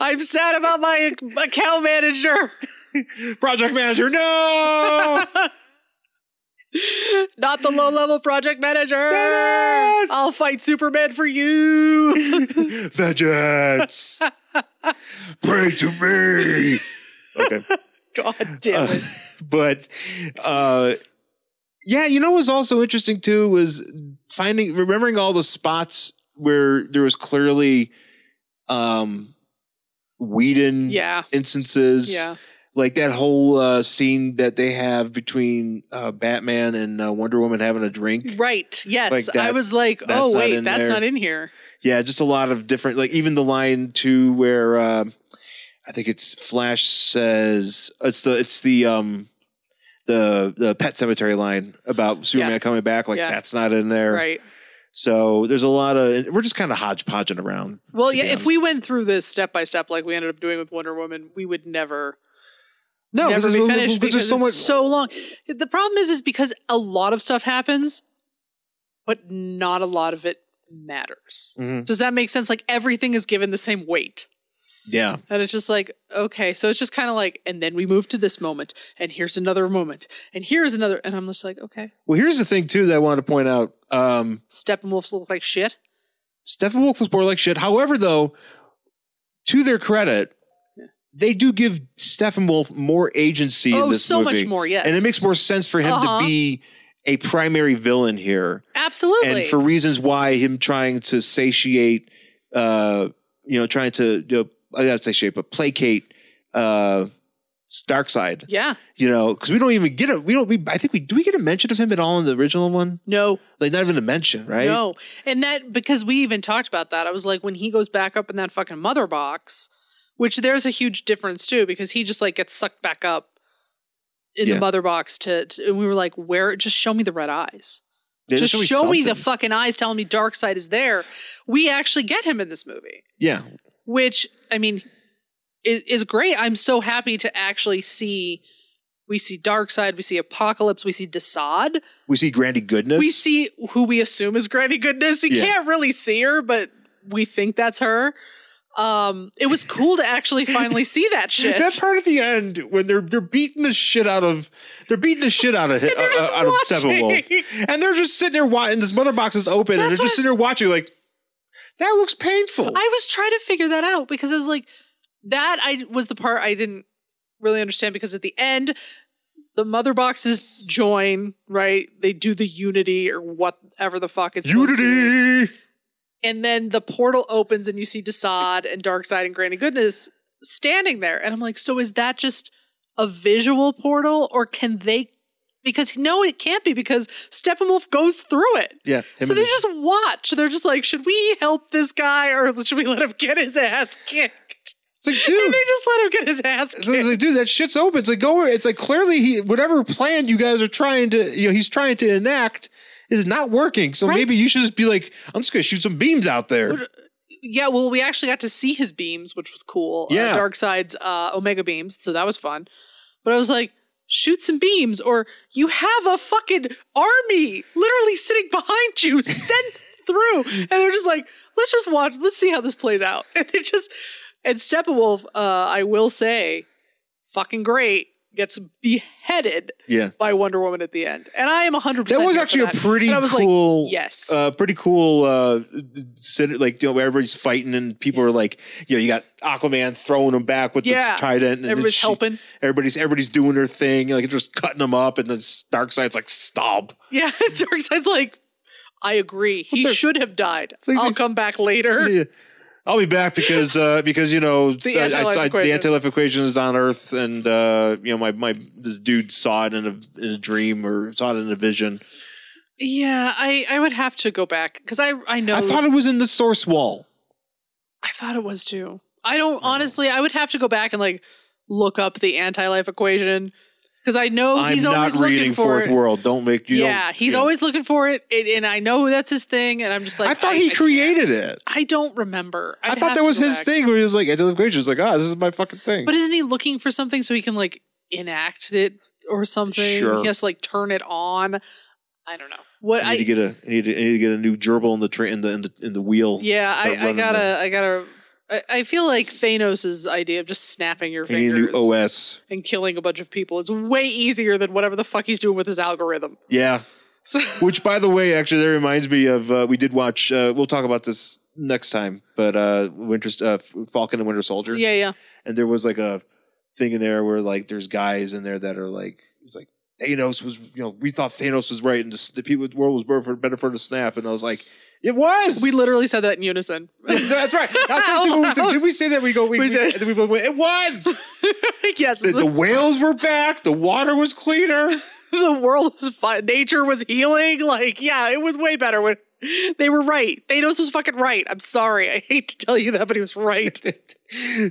[SPEAKER 1] I'm sad about my account manager.
[SPEAKER 2] Project manager, no.
[SPEAKER 1] Not the low level project manager.
[SPEAKER 2] Dennis!
[SPEAKER 1] I'll fight Superman for you.
[SPEAKER 2] Vengeance. Pray to me. Okay.
[SPEAKER 1] God damn it.
[SPEAKER 2] but uh yeah you know what was also interesting too was finding remembering all the spots where there was clearly um Whedon
[SPEAKER 1] yeah.
[SPEAKER 2] instances
[SPEAKER 1] Yeah.
[SPEAKER 2] like that whole uh scene that they have between uh Batman and uh, Wonder Woman having a drink
[SPEAKER 1] Right. Yes.
[SPEAKER 2] Like that-
[SPEAKER 1] I was like, oh,
[SPEAKER 2] not
[SPEAKER 1] wait,
[SPEAKER 2] in
[SPEAKER 1] that's
[SPEAKER 2] there.
[SPEAKER 1] not in here.
[SPEAKER 2] yeah just a lot of different like even the line too where uh I think it's Flash says it's the it's the um the the pet cemetery line about Superman
[SPEAKER 1] Yeah.
[SPEAKER 2] coming back like
[SPEAKER 1] Yeah.
[SPEAKER 2] that's not in there.
[SPEAKER 1] Right.
[SPEAKER 2] So there's a lot of we're just kind of hodgepodging around.
[SPEAKER 1] Well,
[SPEAKER 2] to
[SPEAKER 1] yeah,
[SPEAKER 2] be
[SPEAKER 1] if we went through this step by step like we ended up doing with Wonder Woman, we would never
[SPEAKER 2] No,
[SPEAKER 1] never be
[SPEAKER 2] because there's-
[SPEAKER 1] finished
[SPEAKER 2] because
[SPEAKER 1] because
[SPEAKER 2] there's so much
[SPEAKER 1] it's so long. The problem is is because a lot of stuff happens, but not a lot of it matters.
[SPEAKER 2] Mhm.
[SPEAKER 1] Does that make sense? Like everything is given the same weight.
[SPEAKER 2] Yeah.
[SPEAKER 1] And it's just like, okay. So it's just kind of like, and then we move to this moment, and here's another moment, and here's another. And I'm just like, okay.
[SPEAKER 2] Well, here's the thing too that I wanted to point out. Um
[SPEAKER 1] Steppenwolfs look like shit.
[SPEAKER 2] Stephen Wolf was more like shit. However, though, to their credit, they do give Stephen Wolf more agency in
[SPEAKER 1] oh,
[SPEAKER 2] this
[SPEAKER 1] so
[SPEAKER 2] movie.
[SPEAKER 1] much more, yes.
[SPEAKER 2] And it makes more sense for him
[SPEAKER 1] Uh-huh.
[SPEAKER 2] to be a primary villain here.
[SPEAKER 1] Absolutely.
[SPEAKER 2] and for reasons why him trying to satiate, uh, you know, trying to you know, I gotta say shape, but placate uh, Darkseid,
[SPEAKER 1] yeah.
[SPEAKER 2] you know, because we don't even get it. We don't. We I think we do we get a mention of him at all in the original one?
[SPEAKER 1] No,
[SPEAKER 2] Like not even a mention, right?
[SPEAKER 1] no. And that, because we even talked about that, I was like, when he goes back up in that fucking mother box, which there's a huge difference too, because he just like gets sucked back up in
[SPEAKER 2] Yeah.
[SPEAKER 1] the mother box to, to, and we were like, where, just show me the red eyes.
[SPEAKER 2] They
[SPEAKER 1] just show me the
[SPEAKER 2] something.
[SPEAKER 1] fucking eyes telling me dark side is there we actually get him in this movie
[SPEAKER 2] yeah,
[SPEAKER 1] which i mean is, is great i'm so happy to actually see We see Darkseid. We see Apocalypse. We see Desaad.
[SPEAKER 2] We see Grandy Goodness.
[SPEAKER 1] We see who we assume is Granny Goodness. You
[SPEAKER 2] Yeah.
[SPEAKER 1] can't really see her, but we think that's her. Um, it was cool to actually finally see that shit.
[SPEAKER 2] that part at the end when they're they're beating the shit out of they're beating the shit out of uh,
[SPEAKER 1] they're just
[SPEAKER 2] out of Steppenwolf,
[SPEAKER 1] watching.
[SPEAKER 2] and they're just sitting there watching. This mother box is open, and
[SPEAKER 1] That's
[SPEAKER 2] they're
[SPEAKER 1] what-
[SPEAKER 2] just sitting there watching. Like that looks painful.
[SPEAKER 1] I was trying to figure that out because I was like, that I was the part I didn't really understand because at the end, the mother boxes join, right? They do the unity or whatever the fuck it's supposed to be.
[SPEAKER 2] Unity.
[SPEAKER 1] And then the portal opens and you see Desaad and Darkseid and Granny Goodness standing there. And I'm like, so is that just a visual portal or can they? Because no, it can't be because Steppenwolf goes through it.
[SPEAKER 2] Yeah. him
[SPEAKER 1] so
[SPEAKER 2] and
[SPEAKER 1] they
[SPEAKER 2] his-
[SPEAKER 1] just watch. They're just like, should we help this guy or should we let him get his ass kicked?
[SPEAKER 2] It's like,
[SPEAKER 1] And
[SPEAKER 2] dude.
[SPEAKER 1] they just let him get his ass
[SPEAKER 2] It's like,
[SPEAKER 1] kicked.
[SPEAKER 2] like, dude, that shit's open. It's like, go. It's like clearly, he whatever plan you guys are trying to, you know, he's trying to enact is not working. So
[SPEAKER 1] Right.
[SPEAKER 2] maybe you should just be like, I'm just gonna shoot some beams out there.
[SPEAKER 1] Yeah, well, we actually got to see his beams, which was cool.
[SPEAKER 2] Yeah.
[SPEAKER 1] Uh, Darkseid's uh, Omega beams, so that was fun. But I was like, shoot some beams, or you have a fucking army literally sitting behind you, sent through. And they're just like, let's just watch, let's see how this plays out. And they just, and Steppenwolf, uh, I will say, fucking great, gets beheaded
[SPEAKER 2] Yeah.
[SPEAKER 1] by Wonder Woman at the end. And I am 100%
[SPEAKER 2] That
[SPEAKER 1] here
[SPEAKER 2] was
[SPEAKER 1] for
[SPEAKER 2] actually
[SPEAKER 1] that.
[SPEAKER 2] a pretty
[SPEAKER 1] And I was
[SPEAKER 2] cool,
[SPEAKER 1] like, yes.
[SPEAKER 2] uh, pretty cool. Uh, sit, like you know, where everybody's fighting and people are like, you know, you got Aquaman throwing them back with
[SPEAKER 1] Yeah.
[SPEAKER 2] the tight end, and then
[SPEAKER 1] Everybody's
[SPEAKER 2] she-
[SPEAKER 1] helping.
[SPEAKER 2] Everybody's everybody's doing their thing, like just cutting them up, and then Darkseid's like, stop.
[SPEAKER 1] Yeah, Darkseid's like, I agree. He
[SPEAKER 2] they're-
[SPEAKER 1] should have died.
[SPEAKER 2] like
[SPEAKER 1] I'll
[SPEAKER 2] they-
[SPEAKER 1] come back later.
[SPEAKER 2] Yeah. I'll be back because uh, because you know
[SPEAKER 1] The
[SPEAKER 2] I- I
[SPEAKER 1] anti-life
[SPEAKER 2] saw-
[SPEAKER 1] equation.
[SPEAKER 2] the anti-life equation is on Earth, and uh, you know my my this dude saw it in a, in a dream or saw it in a vision.
[SPEAKER 1] Yeah, I, I would have to go back because I I know
[SPEAKER 2] I thought it was in the source wall.
[SPEAKER 1] was too. I
[SPEAKER 2] Oh.
[SPEAKER 1] don't honestly. I would have to go back and like look up the anti life equation because I know he's
[SPEAKER 2] I'm
[SPEAKER 1] always
[SPEAKER 2] not reading
[SPEAKER 1] looking for
[SPEAKER 2] Fourth
[SPEAKER 1] it.
[SPEAKER 2] World. Don't make you.
[SPEAKER 1] yeah,
[SPEAKER 2] don't-
[SPEAKER 1] he's
[SPEAKER 2] you know.
[SPEAKER 1] always looking for it, it, and I know that's his thing. And I'm just like,
[SPEAKER 2] I thought he
[SPEAKER 1] can't-
[SPEAKER 2] created it.
[SPEAKER 1] I don't remember.
[SPEAKER 2] I
[SPEAKER 1] I'd
[SPEAKER 2] thought
[SPEAKER 1] have
[SPEAKER 2] that
[SPEAKER 1] to
[SPEAKER 2] was
[SPEAKER 1] go
[SPEAKER 2] his
[SPEAKER 1] back.
[SPEAKER 2] thing where he was like anti-life equation. It's like ah, this is my fucking thing.
[SPEAKER 1] But isn't he looking for something so he can like enact it or something?
[SPEAKER 2] Sure.
[SPEAKER 1] He has to like turn it on. I don't know what
[SPEAKER 2] I need
[SPEAKER 1] I
[SPEAKER 2] to get a I need to, I need to get a new gerbil in the train in the in the in the wheel.
[SPEAKER 1] Yeah,
[SPEAKER 2] Start
[SPEAKER 1] I, I
[SPEAKER 2] running
[SPEAKER 1] gotta,
[SPEAKER 2] the-
[SPEAKER 1] I gotta. I, I feel like Thanos' idea of just snapping your
[SPEAKER 2] I need a new
[SPEAKER 1] fingers
[SPEAKER 2] OS.
[SPEAKER 1] and killing a bunch of people is way easier than whatever the fuck he's doing with his algorithm.
[SPEAKER 2] Yeah.
[SPEAKER 1] So,
[SPEAKER 2] Which, by the way, actually, that reminds me of uh, we did watch. Uh, we'll talk about this next time, but uh, Winter uh, Falcon and Winter Soldier.
[SPEAKER 1] yeah, yeah.
[SPEAKER 2] And there was like a thing in there where like there's guys in there that are like it's like Thanos was you know we thought Thanos was right and just, the people the world was better for, better for the snap and I was like it was
[SPEAKER 1] We literally said that in unison.
[SPEAKER 2] that's right that's
[SPEAKER 1] Out
[SPEAKER 2] right. Did, we,
[SPEAKER 1] loud.
[SPEAKER 2] did we say that we go we,
[SPEAKER 1] We
[SPEAKER 2] we,
[SPEAKER 1] did.
[SPEAKER 2] and then we both went, it was
[SPEAKER 1] yes,
[SPEAKER 2] the,
[SPEAKER 1] the,
[SPEAKER 2] the whales were back the water was cleaner
[SPEAKER 1] world was fine. Nature was healing. Like, yeah, it was way better when they were right. Thanos was fucking right. I'm sorry. I hate to tell you that, but he was right.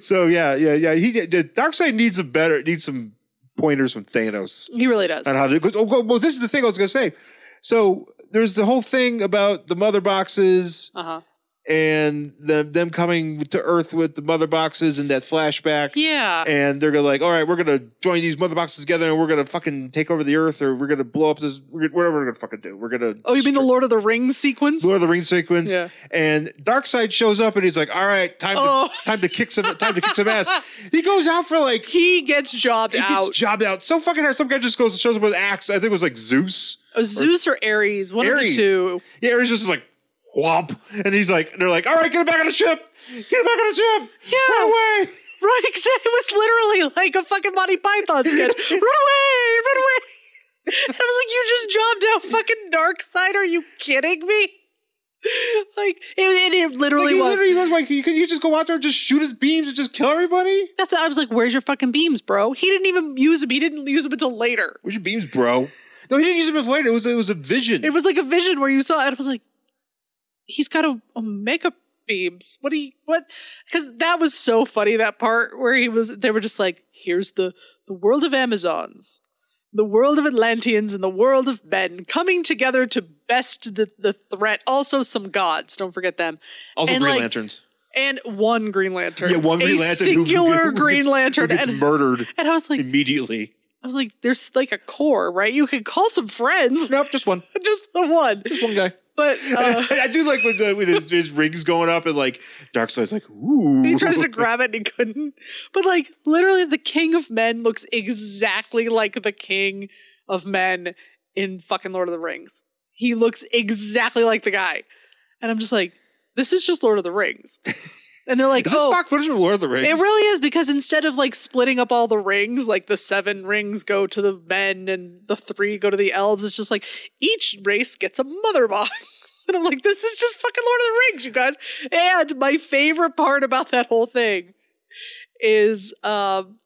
[SPEAKER 2] so yeah yeah yeah he did Darkseid needs a better needs some pointers from Thanos
[SPEAKER 1] he really does.
[SPEAKER 2] on how to because- oh, well, well, this is the thing I was going to say. So there's the whole thing about the mother boxes
[SPEAKER 1] Uh huh.
[SPEAKER 2] and the, them coming to Earth with the mother boxes and that flashback.
[SPEAKER 1] Yeah.
[SPEAKER 2] And they're gonna like, all right, we're gonna join these mother boxes together, and we're gonna fucking take over the Earth, or we're gonna blow up this, we're gonna- whatever we're gonna fucking do. We're gonna.
[SPEAKER 1] oh, you mean the Lord of the Rings sequence?
[SPEAKER 2] Lord of the Rings sequence.
[SPEAKER 1] Yeah.
[SPEAKER 2] And Darkseid shows up and he's like, all right, time
[SPEAKER 1] Oh.
[SPEAKER 2] to time to kick some time to kick some ass. He goes out for like
[SPEAKER 1] he gets jobbed
[SPEAKER 2] he
[SPEAKER 1] out.
[SPEAKER 2] gets jobbed out so fucking hard. Some guy just goes and shows up with an axe. I think it was like Zeus.
[SPEAKER 1] Uh, Zeus or Ares, one of the
[SPEAKER 2] Ares.
[SPEAKER 1] two.
[SPEAKER 2] Yeah, Ares just is like whomp, and he's like, they're like, all right, get him back on the ship, get him back on the ship,
[SPEAKER 1] Yeah.
[SPEAKER 2] run away.
[SPEAKER 1] Right, 'cause it was literally like a fucking Monty Python sketch. run away, run away. I was like, you just jobbed out fucking Dark Side. Are you kidding me? Like, it, it, it
[SPEAKER 2] Like,
[SPEAKER 1] literally
[SPEAKER 2] he
[SPEAKER 1] was.
[SPEAKER 2] literally was like, could you just go out there and just shoot his beams and just kill everybody?
[SPEAKER 1] That's I was like, where's your fucking beams, bro? He didn't even use them. He didn't use them until later.
[SPEAKER 2] Where's your beams, bro? No, he didn't use them as later. It was it was a vision.
[SPEAKER 1] It was like a vision where you saw it. I was like, he's got a, a makeup beams. What do you what? Because that was so funny that part where he was. They were just like, here's the the world of Amazons, the world of Atlanteans, and the world of men coming together to best the the threat. Also, some gods. Don't forget them.
[SPEAKER 2] also
[SPEAKER 1] and
[SPEAKER 2] Green
[SPEAKER 1] like-
[SPEAKER 2] Lanterns.
[SPEAKER 1] And one Green Lantern.
[SPEAKER 2] Yeah, one Green
[SPEAKER 1] a
[SPEAKER 2] Lantern. who- who
[SPEAKER 1] Singular
[SPEAKER 2] gets- who
[SPEAKER 1] Green
[SPEAKER 2] gets- who
[SPEAKER 1] Lantern.
[SPEAKER 2] gets
[SPEAKER 1] And,
[SPEAKER 2] murdered
[SPEAKER 1] and I was like,
[SPEAKER 2] immediately.
[SPEAKER 1] I was like, there's like a core, right? You could call some friends,
[SPEAKER 2] Nope, just one.
[SPEAKER 1] just the one.
[SPEAKER 2] Just one guy.
[SPEAKER 1] But uh,
[SPEAKER 2] I do like with, the, with his, his rings going up and like Darkseid's like, ooh.
[SPEAKER 1] he tries to grab it and he couldn't. But like, literally, the king of men looks exactly like the king of men in fucking Lord of the Rings. He looks exactly like the guy, and I'm just like, this is just Lord of the Rings. And they're like,
[SPEAKER 2] Is this
[SPEAKER 1] oh,
[SPEAKER 2] stock footage from Lord of the Rings?
[SPEAKER 1] It really is because instead of like splitting up all the rings, like the seven rings go to the men and the three go to the elves, it's just like each race gets a mother box. And I'm like, this is just fucking Lord of the Rings, you guys. And my favorite part about that whole thing is um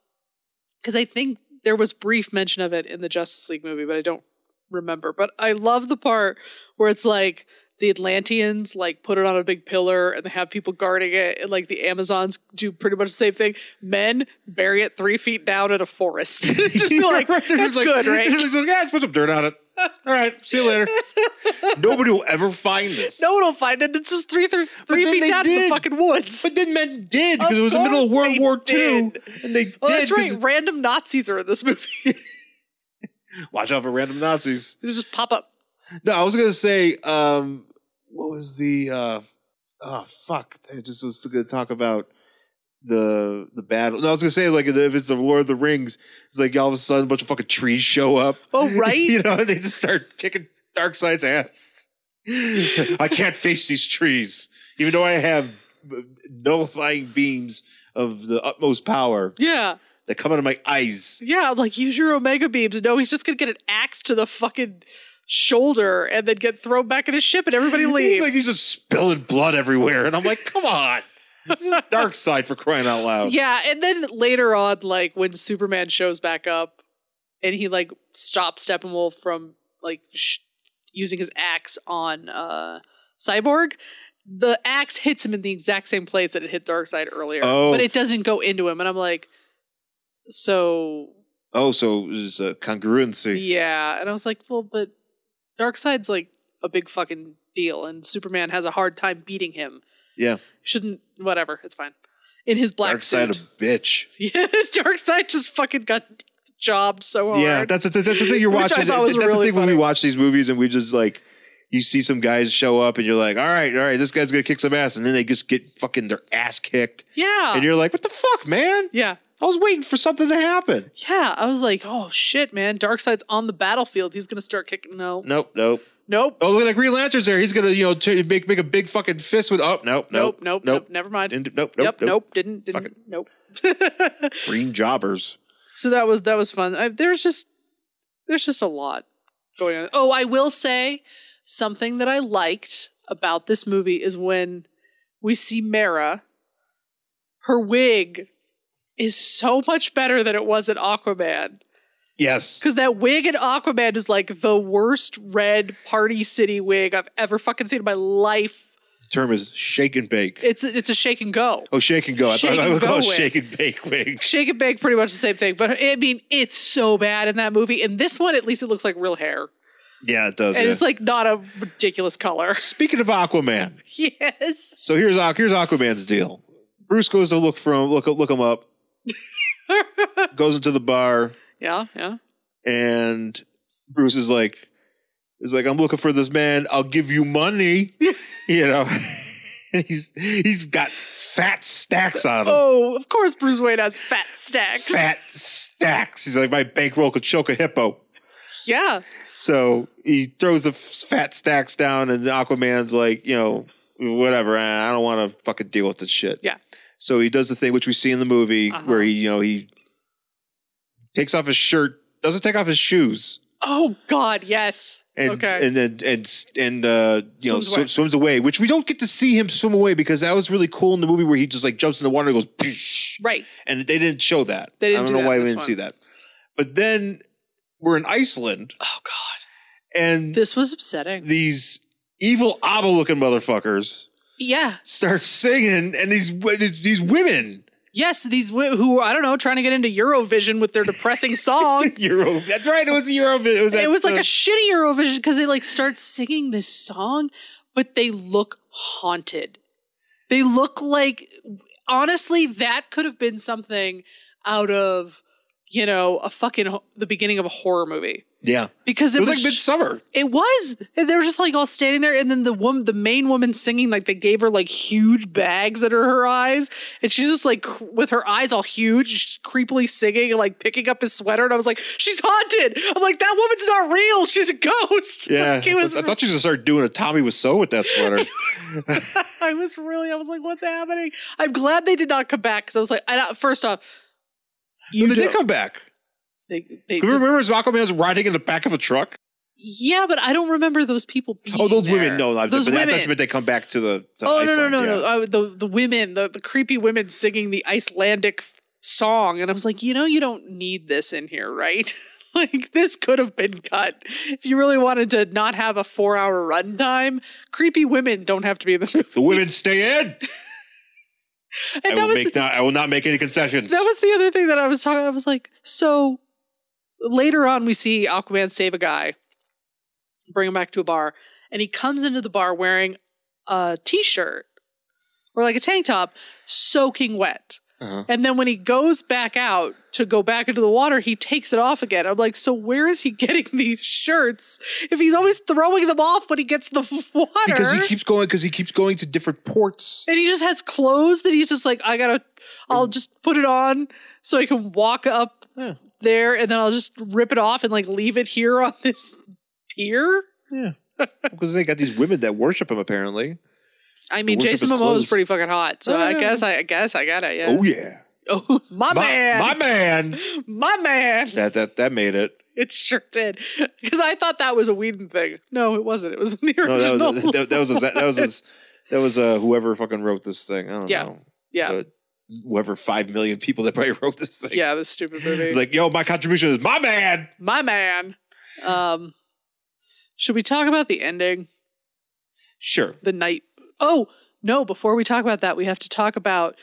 [SPEAKER 1] because I think there was brief mention of it in the Justice League movie, but I don't remember. But I love the part where it's like the Atlanteans like put it on a big pillar and they have people guarding it, and like the Amazons do pretty much the same thing. Men bury it three feet down in a forest. Just be like,
[SPEAKER 2] Right, they're
[SPEAKER 1] that's
[SPEAKER 2] just like-
[SPEAKER 1] good,
[SPEAKER 2] they're
[SPEAKER 1] right?
[SPEAKER 2] just like, yeah, let's put some dirt on it. All right, see you later. Nobody will ever find this.
[SPEAKER 1] No one will find it. It's just three, three, three
[SPEAKER 2] then
[SPEAKER 1] feet
[SPEAKER 2] they
[SPEAKER 1] down in the
[SPEAKER 2] did.
[SPEAKER 1] fucking woods.
[SPEAKER 2] But then men did because
[SPEAKER 1] Of
[SPEAKER 2] it was the middle of
[SPEAKER 1] course
[SPEAKER 2] World
[SPEAKER 1] they
[SPEAKER 2] War II,
[SPEAKER 1] did.
[SPEAKER 2] and they
[SPEAKER 1] Oh,
[SPEAKER 2] did.
[SPEAKER 1] that's right.
[SPEAKER 2] 'cause-
[SPEAKER 1] Random Nazis are in this movie. they
[SPEAKER 2] Watch out for random Nazis.
[SPEAKER 1] just pop up.
[SPEAKER 2] No, I was gonna say, um, what was the? Uh, oh fuck! I just was gonna talk about the the battle. No, I was gonna say like if it's the Lord of the Rings, it's like all of a sudden a bunch of fucking trees show up.
[SPEAKER 1] Oh, right?
[SPEAKER 2] you know, and they just start kicking Darkseid's ass. I can't face these trees, even though I have uh, nullifying beams of the utmost power
[SPEAKER 1] Yeah.
[SPEAKER 2] that come out of my eyes.
[SPEAKER 1] Yeah, I'm like, use your Omega beams. No, he's just gonna get an axe to the fucking shoulder and then get thrown back in his ship and everybody
[SPEAKER 2] He's
[SPEAKER 1] leaves.
[SPEAKER 2] like he's just spilling blood everywhere, and I'm like, come on, this is Dark Side for crying out loud.
[SPEAKER 1] yeah, and then later on, like when Superman shows back up and he like stops Steppenwolf from like sh- using his axe on uh Cyborg, the axe hits him in the exact same place that it hit Darkseid earlier.
[SPEAKER 2] Oh.
[SPEAKER 1] But it doesn't go into him, and I'm like, so
[SPEAKER 2] Oh, so there's a congruency.
[SPEAKER 1] Yeah, and I was like, well, but Darkseid's like a big fucking deal, and Superman has a hard time beating him.
[SPEAKER 2] Yeah,
[SPEAKER 1] Shouldn't whatever, it's fine. In his black
[SPEAKER 2] Dark Side a
[SPEAKER 1] suit,
[SPEAKER 2] bitch.
[SPEAKER 1] yeah, Darkseid just fucking got jobbed so hard.
[SPEAKER 2] Yeah, that's the that's the thing you're
[SPEAKER 1] Which I
[SPEAKER 2] watching.
[SPEAKER 1] thought was
[SPEAKER 2] that's the
[SPEAKER 1] really
[SPEAKER 2] thing when we
[SPEAKER 1] funny.
[SPEAKER 2] watch these movies and we just like you see some guys show up and you're like, all right, all right, this guy's gonna kick some ass, and then they just get fucking their ass kicked,
[SPEAKER 1] yeah,
[SPEAKER 2] and you're like, what the fuck, man?
[SPEAKER 1] yeah,
[SPEAKER 2] I was waiting for something to happen.
[SPEAKER 1] yeah. I was like, oh shit, man, Darkseid's on the battlefield. He's gonna start kicking. No,
[SPEAKER 2] Nope, nope.
[SPEAKER 1] nope,
[SPEAKER 2] Oh, look at Green Lantern's there. He's gonna you know t- make make a big fucking fist with. Oh, nope,
[SPEAKER 1] nope,
[SPEAKER 2] nope,
[SPEAKER 1] nope, nope. Never mind.
[SPEAKER 2] Didn't do- Nope, nope,
[SPEAKER 1] yep, nope. Didn't,
[SPEAKER 2] Fuck
[SPEAKER 1] didn't, nope.
[SPEAKER 2] Green jobbers.
[SPEAKER 1] so that was that was fun I, there's just there's just a lot going on oh i will say something that i liked about this movie is when we see mara her wig is so much better than it was in aquaman
[SPEAKER 2] Yes.
[SPEAKER 1] because that wig in aquaman is like the worst red party city wig i've ever fucking seen in my life
[SPEAKER 2] term is shake and bake.
[SPEAKER 1] it's a, it's a shake and go
[SPEAKER 2] Oh, shake and go. I
[SPEAKER 1] Shake
[SPEAKER 2] thought I
[SPEAKER 1] and
[SPEAKER 2] would call
[SPEAKER 1] go
[SPEAKER 2] it
[SPEAKER 1] wig.
[SPEAKER 2] shake and bake wig.
[SPEAKER 1] Shake and bake, pretty much the same thing. But I mean, it's so bad in that movie. In this one, at least it looks like real hair.
[SPEAKER 2] Yeah, it does.
[SPEAKER 1] and
[SPEAKER 2] yeah.
[SPEAKER 1] it's like not a ridiculous color.
[SPEAKER 2] Speaking of Aquaman,
[SPEAKER 1] yes.
[SPEAKER 2] so here's Aqu- here's Aquaman's deal. Bruce goes to look for him, look look him up. goes into the bar,
[SPEAKER 1] Yeah, yeah.
[SPEAKER 2] and Bruce is like, is like, I'm looking for this man. I'll give you money. you know, he's he's got fat stacks on him.
[SPEAKER 1] Oh, of course Bruce Wayne has fat stacks.
[SPEAKER 2] Fat stacks. He's like, my bankroll could choke a hippo.
[SPEAKER 1] Yeah.
[SPEAKER 2] So he throws the f- fat stacks down, and Aquaman's like, you know, whatever. I I don't want to fucking deal with this shit.
[SPEAKER 1] Yeah.
[SPEAKER 2] So he does the thing which we see in the movie
[SPEAKER 1] Uh-huh.
[SPEAKER 2] where he, you know, he takes off his shirt, doesn't take off his shoes,
[SPEAKER 1] Oh God, yes.
[SPEAKER 2] and
[SPEAKER 1] okay.
[SPEAKER 2] and and and, s- and uh, you know,
[SPEAKER 1] Swims
[SPEAKER 2] sw-
[SPEAKER 1] away.
[SPEAKER 2] swims away. Which we don't get to see him swim away because that was really cool in the movie where he just like jumps in the water and goes, Psh!
[SPEAKER 1] right.
[SPEAKER 2] and they didn't show that.
[SPEAKER 1] They didn't
[SPEAKER 2] I don't
[SPEAKER 1] do
[SPEAKER 2] know
[SPEAKER 1] that
[SPEAKER 2] why
[SPEAKER 1] in
[SPEAKER 2] we
[SPEAKER 1] this
[SPEAKER 2] didn't
[SPEAKER 1] one.
[SPEAKER 2] see that. But then we're in Iceland,
[SPEAKER 1] Oh God.
[SPEAKER 2] and
[SPEAKER 1] This was upsetting.
[SPEAKER 2] these evil abba looking motherfuckers
[SPEAKER 1] Yeah.
[SPEAKER 2] start singing and these these, these women
[SPEAKER 1] Yes, these w- who I don't know trying to get into Eurovision with their depressing song.
[SPEAKER 2] Euro that's right it was a Euro it was,
[SPEAKER 1] it
[SPEAKER 2] that-
[SPEAKER 1] was like
[SPEAKER 2] uh,
[SPEAKER 1] a shitty Eurovision because they like start singing this song, but they look haunted. They look like honestly that could have been something out of you know, a fucking ho- the beginning of a horror movie
[SPEAKER 2] Yeah.
[SPEAKER 1] because it,
[SPEAKER 2] It was
[SPEAKER 1] was,
[SPEAKER 2] like midsummer.
[SPEAKER 1] it was. And they were just like all standing there, and then the woman, the main woman singing, like they gave her like huge bags that are her eyes, and she's just like cr- with her eyes all huge, she's creepily singing, and, like picking up his sweater, and I was like, she's haunted. I'm like, that woman's not real. She's a ghost.
[SPEAKER 2] Yeah.
[SPEAKER 1] like, it was.
[SPEAKER 2] I thought she was gonna start doing a Tommy Wiseau with that sweater.
[SPEAKER 1] I was really. I was like, what's happening? I'm glad they did not come back because I was like, I don't, first off,
[SPEAKER 2] you they
[SPEAKER 1] don't-
[SPEAKER 2] did come back.
[SPEAKER 1] they, they
[SPEAKER 2] Remember, remember as Aquaman's riding in the back of a truck?
[SPEAKER 1] Yeah, but I don't remember those people. Being
[SPEAKER 2] Oh, those women.
[SPEAKER 1] there.
[SPEAKER 2] No, I,
[SPEAKER 1] those
[SPEAKER 2] but
[SPEAKER 1] women.
[SPEAKER 2] I thought you meant they come back to the. To
[SPEAKER 1] oh no, no,
[SPEAKER 2] Iceland,
[SPEAKER 1] no,
[SPEAKER 2] yeah.
[SPEAKER 1] no! I, the the women, the, the creepy women singing the Icelandic song, and I was like, you know, you don't need this in here, right? like this could have been cut if you really wanted to not have a four hour runtime. Creepy women don't have to be in this movie.
[SPEAKER 2] The women stay in. I
[SPEAKER 1] And
[SPEAKER 2] will
[SPEAKER 1] that was
[SPEAKER 2] make not. I will not make any concessions.
[SPEAKER 1] that was the other thing that I was talking. I was like, so later on, we see Aquaman save a guy, bring him back to a bar, and he comes into the bar wearing a t-shirt or like a tank top, soaking wet.
[SPEAKER 2] Uh-huh.
[SPEAKER 1] And then when he goes back out to go back into the water, he takes it off again. I'm like, so where is he getting these shirts if he's always throwing them off when he gets the water?
[SPEAKER 2] because he keeps going. Because he keeps going to different ports.
[SPEAKER 1] and he just has clothes that he's just like i gotta i'll just put it on so i can walk up
[SPEAKER 2] Mm. Yeah.
[SPEAKER 1] there and then i'll just rip it off and like leave it here on this pier
[SPEAKER 2] Yeah. Because they got these women that worship him apparently.
[SPEAKER 1] i mean
[SPEAKER 2] worship
[SPEAKER 1] jason
[SPEAKER 2] his
[SPEAKER 1] momoa is
[SPEAKER 2] clothes. Oh,
[SPEAKER 1] pretty fucking hot so i
[SPEAKER 2] Yeah.
[SPEAKER 1] guess I, I guess i got it yeah
[SPEAKER 2] Oh yeah,
[SPEAKER 1] oh, my, man
[SPEAKER 2] my man.
[SPEAKER 1] my man
[SPEAKER 2] That that that made it.
[SPEAKER 1] it sure did because i thought that was a Whedon thing no it wasn't it was the
[SPEAKER 2] No,
[SPEAKER 1] original
[SPEAKER 2] that was that, that was a, that was a, that was uh whoever fucking wrote this thing. I don't
[SPEAKER 1] Yeah.
[SPEAKER 2] know.
[SPEAKER 1] yeah
[SPEAKER 2] But whoever five million people that probably wrote this thing.
[SPEAKER 1] yeah this stupid movie
[SPEAKER 2] It's like, yo, my contribution is my man.
[SPEAKER 1] my man um should we talk about the ending
[SPEAKER 2] Sure.
[SPEAKER 1] the night. Oh no! Before we talk about that, we have to talk about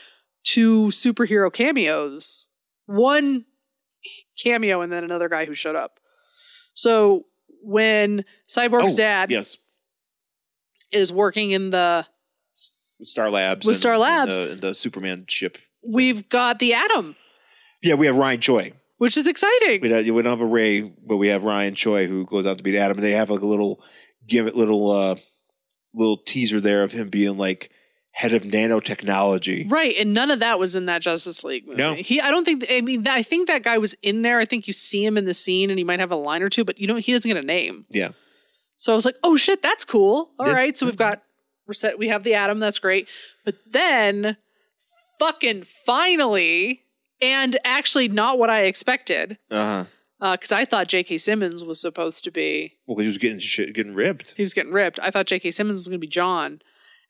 [SPEAKER 1] two superhero cameos. One cameo and then another guy who showed up. So when Cyborg's
[SPEAKER 2] Oh,
[SPEAKER 1] dad
[SPEAKER 2] Yes.
[SPEAKER 1] is working in the,
[SPEAKER 2] With Star Labs.
[SPEAKER 1] With
[SPEAKER 2] and-
[SPEAKER 1] Star
[SPEAKER 2] and
[SPEAKER 1] Labs.
[SPEAKER 2] the, and the Superman ship.
[SPEAKER 1] we've got the Atom,
[SPEAKER 2] Yeah, we have Ryan Choi.
[SPEAKER 1] which is exciting.
[SPEAKER 2] We don't, we don't have a Ray, but we have Ryan Choi who goes out to beat Adam. And they have like a little give it little uh little teaser there of him being like head of nanotechnology.
[SPEAKER 1] Right, and none of that was in that Justice League movie.
[SPEAKER 2] No.
[SPEAKER 1] He, I don't think. I mean, I think that guy was in there. I think you see him in the scene, and he might have a line or two, but you know, he doesn't get a name.
[SPEAKER 2] Yeah.
[SPEAKER 1] So I was like, oh shit, that's cool. All right,
[SPEAKER 2] Yeah.
[SPEAKER 1] So we've got we're set, we have the atom, that's great. But then fucking finally, and actually not what I expected,
[SPEAKER 2] Uh-huh.
[SPEAKER 1] because I thought J.K. Simmons was supposed to be
[SPEAKER 2] Well, 'cause he was getting shit, getting ripped.
[SPEAKER 1] he was getting ripped. I thought J.K. Simmons was gonna be John,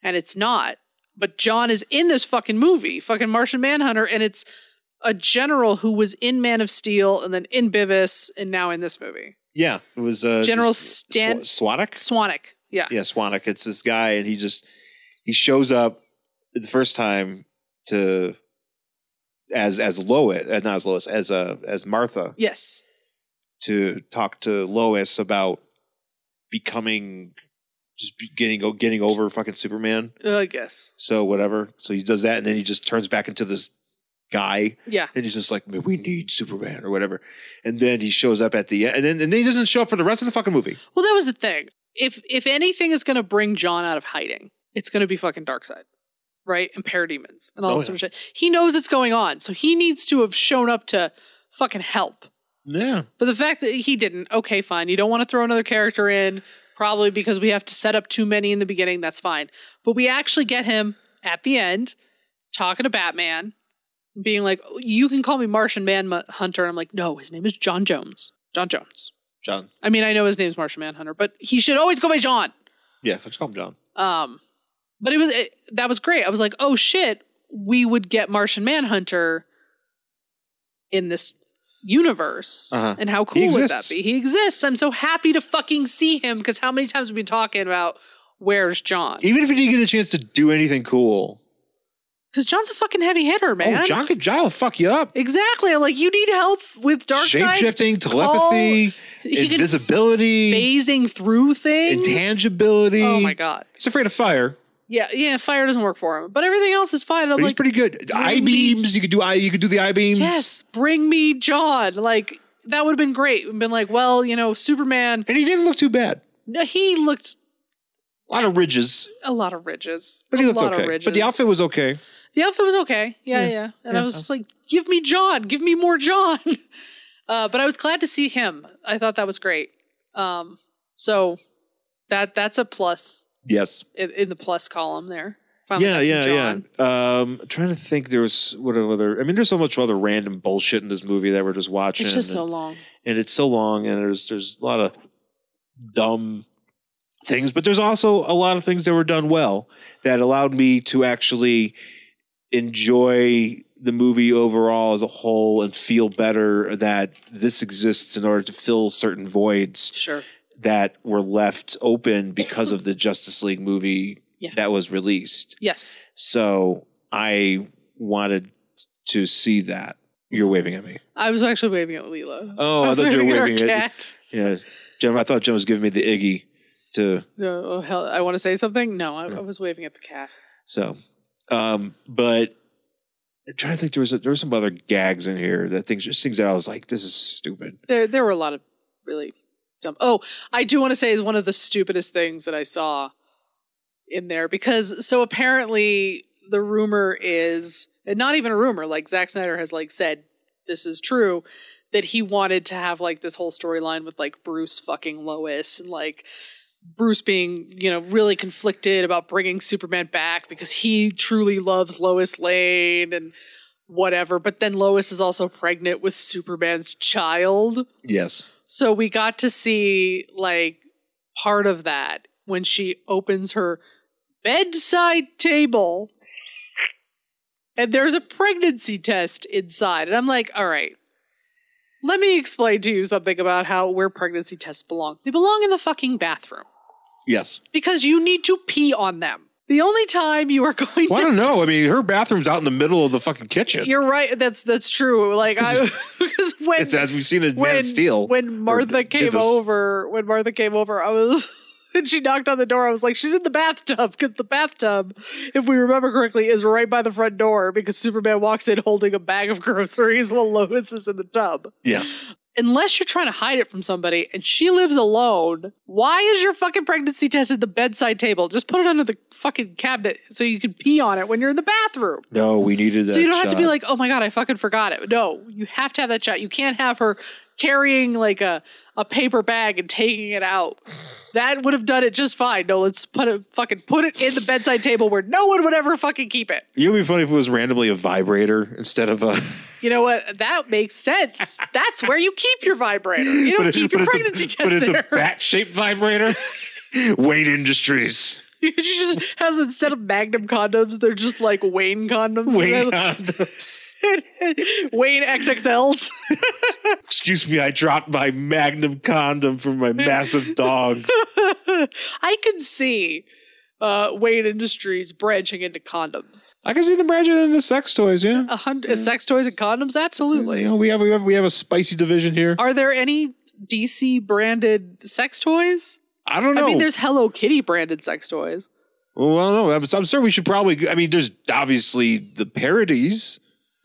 [SPEAKER 1] and it's not. But John is in this fucking movie, fucking Martian Manhunter, and it's a general who was in Man of Steel and then in Bivis and now in this movie.
[SPEAKER 2] Yeah, it was uh,
[SPEAKER 1] General
[SPEAKER 2] just-
[SPEAKER 1] Stan-
[SPEAKER 2] Swa- Swadek.
[SPEAKER 1] Swanick. Yeah.
[SPEAKER 2] yeah, Swanick. It's this guy, and he just he shows up the first time to as as Lois, uh, not as Lois, as uh, as Martha
[SPEAKER 1] Yes.
[SPEAKER 2] to talk to Lois about becoming just be- getting o- getting over fucking Superman.
[SPEAKER 1] Uh, I guess.
[SPEAKER 2] So whatever. So he does that, and then he just turns back into this guy,
[SPEAKER 1] Yeah.
[SPEAKER 2] and he's just like, "Man, "We need Superman" or whatever. And then he shows up at the end, and then and then he doesn't show up for the rest of the fucking movie.
[SPEAKER 1] Well, that was the thing. If if anything is going to bring John out of hiding, it's going to be fucking Darkseid, right? And parademons and all
[SPEAKER 2] Oh,
[SPEAKER 1] that sort of shit. He knows it's going on, so he needs to have shown up to fucking help.
[SPEAKER 2] Yeah,
[SPEAKER 1] But the fact that he didn't, okay, fine. You don't want to throw another character in, probably because we have to set up too many in the beginning. That's fine. But we actually get him at the end talking to Batman, being like, "You can call me Martian Manhunter." And I'm like, "No, his name is John Jones. John Jones."
[SPEAKER 2] John.
[SPEAKER 1] I mean, I know his name's Martian Manhunter, but he should always go by John.
[SPEAKER 2] Yeah, let's call him John.
[SPEAKER 1] Um, but it was it, that was great. I was like, oh shit, we would get Martian Manhunter in this universe,
[SPEAKER 2] Uh-huh.
[SPEAKER 1] and how
[SPEAKER 2] He
[SPEAKER 1] cool would that
[SPEAKER 2] exists.
[SPEAKER 1] be? He exists. I'm so happy to fucking see him because how many times we've been talking about where's John?
[SPEAKER 2] even if he didn't get a chance to do anything cool,
[SPEAKER 1] Because John's a fucking heavy hitter, man.
[SPEAKER 2] oh, John could John will fuck you up.
[SPEAKER 1] Exactly. I'm like, you need help with dark
[SPEAKER 2] Shape
[SPEAKER 1] side
[SPEAKER 2] shifting, telepathy,
[SPEAKER 1] He can
[SPEAKER 2] invisibility,
[SPEAKER 1] phasing through things.
[SPEAKER 2] intangibility.
[SPEAKER 1] Oh my god.
[SPEAKER 2] He's afraid of fire.
[SPEAKER 1] Yeah, yeah, fire doesn't work for him, but everything else is fine. I'm
[SPEAKER 2] But he's
[SPEAKER 1] like,
[SPEAKER 2] pretty good. I beams. You could do I. You could do the I beams.
[SPEAKER 1] yes, bring me John. Like that would have been great. We've been like, well, you know, Superman.
[SPEAKER 2] And he didn't look too bad.
[SPEAKER 1] No, he looked
[SPEAKER 2] A lot of ridges,
[SPEAKER 1] a lot of ridges,
[SPEAKER 2] but he
[SPEAKER 1] a
[SPEAKER 2] looked
[SPEAKER 1] lot of
[SPEAKER 2] okay.
[SPEAKER 1] ridges.
[SPEAKER 2] But the outfit was okay.
[SPEAKER 1] The outfit was okay. Yeah, yeah. And I was just like, give me John, give me more John. Uh, but I was glad to see him. I thought that was great. Um, so that that's a plus
[SPEAKER 2] Yes.
[SPEAKER 1] in, in the plus column there. Finally
[SPEAKER 2] Yeah,
[SPEAKER 1] got some
[SPEAKER 2] yeah,
[SPEAKER 1] John.
[SPEAKER 2] yeah. Um, I'm trying to think, there was what other. I mean, there's so much other random bullshit in this movie that we're just watching.
[SPEAKER 1] It's just so
[SPEAKER 2] and,
[SPEAKER 1] long.
[SPEAKER 2] and it's so long, and there's there's a lot of dumb things, but there's also a lot of things that were done well that allowed me to actually enjoy the movie overall as a whole and feel better that this exists in order to fill certain voids
[SPEAKER 1] Sure.
[SPEAKER 2] that were left open because of the Justice League movie
[SPEAKER 1] Yeah.
[SPEAKER 2] that was released.
[SPEAKER 1] Yes.
[SPEAKER 2] So I wanted to see that. You're waving at me.
[SPEAKER 1] I was actually waving at Leela.
[SPEAKER 2] Oh, I
[SPEAKER 1] was
[SPEAKER 2] thought you were
[SPEAKER 1] at
[SPEAKER 2] waving
[SPEAKER 1] our
[SPEAKER 2] at-
[SPEAKER 1] cat.
[SPEAKER 2] Yeah. Jim, I thought Jim was giving me the Iggy to
[SPEAKER 1] Oh, hell, I want to say something. No, I,
[SPEAKER 2] Yeah.
[SPEAKER 1] I was waving at the cat.
[SPEAKER 2] so um but I'm trying to think there was a, there were some other gags in here that things just things that I was like, this is stupid.
[SPEAKER 1] there there were a lot of really dumb. Oh, I do want to say is one of the stupidest things that I saw in there because so apparently the rumor is and not even a rumor like Zack Snyder has like said this is true that he wanted to have like this whole storyline with like Bruce fucking Lois and like Bruce being, you know, really conflicted about bringing Superman back because he truly loves Lois Lane and whatever, but then Lois is also pregnant with Superman's child.
[SPEAKER 2] Yes.
[SPEAKER 1] So we got to see like part of that when she opens her bedside table and there's a pregnancy test inside. And I'm like, all right, let me explain to you something about how where pregnancy tests belong. They belong in the fucking bathroom
[SPEAKER 2] Yes.
[SPEAKER 1] because you need to pee on them. The only time you are going
[SPEAKER 2] Well, I
[SPEAKER 1] to
[SPEAKER 2] don't know. I mean, her bathroom's out in the middle of the fucking kitchen.
[SPEAKER 1] You're right. That's that's true. Like I because when
[SPEAKER 2] it's as we've seen in Man
[SPEAKER 1] when
[SPEAKER 2] of Steel.
[SPEAKER 1] when Martha came
[SPEAKER 2] Davis.
[SPEAKER 1] over, when Martha came over, I was and she knocked on the door. I was like, she's in the bathtub because the bathtub, if we remember correctly, is right by the front door because Superman walks in holding a bag of groceries while Lois is in the tub.
[SPEAKER 2] yeah.
[SPEAKER 1] Unless you're trying to hide it from somebody and she lives alone, why is your fucking pregnancy test at the bedside table? Just put it under the fucking cabinet so you can pee on it when you're in the bathroom.
[SPEAKER 2] No, we needed that.
[SPEAKER 1] So you don't have to be
[SPEAKER 2] shot.
[SPEAKER 1] like, oh my god, I fucking forgot it. No, you have to have that shot. You can't have her carrying like a a paper bag and taking it out. That would have done it just fine. No, let's put it fucking put it in the bedside table where no one would ever fucking keep it.
[SPEAKER 2] It would be funny if it was randomly a vibrator instead of a.
[SPEAKER 1] You know what? That makes sense. That's where you keep your vibrator. You don't
[SPEAKER 2] it's-
[SPEAKER 1] keep your
[SPEAKER 2] it's a-
[SPEAKER 1] pregnancy test
[SPEAKER 2] But it's
[SPEAKER 1] there.
[SPEAKER 2] a bat shaped vibrator. Wayne Industries.
[SPEAKER 1] she just has instead of Magnum condoms, they're just like Wayne condoms.
[SPEAKER 2] Wayne condoms.
[SPEAKER 1] Wayne XXLs.
[SPEAKER 2] Excuse me, I dropped my Magnum condom from my massive dog.
[SPEAKER 1] I can see uh, Wayne Industries branching into condoms.
[SPEAKER 2] I can see them branching into sex toys. Yeah,
[SPEAKER 1] A hundred sex toys and condoms, absolutely.
[SPEAKER 2] You know, we have we have we have a spicy division here.
[SPEAKER 1] Are there any DC branded sex toys?
[SPEAKER 2] I don't know.
[SPEAKER 1] I mean, there's Hello Kitty branded sex toys.
[SPEAKER 2] well, I don't know. I'm, I'm sure we should probably. I mean, there's obviously the parodies.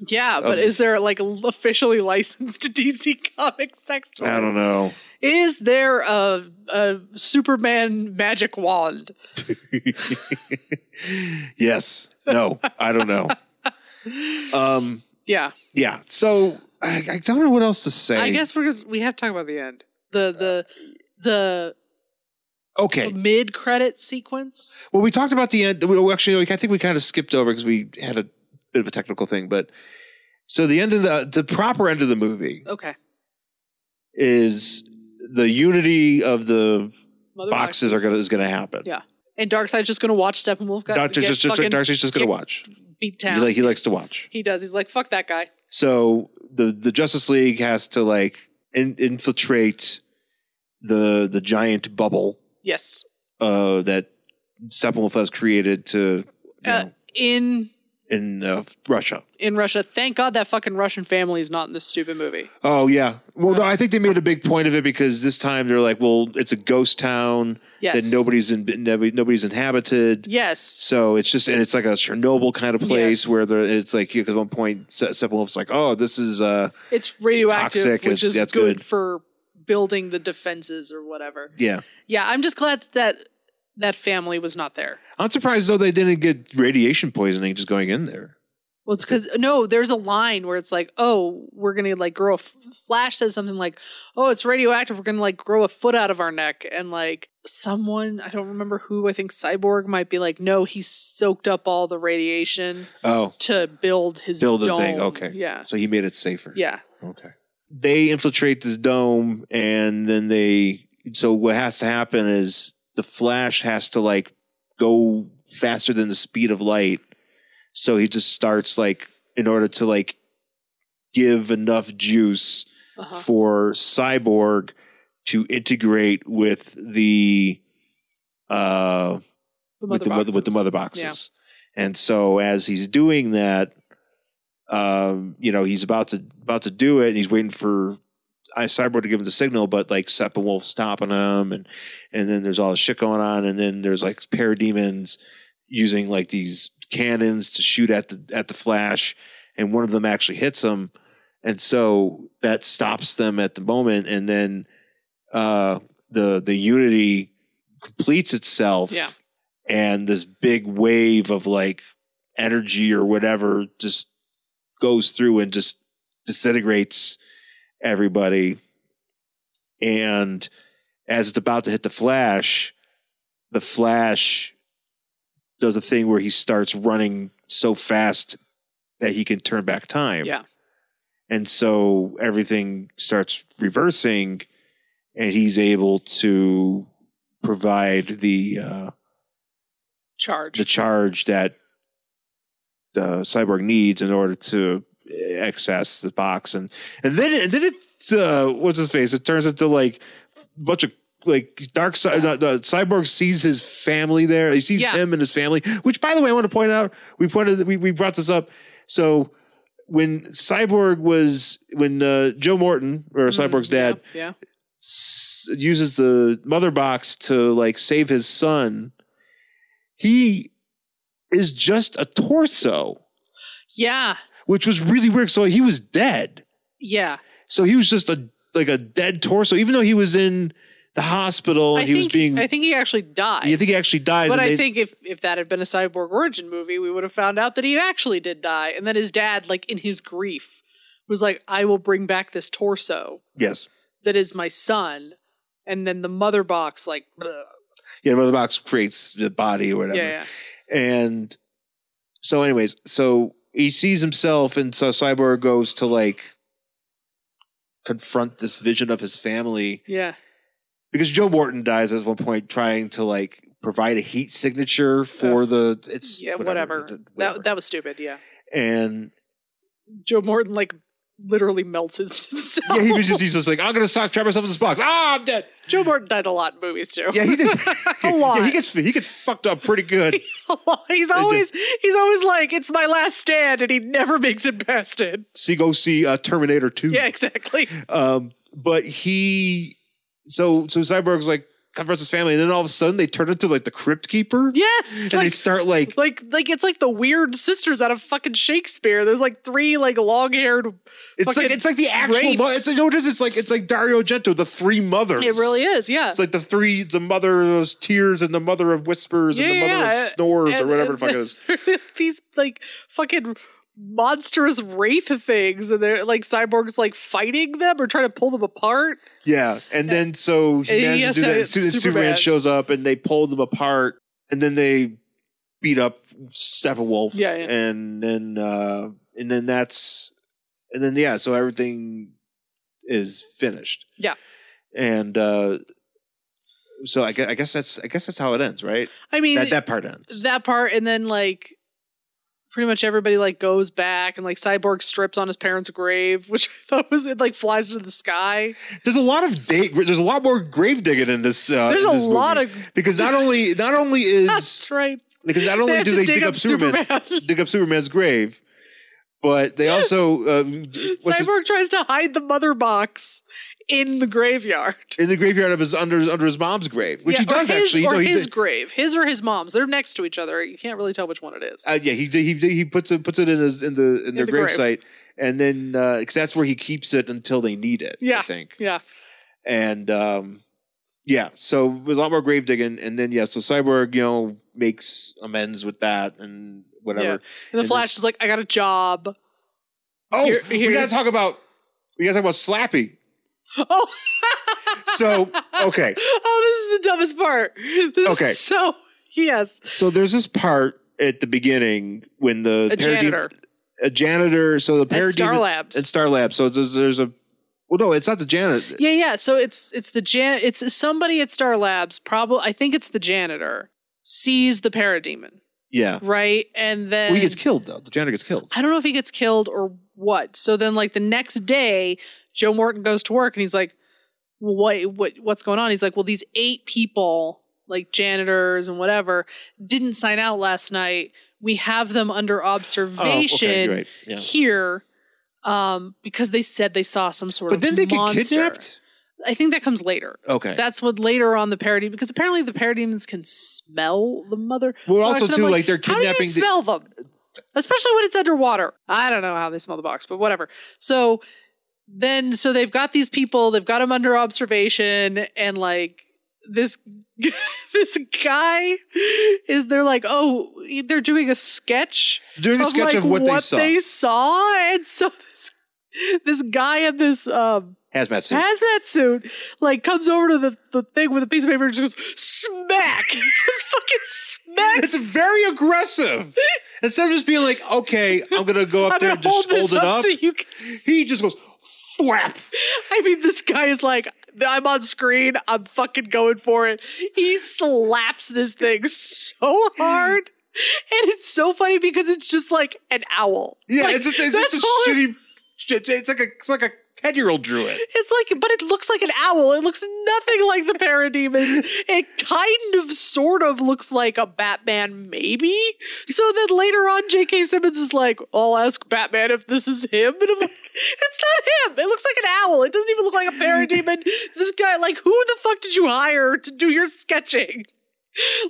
[SPEAKER 1] Yeah, but
[SPEAKER 2] Um,
[SPEAKER 1] is there like l- officially licensed DC comic sex toys?
[SPEAKER 2] I don't know.
[SPEAKER 1] Is there a, a Superman magic wand?
[SPEAKER 2] yes. No. I don't know. Um.
[SPEAKER 1] Yeah,
[SPEAKER 2] Yeah. So I, I don't know what else to say.
[SPEAKER 1] I guess we're gonna, we have to talk about the end. The the the
[SPEAKER 2] Okay.
[SPEAKER 1] mid credit sequence.
[SPEAKER 2] Well, we talked about the end. We, actually, I think we kind of skipped over because we had a bit of a technical thing. But so the end of the the proper end of the movie
[SPEAKER 1] Okay.
[SPEAKER 2] is the unity of the
[SPEAKER 1] Mother
[SPEAKER 2] boxes are gonna is gonna happen.
[SPEAKER 1] Yeah. And Darkseid's just gonna watch Steppenwolf got
[SPEAKER 2] Doctor
[SPEAKER 1] get
[SPEAKER 2] just, just
[SPEAKER 1] fucking
[SPEAKER 2] Darcy's just gonna
[SPEAKER 1] kicked
[SPEAKER 2] watch.
[SPEAKER 1] beat
[SPEAKER 2] He,
[SPEAKER 1] down.
[SPEAKER 2] like, he likes to watch.
[SPEAKER 1] he does. He's like, fuck that guy.
[SPEAKER 2] So the the Justice League has to like in, infiltrate the the giant bubble
[SPEAKER 1] Yes.
[SPEAKER 2] uh, that Steppenwolf has created to. you
[SPEAKER 1] Uh,
[SPEAKER 2] know,
[SPEAKER 1] In
[SPEAKER 2] in uh, Russia.
[SPEAKER 1] in Russia. Thank God that fucking Russian family is not in this stupid movie.
[SPEAKER 2] Oh yeah. Well, no, I think they made a big point of it because this time they're like, well, it's a ghost town
[SPEAKER 1] Yes.
[SPEAKER 2] that nobody's in, nobody- nobody's inhabited.
[SPEAKER 1] Yes.
[SPEAKER 2] So it's just and it's like a Chernobyl kind of place
[SPEAKER 1] Yes.
[SPEAKER 2] where there it's like because one point Se- Steppenwolf's like, oh, this is uh
[SPEAKER 1] It's radioactive,
[SPEAKER 2] Toxic,
[SPEAKER 1] which
[SPEAKER 2] it's-
[SPEAKER 1] is
[SPEAKER 2] that's
[SPEAKER 1] good,
[SPEAKER 2] good.
[SPEAKER 1] for building the defenses or whatever.
[SPEAKER 2] yeah.
[SPEAKER 1] Yeah, I'm just glad that that family was not there.
[SPEAKER 2] I'm surprised though they didn't get radiation poisoning just going in there.
[SPEAKER 1] Well, it's because no, there's a line where it's like, oh, we're gonna like grow. A f- Flash says something like, oh, it's radioactive. We're gonna like grow a foot out of our neck, and like someone, I don't remember who, I think Cyborg might be like, no, he soaked up all the radiation
[SPEAKER 2] Oh,
[SPEAKER 1] to build his
[SPEAKER 2] build the
[SPEAKER 1] dome.
[SPEAKER 2] thing. Okay,
[SPEAKER 1] yeah,
[SPEAKER 2] So he made it safer.
[SPEAKER 1] yeah,
[SPEAKER 2] Okay. They infiltrate this dome and then they so what has to happen is the flash has to like go faster than the speed of light. So he just starts like in order to like give enough juice
[SPEAKER 1] uh-huh.
[SPEAKER 2] for Cyborg to integrate with the uh
[SPEAKER 1] the
[SPEAKER 2] with the mother, with the
[SPEAKER 1] boxes.
[SPEAKER 2] mother boxes. And so as he's doing that, um, you know, he's about to about to do it, and he's waiting for I Cyborg to give him the signal, but like Seppenwolf stopping him, and and then there's all this shit going on, and then there's like parademons using like these cannons to shoot at the at the Flash, and one of them actually hits him, and so that stops them at the moment, and then uh, the the Unity completes itself,
[SPEAKER 1] Yeah.
[SPEAKER 2] and this big wave of like energy or whatever just goes through and just disintegrates everybody. And as it's about to hit the Flash, the Flash does a thing where he starts running so fast that he can turn back time.
[SPEAKER 1] Yeah.
[SPEAKER 2] And so everything starts reversing, and he's able to provide the uh,
[SPEAKER 1] charge.
[SPEAKER 2] the charge that the cyborg needs in order to access the box and and then and then it uh what's his face it turns into like a bunch of like dark side the, the cyborg sees his family there he sees
[SPEAKER 1] Yeah.
[SPEAKER 2] him and his family which by the way i want to point out we pointed we, we brought this up so when cyborg was when uh, joe morton or
[SPEAKER 1] Mm,
[SPEAKER 2] cyborg's dad
[SPEAKER 1] Yeah,
[SPEAKER 2] s- uses the mother box to like save his son, he is just a torso,
[SPEAKER 1] yeah,
[SPEAKER 2] which was really weird. So he was dead.
[SPEAKER 1] yeah.
[SPEAKER 2] So he was just a like a dead torso, even though he was in the hospital
[SPEAKER 1] I
[SPEAKER 2] and he
[SPEAKER 1] think
[SPEAKER 2] was being.
[SPEAKER 1] I think he actually died.
[SPEAKER 2] you think he actually dies?
[SPEAKER 1] But
[SPEAKER 2] and
[SPEAKER 1] I
[SPEAKER 2] they-
[SPEAKER 1] think if, if that had been a cyborg origin movie, we would have found out that he actually did die, and that his dad, like in his grief, was like, "I will bring back this torso
[SPEAKER 2] yes,
[SPEAKER 1] that is my son," and then the mother box, like, bleh.
[SPEAKER 2] yeah, mother box creates the body or
[SPEAKER 1] yeah,
[SPEAKER 2] whatever.
[SPEAKER 1] yeah,
[SPEAKER 2] And so, anyways, so he sees himself, and so Cyborg goes to like confront this vision of his family.
[SPEAKER 1] yeah,
[SPEAKER 2] because Joe Morton dies at one point trying to like provide a heat signature for the it's
[SPEAKER 1] yeah, whatever. That that was stupid. Yeah,
[SPEAKER 2] and
[SPEAKER 1] Joe Morton like literally melts his- himself.
[SPEAKER 2] yeah, he was just he's just like I'm gonna stop trap myself in this box. Ah, I'm dead.
[SPEAKER 1] Joe Morton died a lot in movies too.
[SPEAKER 2] Yeah, he did.
[SPEAKER 1] a lot.
[SPEAKER 2] Yeah, he gets he gets fucked up pretty good.
[SPEAKER 1] he's always he's always like, "It's my last stand," and he never makes it past it.
[SPEAKER 2] See, go see uh, Terminator Two.
[SPEAKER 1] Yeah, exactly.
[SPEAKER 2] Um, but he so so Cyborg's like confronts his family, and then all of a sudden they turn into like the Crypt Keeper,
[SPEAKER 1] Yes,
[SPEAKER 2] and
[SPEAKER 1] like
[SPEAKER 2] they start like
[SPEAKER 1] like like it's like the weird sisters out of fucking Shakespeare. There's like three like long haired.
[SPEAKER 2] it's like
[SPEAKER 1] fucking
[SPEAKER 2] it's like the actual.
[SPEAKER 1] wraiths.
[SPEAKER 2] Mo- it's like, no, it is. It's like it's like Dario Argento, the Three Mothers.
[SPEAKER 1] It really is, yeah.
[SPEAKER 2] It's like the three, the mother's tears and the mother of whispers and the
[SPEAKER 1] Yeah,
[SPEAKER 2] mother
[SPEAKER 1] yeah,
[SPEAKER 2] of snores or
[SPEAKER 1] And-
[SPEAKER 2] whatever
[SPEAKER 1] and
[SPEAKER 2] the fuck it is.
[SPEAKER 1] These like fucking monstrous wraith things, and they're like cyborgs like fighting them or trying to pull them apart.
[SPEAKER 2] Yeah. And then so he
[SPEAKER 1] And he
[SPEAKER 2] manages to do that.
[SPEAKER 1] has
[SPEAKER 2] As
[SPEAKER 1] to-
[SPEAKER 2] soon as Superman
[SPEAKER 1] Superman.
[SPEAKER 2] shows up and they pull them apart and then they beat up Steppenwolf.
[SPEAKER 1] Yeah, yeah.
[SPEAKER 2] And then, uh, and then that's, and then, yeah, so everything is finished.
[SPEAKER 1] Yeah.
[SPEAKER 2] And, uh, so I guess, I guess that's I guess that's how it ends, right?
[SPEAKER 1] I mean
[SPEAKER 2] That
[SPEAKER 1] that,
[SPEAKER 2] that part ends.
[SPEAKER 1] part, and then like pretty much everybody like goes back, and like cyborg strips on his parents' grave, which I thought was it like flies into the sky.
[SPEAKER 2] There's a lot of date. There's a lot more grave digging in this. Uh,
[SPEAKER 1] There's
[SPEAKER 2] in
[SPEAKER 1] a
[SPEAKER 2] this
[SPEAKER 1] lot
[SPEAKER 2] movie.
[SPEAKER 1] of
[SPEAKER 2] because not only not only is
[SPEAKER 1] that's right.
[SPEAKER 2] Because not only
[SPEAKER 1] have
[SPEAKER 2] do
[SPEAKER 1] to
[SPEAKER 2] they
[SPEAKER 1] dig
[SPEAKER 2] dig
[SPEAKER 1] up
[SPEAKER 2] up Superman,
[SPEAKER 1] Superman.
[SPEAKER 2] dig up Superman's grave, but they also uh, what's his-
[SPEAKER 1] Cyborg tries to hide the mother box in the graveyard.
[SPEAKER 2] in the graveyard of his under under his mom's grave, which
[SPEAKER 1] Yeah,
[SPEAKER 2] he
[SPEAKER 1] or
[SPEAKER 2] does
[SPEAKER 1] his,
[SPEAKER 2] actually.
[SPEAKER 1] Or
[SPEAKER 2] no, he
[SPEAKER 1] his
[SPEAKER 2] did-
[SPEAKER 1] grave, his or his mom's. They're next to each other. You can't really tell which one it is.
[SPEAKER 2] uh, yeah, he did, he did, he puts it puts it in his in the in their
[SPEAKER 1] the grave.
[SPEAKER 2] grave site, and then because that's where he keeps it until they need it.
[SPEAKER 1] Yeah.
[SPEAKER 2] I think.
[SPEAKER 1] yeah,
[SPEAKER 2] and um yeah so there's a lot more grave digging and then yeah so cyborg you know makes amends with that and whatever
[SPEAKER 1] and the
[SPEAKER 2] And
[SPEAKER 1] Flash is like, "I got a job."
[SPEAKER 2] oh
[SPEAKER 1] Here- here-
[SPEAKER 2] we gotta talk about we gotta talk about slappy
[SPEAKER 1] Oh,
[SPEAKER 2] so okay
[SPEAKER 1] oh, this is the dumbest part. This is
[SPEAKER 2] Okay.
[SPEAKER 1] so yes,
[SPEAKER 2] so there's this part at the beginning when the
[SPEAKER 1] a
[SPEAKER 2] paradem-
[SPEAKER 1] janitor.
[SPEAKER 2] a janitor so the parademon
[SPEAKER 1] Star Labs.
[SPEAKER 2] at star labs so there's, there's a well no it's not the janitor
[SPEAKER 1] Yeah, yeah. So it's it's the jan. It's somebody at Star Labs. Probably, I think it's the janitor sees the parademon,
[SPEAKER 2] yeah
[SPEAKER 1] right? And then
[SPEAKER 2] well, he gets killed though the janitor gets killed
[SPEAKER 1] I don't know if he gets killed or what. So then, like the next day, Joe Morton goes to work and he's like, well, "What? What? What's going on?" He's like, "Well, these eight people, like janitors and whatever, didn't sign out last night. We have them under observation
[SPEAKER 2] you're right. Oh, Yeah.
[SPEAKER 1] here." Um, because they said they saw some sort
[SPEAKER 2] but
[SPEAKER 1] of
[SPEAKER 2] didn't they get
[SPEAKER 1] monster.
[SPEAKER 2] kidnapped
[SPEAKER 1] I think that comes later.
[SPEAKER 2] okay
[SPEAKER 1] That's what later on the parody because apparently the parademons can smell the mother.
[SPEAKER 2] Well,
[SPEAKER 1] box,
[SPEAKER 2] also,
[SPEAKER 1] and I'm
[SPEAKER 2] too, like, they're
[SPEAKER 1] How do
[SPEAKER 2] kidnapping
[SPEAKER 1] you
[SPEAKER 2] the-
[SPEAKER 1] smell them? Especially when it's underwater. I don't know how they smell the box, but whatever. So then, so they've got these people. They've got them under observation, and like this this guy is. They're like, oh, they're doing a sketch
[SPEAKER 2] doing a sketch
[SPEAKER 1] like,
[SPEAKER 2] of what, they saw
[SPEAKER 1] saw. and so this this guy in this um
[SPEAKER 2] hazmat suit
[SPEAKER 1] hazmat suit, like comes over to the, the thing with a piece of paper and just goes smack. just fucking smacks.
[SPEAKER 2] It's very aggressive. Instead of just being like, okay, I'm gonna go up
[SPEAKER 1] I'm
[SPEAKER 2] there
[SPEAKER 1] gonna
[SPEAKER 2] and just
[SPEAKER 1] hold
[SPEAKER 2] hold,
[SPEAKER 1] this
[SPEAKER 2] it
[SPEAKER 1] up,
[SPEAKER 2] up.
[SPEAKER 1] so you can. See.
[SPEAKER 2] He just goes flap.
[SPEAKER 1] I mean, this guy is like, I'm on screen. I'm fucking going for it. He slaps this thing so hard. And it's so funny because it's just like an owl.
[SPEAKER 2] Yeah,
[SPEAKER 1] Like,
[SPEAKER 2] it's just, it's
[SPEAKER 1] that's
[SPEAKER 2] just
[SPEAKER 1] all
[SPEAKER 2] a
[SPEAKER 1] it-
[SPEAKER 2] shitty. shit. It's like a it's like a ten year old drew it.
[SPEAKER 1] It's like, but it looks like an owl. It looks nothing like the parademons. it kind of, sort of looks like a Batman, maybe. So then later on, J.K. Simmons is like, I'll ask Batman if this is him. And I'm like, it's not him. It looks like an owl. It doesn't even look like a parademon. this guy, like, who the fuck did you hire to do your sketching?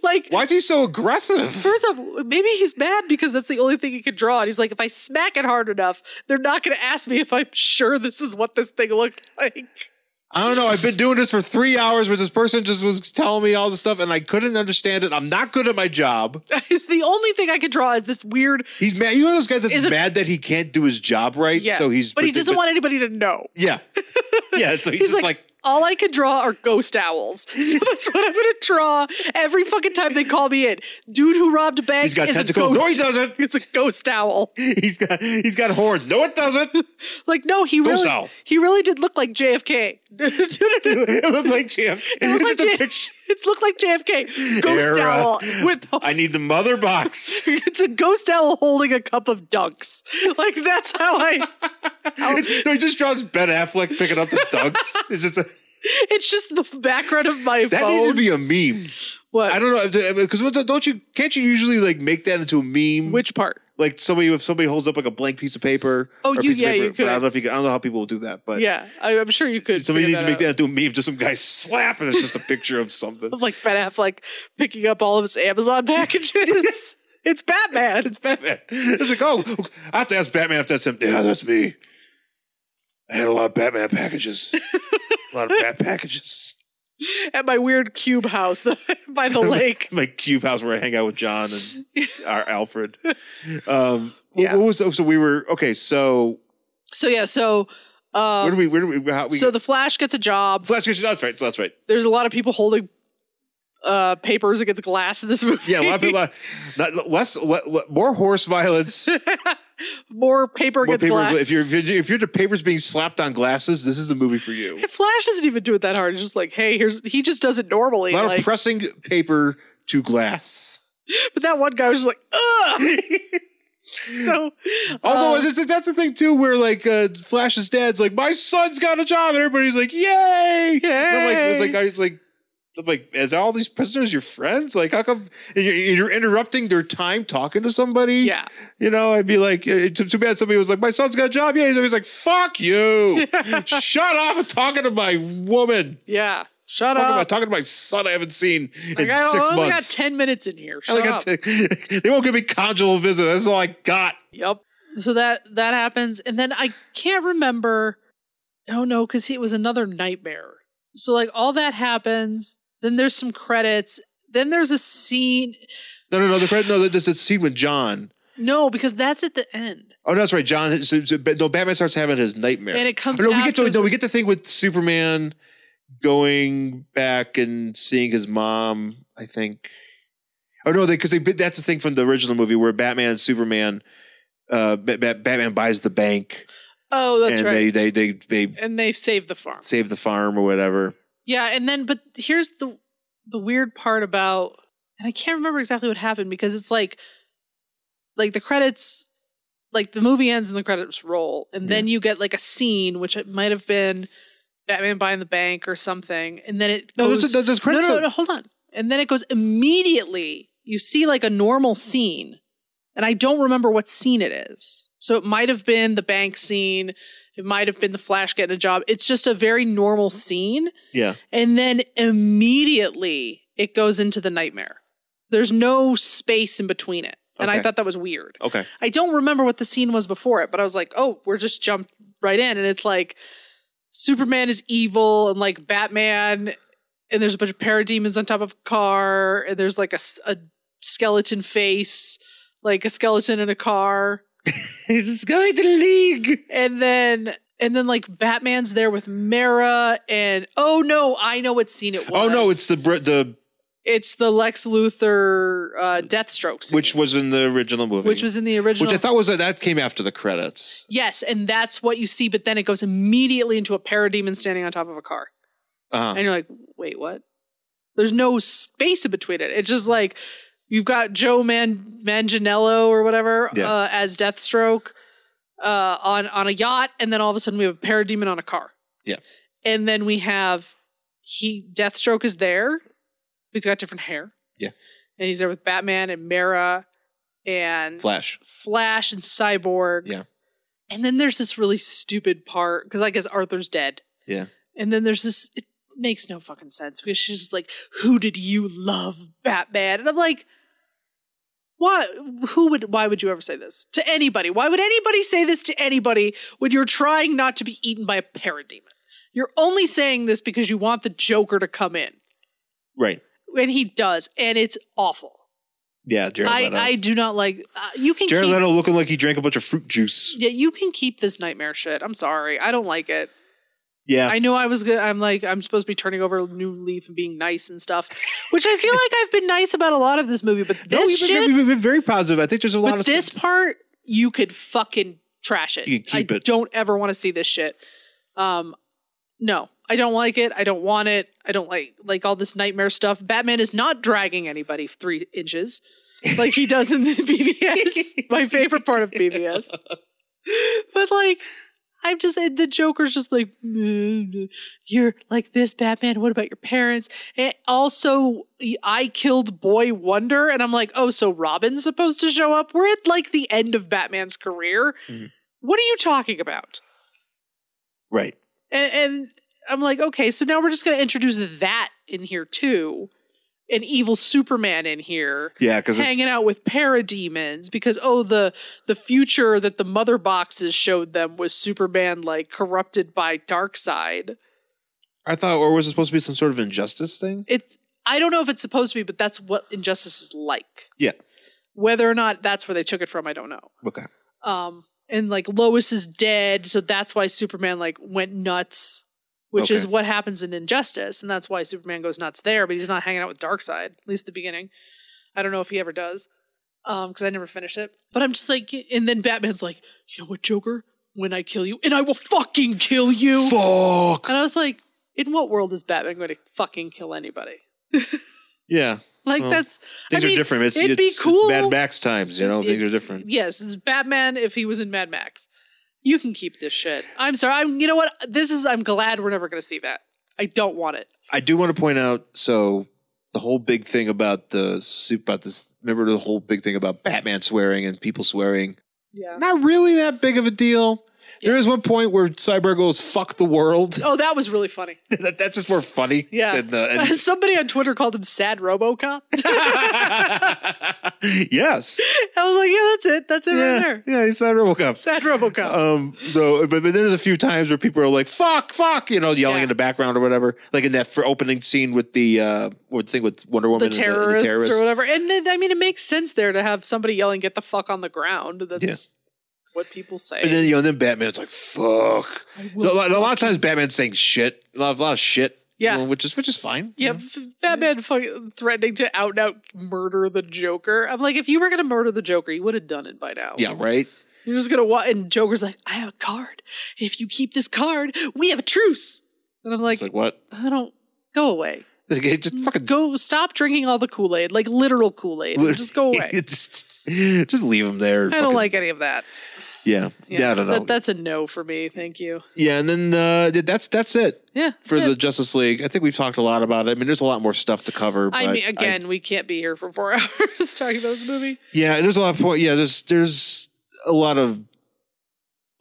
[SPEAKER 1] Like,
[SPEAKER 2] Why is he so aggressive?
[SPEAKER 1] First off, maybe he's mad because that's the only thing he can draw. And he's like, if I smack it hard enough, they're not going to ask me if I'm sure this is what this thing looked like.
[SPEAKER 2] I don't know. I've been doing this for three hours, but this person just was telling me all this stuff, and I couldn't understand it. I'm not good at my job.
[SPEAKER 1] it's the only thing I can draw is this weird.
[SPEAKER 2] He's mad. You know those guys that's
[SPEAKER 1] Is it-
[SPEAKER 2] mad that he can't do his job right,
[SPEAKER 1] Yeah,
[SPEAKER 2] so he's
[SPEAKER 1] but he doesn't want anybody to know.
[SPEAKER 2] Yeah, yeah. So
[SPEAKER 1] He's
[SPEAKER 2] he's, just
[SPEAKER 1] like,
[SPEAKER 2] like
[SPEAKER 1] all I can draw are ghost owls. So that's what I'm going to draw every fucking time they call me in. Dude who robbed a bank
[SPEAKER 2] he's got
[SPEAKER 1] is
[SPEAKER 2] tentacles.
[SPEAKER 1] a ghost.
[SPEAKER 2] No, he doesn't.
[SPEAKER 1] It's a ghost owl.
[SPEAKER 2] He's got he's got horns. No, it doesn't.
[SPEAKER 1] Like no, he
[SPEAKER 2] Ghost
[SPEAKER 1] really
[SPEAKER 2] owl.
[SPEAKER 1] he really did look like JFK.
[SPEAKER 2] it looked like JFK.
[SPEAKER 1] It
[SPEAKER 2] It's
[SPEAKER 1] looked,
[SPEAKER 2] just
[SPEAKER 1] like
[SPEAKER 2] a picture.
[SPEAKER 1] it looked like JFK. Ghost
[SPEAKER 2] Era.
[SPEAKER 1] owl with
[SPEAKER 2] I need the mother box.
[SPEAKER 1] it's a ghost owl holding a cup of dunks. Like that's how I Oh.
[SPEAKER 2] It's- no, he just draws Ben Affleck picking up the ducks. It's just a,
[SPEAKER 1] it's just the background of my
[SPEAKER 2] that
[SPEAKER 1] phone.
[SPEAKER 2] needs to be a meme.
[SPEAKER 1] what
[SPEAKER 2] I don't know uh, because don't you can't you usually like make that into a meme?
[SPEAKER 1] which part?
[SPEAKER 2] like somebody if somebody holds up like a blank piece of paper.
[SPEAKER 1] Oh,
[SPEAKER 2] or a
[SPEAKER 1] you-
[SPEAKER 2] piece of
[SPEAKER 1] yeah,
[SPEAKER 2] paper,
[SPEAKER 1] you
[SPEAKER 2] but I
[SPEAKER 1] could.
[SPEAKER 2] don't know if you can, I don't know how people will do that, but
[SPEAKER 1] Yeah, I, I'm sure you could.
[SPEAKER 2] somebody
[SPEAKER 1] figure
[SPEAKER 2] needs to make
[SPEAKER 1] out.
[SPEAKER 2] that into a meme. Just some guy slap and it's just a picture of something.
[SPEAKER 1] Of, like Ben Affleck picking up all of his Amazon packages. it's Batman.
[SPEAKER 2] It's Batman. It's like, oh, I have to ask Batman if that's him. Yeah, that's me. I had a lot of Batman packages. a lot of bat packages.
[SPEAKER 1] At my weird cube house by the lake.
[SPEAKER 2] My cube house where I hang out with John and our Alfred. Um,
[SPEAKER 1] Yeah.
[SPEAKER 2] What was so we were okay? So
[SPEAKER 1] So yeah, so
[SPEAKER 2] where
[SPEAKER 1] um,
[SPEAKER 2] do we? Where do we? How we?
[SPEAKER 1] so the Flash gets a job.
[SPEAKER 2] Flash Christian. That's right. That's right.
[SPEAKER 1] There's a lot of people holding uh, papers against glass in this movie.
[SPEAKER 2] Yeah, a lot of people. Are, not, less, le, le- more horse violence.
[SPEAKER 1] more paper
[SPEAKER 2] More
[SPEAKER 1] against
[SPEAKER 2] paper,
[SPEAKER 1] glass.
[SPEAKER 2] if you're if you're if you're the papers being slapped on glasses, this is the movie for you.
[SPEAKER 1] And Flash doesn't even do it that hard. It's just like, hey, here's he just does it normally.
[SPEAKER 2] A lot
[SPEAKER 1] like-
[SPEAKER 2] of pressing paper to glass.
[SPEAKER 1] but that one guy was just like, ugh. so,
[SPEAKER 2] Although
[SPEAKER 1] um,
[SPEAKER 2] it's, that's the thing too, where like uh, Flash's dad's like, "My son's got a job," and everybody's like, "Yay!" And I'm like, it's like, I- it's like, I'm like, is all these prisoners your friends? Like, how come and you're, you're interrupting their time talking to somebody?
[SPEAKER 1] Yeah.
[SPEAKER 2] You know, I'd be like, eh, too, too bad somebody was like, my son's got a job. Yeah. He's always like, fuck you. Shut up. I'm talking to my woman.
[SPEAKER 1] Yeah. Shut
[SPEAKER 2] Talking,
[SPEAKER 1] up.
[SPEAKER 2] about, talking to my son I haven't seen in
[SPEAKER 1] Like, I
[SPEAKER 2] six
[SPEAKER 1] only got
[SPEAKER 2] months.
[SPEAKER 1] 10 minutes in here.
[SPEAKER 2] I only
[SPEAKER 1] Shut up.
[SPEAKER 2] got ten- they won't give me conjugal visit. That's all I got.
[SPEAKER 1] Yep. So that that happens, and then I can't remember. Oh no, because it was another nightmare. So like all that happens, then there's some credits, then there's a scene.
[SPEAKER 2] No, no, no. The credit, no, there's a scene with John.
[SPEAKER 1] No, because that's at the end.
[SPEAKER 2] Oh, no, that's right. John. So, so, but no, Batman starts having his nightmare,
[SPEAKER 1] And it comes
[SPEAKER 2] Oh, no, we get to
[SPEAKER 1] after
[SPEAKER 2] no, we
[SPEAKER 1] the-
[SPEAKER 2] get the thing with Superman going back and seeing his mom. I think. Oh no, because they, that's the thing from the original movie where Batman and Superman, uh, Ba- Ba- Batman buys the bank,
[SPEAKER 1] Oh, that's
[SPEAKER 2] and
[SPEAKER 1] right.
[SPEAKER 2] they they they they
[SPEAKER 1] and they save the farm.
[SPEAKER 2] save the farm or whatever.
[SPEAKER 1] Yeah, and then but here's the the weird part about and I can't remember exactly what happened because it's like like the credits like the movie ends and the credits roll and then you get like a scene which it might have been Batman buying the bank or something and then it
[SPEAKER 2] No,
[SPEAKER 1] goes,
[SPEAKER 2] that's a, that's a
[SPEAKER 1] no,
[SPEAKER 2] credit.
[SPEAKER 1] no, no, no, hold on. And then it goes immediately. You see like a normal scene, and I don't remember what scene it is. So it might have been the bank scene. It might have been the Flash getting a job. It's just a very normal scene.
[SPEAKER 2] Yeah,
[SPEAKER 1] And then immediately it goes into the nightmare. There's no space in between it. And I
[SPEAKER 2] Okay.
[SPEAKER 1] thought that was weird.
[SPEAKER 2] okay.
[SPEAKER 1] I don't remember what the scene was before it, but I was like, oh, we're just jumped right in. And it's like Superman is evil and like Batman, and there's a bunch of parademons on top of a car, and there's like a, s- a skeleton face, like a skeleton in a car.
[SPEAKER 2] He's going to the league.
[SPEAKER 1] And then. And then, like Batman's there with Mara, and oh no, I know what scene it was.
[SPEAKER 2] Oh no, it's the Brit- the
[SPEAKER 1] it's the Lex Luthor uh, Deathstroke scene,
[SPEAKER 2] which was in the original movie,
[SPEAKER 1] which was in the original.
[SPEAKER 2] which I thought was that came after the credits.
[SPEAKER 1] Yes, and that's what you see, but then it goes immediately into a parademon standing on top of a car.
[SPEAKER 2] Uh-huh.
[SPEAKER 1] And you're like, wait, what? There's no space in between it. It's just like you've got Joe Man- Manganiello or whatever
[SPEAKER 2] Yeah.
[SPEAKER 1] uh, as Deathstroke uh, on, on a yacht, and then all of a sudden we have a parademon on a car.
[SPEAKER 2] Yeah.
[SPEAKER 1] And then we have he Deathstroke is there. He's got different hair.
[SPEAKER 2] Yeah.
[SPEAKER 1] And he's there with Batman and Mara and
[SPEAKER 2] Flash.
[SPEAKER 1] Flash and Cyborg.
[SPEAKER 2] Yeah.
[SPEAKER 1] And then there's this really stupid part because I guess Arthur's dead.
[SPEAKER 2] Yeah.
[SPEAKER 1] And then there's this, it makes no fucking sense because she's just like, Who did you love, Batman? And I'm like, why? Who would? Why would you ever say this to anybody? Why would anybody say this to anybody when you're trying not to be eaten by a parademon? You're only saying this because you want the Joker to come in,
[SPEAKER 2] Right.
[SPEAKER 1] and he does, and it's awful.
[SPEAKER 2] Yeah, Jared
[SPEAKER 1] I,
[SPEAKER 2] Leto.
[SPEAKER 1] I do not like. Uh, you can
[SPEAKER 2] Jared
[SPEAKER 1] keep,
[SPEAKER 2] Leto looking like he drank a bunch of fruit juice.
[SPEAKER 1] yeah, you can keep this nightmare shit. I'm sorry, I don't like it.
[SPEAKER 2] Yeah.
[SPEAKER 1] I know I was. Good, I'm like I'm supposed to be turning over a new leaf and being nice and stuff, which I feel like I've been nice about a lot of this movie, but
[SPEAKER 2] no,
[SPEAKER 1] this
[SPEAKER 2] we've been,
[SPEAKER 1] shit,
[SPEAKER 2] we've been very positive. I think there's a lot
[SPEAKER 1] but
[SPEAKER 2] of
[SPEAKER 1] this part you could fucking trash it.
[SPEAKER 2] You could keep
[SPEAKER 1] I
[SPEAKER 2] it.
[SPEAKER 1] don't ever want to see this shit. Um, no, I don't like it. I don't want it. I don't like like all this nightmare stuff. Batman is not dragging anybody three inches like he does in the BBS. My favorite part of BBS. But like. I'm just and the Joker's just like "Mm, you're like this Batman. What about your parents? And also, I killed Boy Wonder, and I'm like, oh, so Robin's supposed to show up? We're at like the end of Batman's career.
[SPEAKER 2] Mhm.
[SPEAKER 1] What are you talking about?
[SPEAKER 2] right.
[SPEAKER 1] And, and I'm like, okay, so now we're just going to introduce that in here too, an evil Superman in here
[SPEAKER 2] Yeah, because
[SPEAKER 1] hanging out with parademons because oh the the future that the mother boxes showed them was superman like corrupted by dark side
[SPEAKER 2] I thought, or was it supposed to be some sort of injustice thing?
[SPEAKER 1] it's i don't know if it's supposed to be but that's what injustice is like
[SPEAKER 2] Yeah.
[SPEAKER 1] whether or not that's where they took it from i don't know
[SPEAKER 2] Okay.
[SPEAKER 1] um and like lois is dead so that's why superman like went nuts which is
[SPEAKER 2] Okay.
[SPEAKER 1] what happens in injustice and that's why superman goes nuts there but he's not hanging out with darkseid at least at the beginning i don't know if he ever does um because i never finished it but i'm just like and then batman's like you know what joker when i kill you and i will fucking kill you
[SPEAKER 2] Fuck.
[SPEAKER 1] and i was like in what world is batman going to fucking kill anybody
[SPEAKER 2] Yeah,
[SPEAKER 1] like
[SPEAKER 2] Well,
[SPEAKER 1] that's
[SPEAKER 2] things
[SPEAKER 1] I mean,
[SPEAKER 2] are different. It's
[SPEAKER 1] it'd
[SPEAKER 2] it's,
[SPEAKER 1] be cool.
[SPEAKER 2] it's Mad Max times. You know, things are different.
[SPEAKER 1] Yes, it's Batman if he was in Mad Max. You can keep this shit. I'm sorry. I'm you know what? This is I'm glad we're never gonna see that. I don't want it.
[SPEAKER 2] I do want to point out so the whole big thing about the soup about this remember the whole big thing about Batman swearing and people swearing.
[SPEAKER 1] Yeah.
[SPEAKER 2] Not really that big of a deal. There is one point where Cyborg goes "fuck the world."
[SPEAKER 1] Oh, that was really funny.
[SPEAKER 2] That- That's just more funny.
[SPEAKER 1] Yeah.
[SPEAKER 2] than the- and-
[SPEAKER 1] Somebody on Twitter called him Sad Robocop.
[SPEAKER 2] yes.
[SPEAKER 1] I was like, yeah, that's it. That's it right
[SPEAKER 2] Yeah.
[SPEAKER 1] there.
[SPEAKER 2] Yeah. He's not RoboCop.
[SPEAKER 1] Sad Robocop.
[SPEAKER 2] Um, so, but, but there's a few times where people are like, fuck, fuck, you know, yelling
[SPEAKER 1] Yeah.
[SPEAKER 2] in the background or whatever. Like in that for opening scene with the, uh, or the thing with Wonder Woman
[SPEAKER 1] the
[SPEAKER 2] and the- and
[SPEAKER 1] terrorists,
[SPEAKER 2] the terrorists.
[SPEAKER 1] or whatever. And then, I mean, it makes sense there to have somebody yelling, "Get the fuck on the ground." That's
[SPEAKER 2] Yeah.
[SPEAKER 1] what people say.
[SPEAKER 2] And then, you know, then Batman's like, fuck.
[SPEAKER 1] I
[SPEAKER 2] A
[SPEAKER 1] will
[SPEAKER 2] lot, a lot of
[SPEAKER 1] fuck you.
[SPEAKER 2] times Batman's saying shit, a lot, a lot of shit.
[SPEAKER 1] Yeah.
[SPEAKER 2] you know, which is, which is fine.
[SPEAKER 1] Yeah, f- Batman fucking threatening to out and out murder the Joker. I'm like, if you were gonna murder the Joker, you would have done it by now.
[SPEAKER 2] Yeah. Right.
[SPEAKER 1] you're just gonna wa And Joker's like, I have a card. If you keep this card, we have a truce. And I'm like,
[SPEAKER 2] It's like, what?
[SPEAKER 1] I don't go away. Mm,
[SPEAKER 2] Just fucking
[SPEAKER 1] Go stop drinking all the Kool Aid, like literal Kool Aid. Just go away.
[SPEAKER 2] just, just leave him there.
[SPEAKER 1] I don't like any of that.
[SPEAKER 2] Yeah. Yeah. I
[SPEAKER 1] Yes,
[SPEAKER 2] don't know.
[SPEAKER 1] that- that's a no for me. Thank you.
[SPEAKER 2] yeah. And then, uh, that's, that's it.
[SPEAKER 1] Yeah.
[SPEAKER 2] for
[SPEAKER 1] that's
[SPEAKER 2] the
[SPEAKER 1] it.
[SPEAKER 2] Justice League. I think we've talked a lot about it. I mean, there's a lot more stuff to cover.
[SPEAKER 1] I
[SPEAKER 2] but
[SPEAKER 1] mean, again, we can't be here for four hours talking about this movie.
[SPEAKER 2] yeah, there's a lot of point. Yeah, there's there's a lot of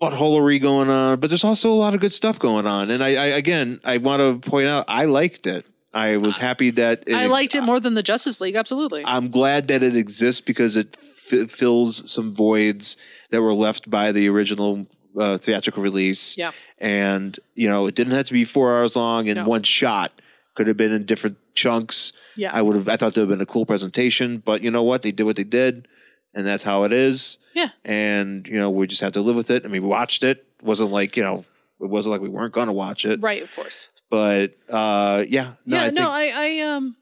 [SPEAKER 2] buttholery going on, but there's also a lot of good stuff going on. And I, I again, I want to point out, I liked it. I was happy that it,
[SPEAKER 1] I liked it more than the Justice League. Absolutely.
[SPEAKER 2] I'm glad that it exists because it f- fills some voids that were left by the original uh, theatrical release.
[SPEAKER 1] Yeah.
[SPEAKER 2] And, you know, it didn't have to be four hours long in
[SPEAKER 1] No.
[SPEAKER 2] one shot. Could have been in different chunks.
[SPEAKER 1] Yeah.
[SPEAKER 2] I would have, I thought there would have been a cool presentation, but you know what? They did what they did, and that's how it is.
[SPEAKER 1] yeah.
[SPEAKER 2] And, you know, we just have to live with it. I mean, we watched it. It wasn't like, you know, it wasn't like we weren't going to watch it.
[SPEAKER 1] Right. Of course.
[SPEAKER 2] But, uh, yeah. No,
[SPEAKER 1] yeah.
[SPEAKER 2] I think,
[SPEAKER 1] no. I. I um.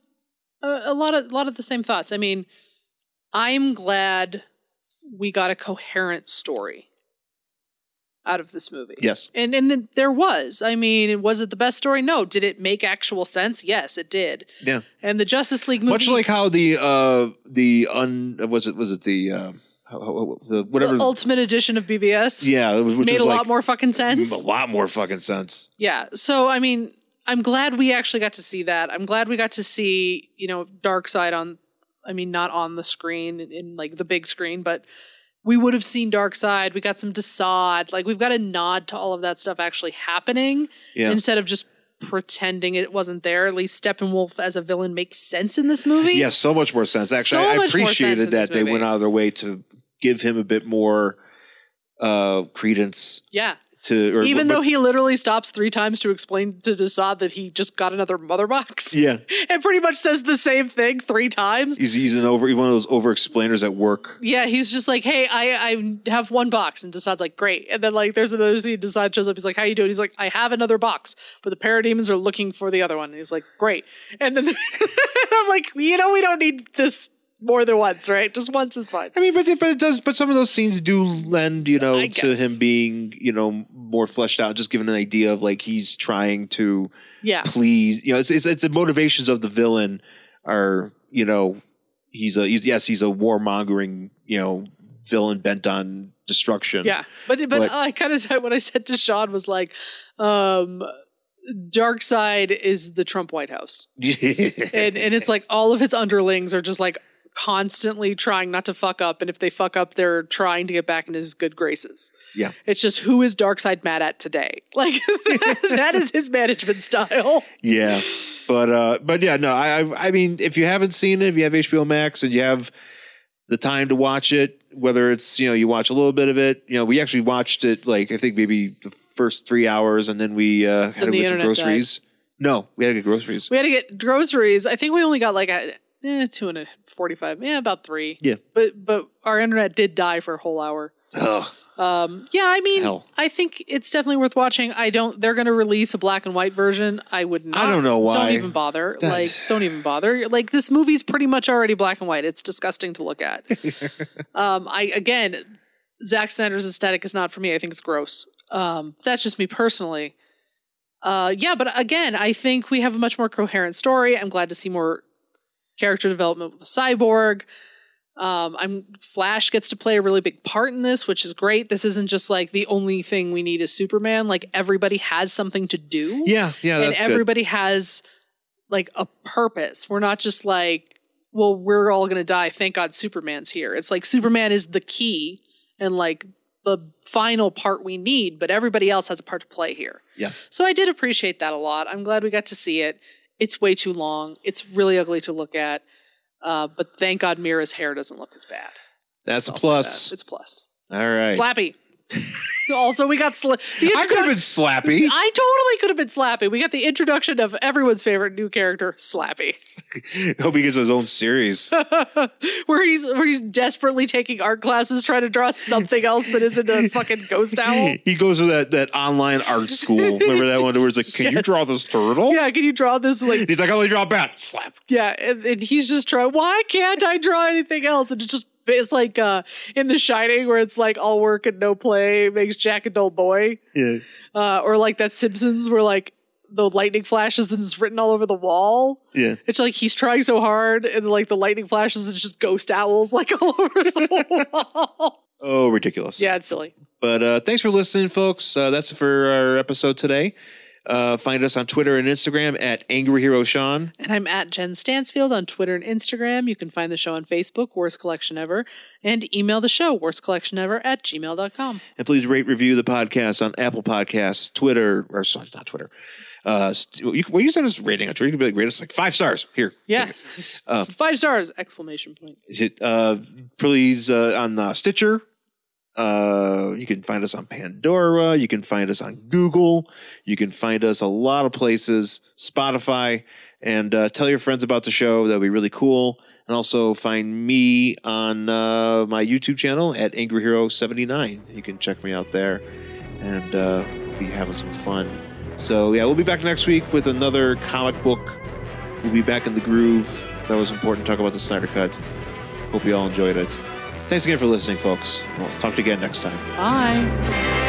[SPEAKER 1] A, a lot of a lot of the same thoughts. I mean, I'm glad we got a coherent story out of this movie.
[SPEAKER 2] yes.
[SPEAKER 1] And and then there was. I mean, was it the best story? No. Did it make actual sense? Yes, it did.
[SPEAKER 2] Yeah.
[SPEAKER 1] And the Justice League movie.
[SPEAKER 2] Much like how the uh the un was it was it the uh how, how- the whatever
[SPEAKER 1] the Ultimate Edition of BBS.
[SPEAKER 2] yeah which
[SPEAKER 1] made
[SPEAKER 2] was
[SPEAKER 1] a
[SPEAKER 2] like,
[SPEAKER 1] lot more fucking sense.
[SPEAKER 2] a lot more fucking sense.
[SPEAKER 1] Yeah. So I mean, I'm glad we actually got to see that. I'm glad we got to see, you know, Dark Side on I mean, not on the screen in, in, like the big screen, but we would have seen Dark Side. We got some Desaad. Like we've got a nod to all of that stuff actually happening
[SPEAKER 2] Yeah.
[SPEAKER 1] instead of just pretending it wasn't there. At least Steppenwolf as a villain makes sense in this movie.
[SPEAKER 2] Yeah, so much more sense. Actually,
[SPEAKER 1] So much
[SPEAKER 2] I
[SPEAKER 1] more sense
[SPEAKER 2] appreciated
[SPEAKER 1] in this
[SPEAKER 2] that they
[SPEAKER 1] movie.
[SPEAKER 2] went out of their way to give him a bit more uh credence
[SPEAKER 1] Yeah.
[SPEAKER 2] to or,
[SPEAKER 1] Even
[SPEAKER 2] but-
[SPEAKER 1] though he literally stops three times to explain to Desaad that he just got another mother box.
[SPEAKER 2] yeah,
[SPEAKER 1] and pretty much says the same thing three times.
[SPEAKER 2] he's he's an over he's one of those over explainers at work.
[SPEAKER 1] Yeah, he's just like, hey, I, I have one box, and Desad's like, great. And then like, there's another scene. Desad shows up. He's like, how you doing? He's like, I have another box, but the parademons are looking for the other one. And he's like, great. And then I'm like, you know, we don't need this more than once, right? Just once is fine.
[SPEAKER 2] I mean, but it- but it does. But some of those scenes do lend, you know,
[SPEAKER 1] I
[SPEAKER 2] to
[SPEAKER 1] guess.
[SPEAKER 2] him being, you know, more fleshed out. Just given an idea of like he's trying to
[SPEAKER 1] Yeah,
[SPEAKER 2] please you know it's, it's it's the motivations of the villain are you know he's a he's, yes he's a warmongering you know villain bent on destruction
[SPEAKER 1] yeah. But but
[SPEAKER 2] Like-
[SPEAKER 1] I kind of said what I said to Sean was like, um, Dark Side is the Trump White House. and and it's like all of its underlings are just like constantly trying not to fuck up and if they fuck up they're trying to get back into his good graces
[SPEAKER 2] yeah
[SPEAKER 1] it's just who is darkseid mad at today like that is his management style
[SPEAKER 2] yeah but uh but yeah no I, I i mean if you haven't seen it if you have hbo max and you have the time to watch it whether it's you know you watch a little bit of it you know we actually watched it like i think maybe the first three hours and then we uh had
[SPEAKER 1] Then
[SPEAKER 2] to
[SPEAKER 1] the
[SPEAKER 2] get some
[SPEAKER 1] internet died.
[SPEAKER 2] groceries no we had to get groceries
[SPEAKER 1] we had to get groceries i think we only got like a eh, two and a 45 yeah about three
[SPEAKER 2] Yeah.
[SPEAKER 1] but but our internet did die for a whole hour
[SPEAKER 2] Ugh.
[SPEAKER 1] um yeah i mean
[SPEAKER 2] Hell.
[SPEAKER 1] i think it's definitely worth watching i don't they're gonna release a black and white version i would not
[SPEAKER 2] I don't know why.
[SPEAKER 1] Don't even bother. like, don't even bother. Like, this movie's pretty much already black and white. It's disgusting to look at. um, I again, Zack Snyder's aesthetic is not for me. I think it's gross. Um, that's just me personally. Uh, yeah, but again, I think we have a much more coherent story. I'm glad to see more character development with the cyborg. Um, I'm Flash gets to play a really big part in this, which is great. This isn't just like the only thing we need is Superman. Like everybody has something to do.
[SPEAKER 2] Yeah, yeah,
[SPEAKER 1] and
[SPEAKER 2] that's good.
[SPEAKER 1] everybody has like a purpose. We're not just like, well, we're all gonna die. Thank God Superman's here. It's like Superman is the key and like the final part we need, but everybody else has a part to play here.
[SPEAKER 2] Yeah.
[SPEAKER 1] So I did appreciate that a lot. I'm glad we got to see it. It's way too long. It's really ugly to look at. Uh, but thank God Mira's hair doesn't look as bad.
[SPEAKER 2] That's a
[SPEAKER 1] I'll say that.
[SPEAKER 2] plus.
[SPEAKER 1] It's a plus.
[SPEAKER 2] All right.
[SPEAKER 1] Slappy. also, we got sla- the
[SPEAKER 2] I could
[SPEAKER 1] introduction-
[SPEAKER 2] have been slappy.
[SPEAKER 1] I totally could have been Slappy. We got the introduction of everyone's favorite new character, Slappy,
[SPEAKER 2] Hope he gets his own series.
[SPEAKER 1] where he's where he's desperately taking art classes, trying to draw something else that isn't a fucking ghost owl.
[SPEAKER 2] he goes to that, that online art school. Remember that one where it's like, can you
[SPEAKER 1] Yes.
[SPEAKER 2] draw this turtle?
[SPEAKER 1] Yeah, can you draw this like
[SPEAKER 2] He's like, I'll only draw a bat. Slap.
[SPEAKER 1] Yeah, and, and he's just trying. Why can't I draw anything else? And it's just it's like uh, in The Shining, where it's like all work and no play makes Jack a dull boy,
[SPEAKER 2] Yeah.
[SPEAKER 1] uh, or like that Simpsons, where like the lightning flashes and it's written all over the wall.
[SPEAKER 2] Yeah.
[SPEAKER 1] It's like he's trying so hard, and like the lightning flashes and it's just ghost owls like all over the wall.
[SPEAKER 2] Oh, ridiculous.
[SPEAKER 1] Yeah, it's silly.
[SPEAKER 2] But uh, thanks for listening, folks. Uh, that's it for our episode today. Uh, find us on Twitter and Instagram at Angry Hero Sean.
[SPEAKER 1] And I'm at Jen Stansfield on Twitter and Instagram. You can find the show on Facebook, Worst Collection Ever, and email the show, worstcollectionever at gmail.com.
[SPEAKER 2] And please rate review the podcast on Apple Podcasts, Twitter, or sorry, not Twitter. Uh, st- you, can- well, you send us rating on Twitter. You can be like, rate us like five stars. Here.
[SPEAKER 1] Yeah. Five stars! Exclamation point.
[SPEAKER 2] Is it uh, please uh, on uh, Stitcher? Uh, you can find us on Pandora. You can find us on Google. You can find us a lot of places, Spotify, and uh, tell your friends about the show. That'd be really cool. And also find me on uh, my YouTube channel at Angry Hero seventy nine. You can check me out there, and uh, be having some fun. So yeah, we'll be back next week with another comic book We'll be back in the groove. That was important to talk about the Snyder Cut. Hope you all enjoyed it. Thanks again for listening, folks. We'll talk to you again next time.
[SPEAKER 1] Bye.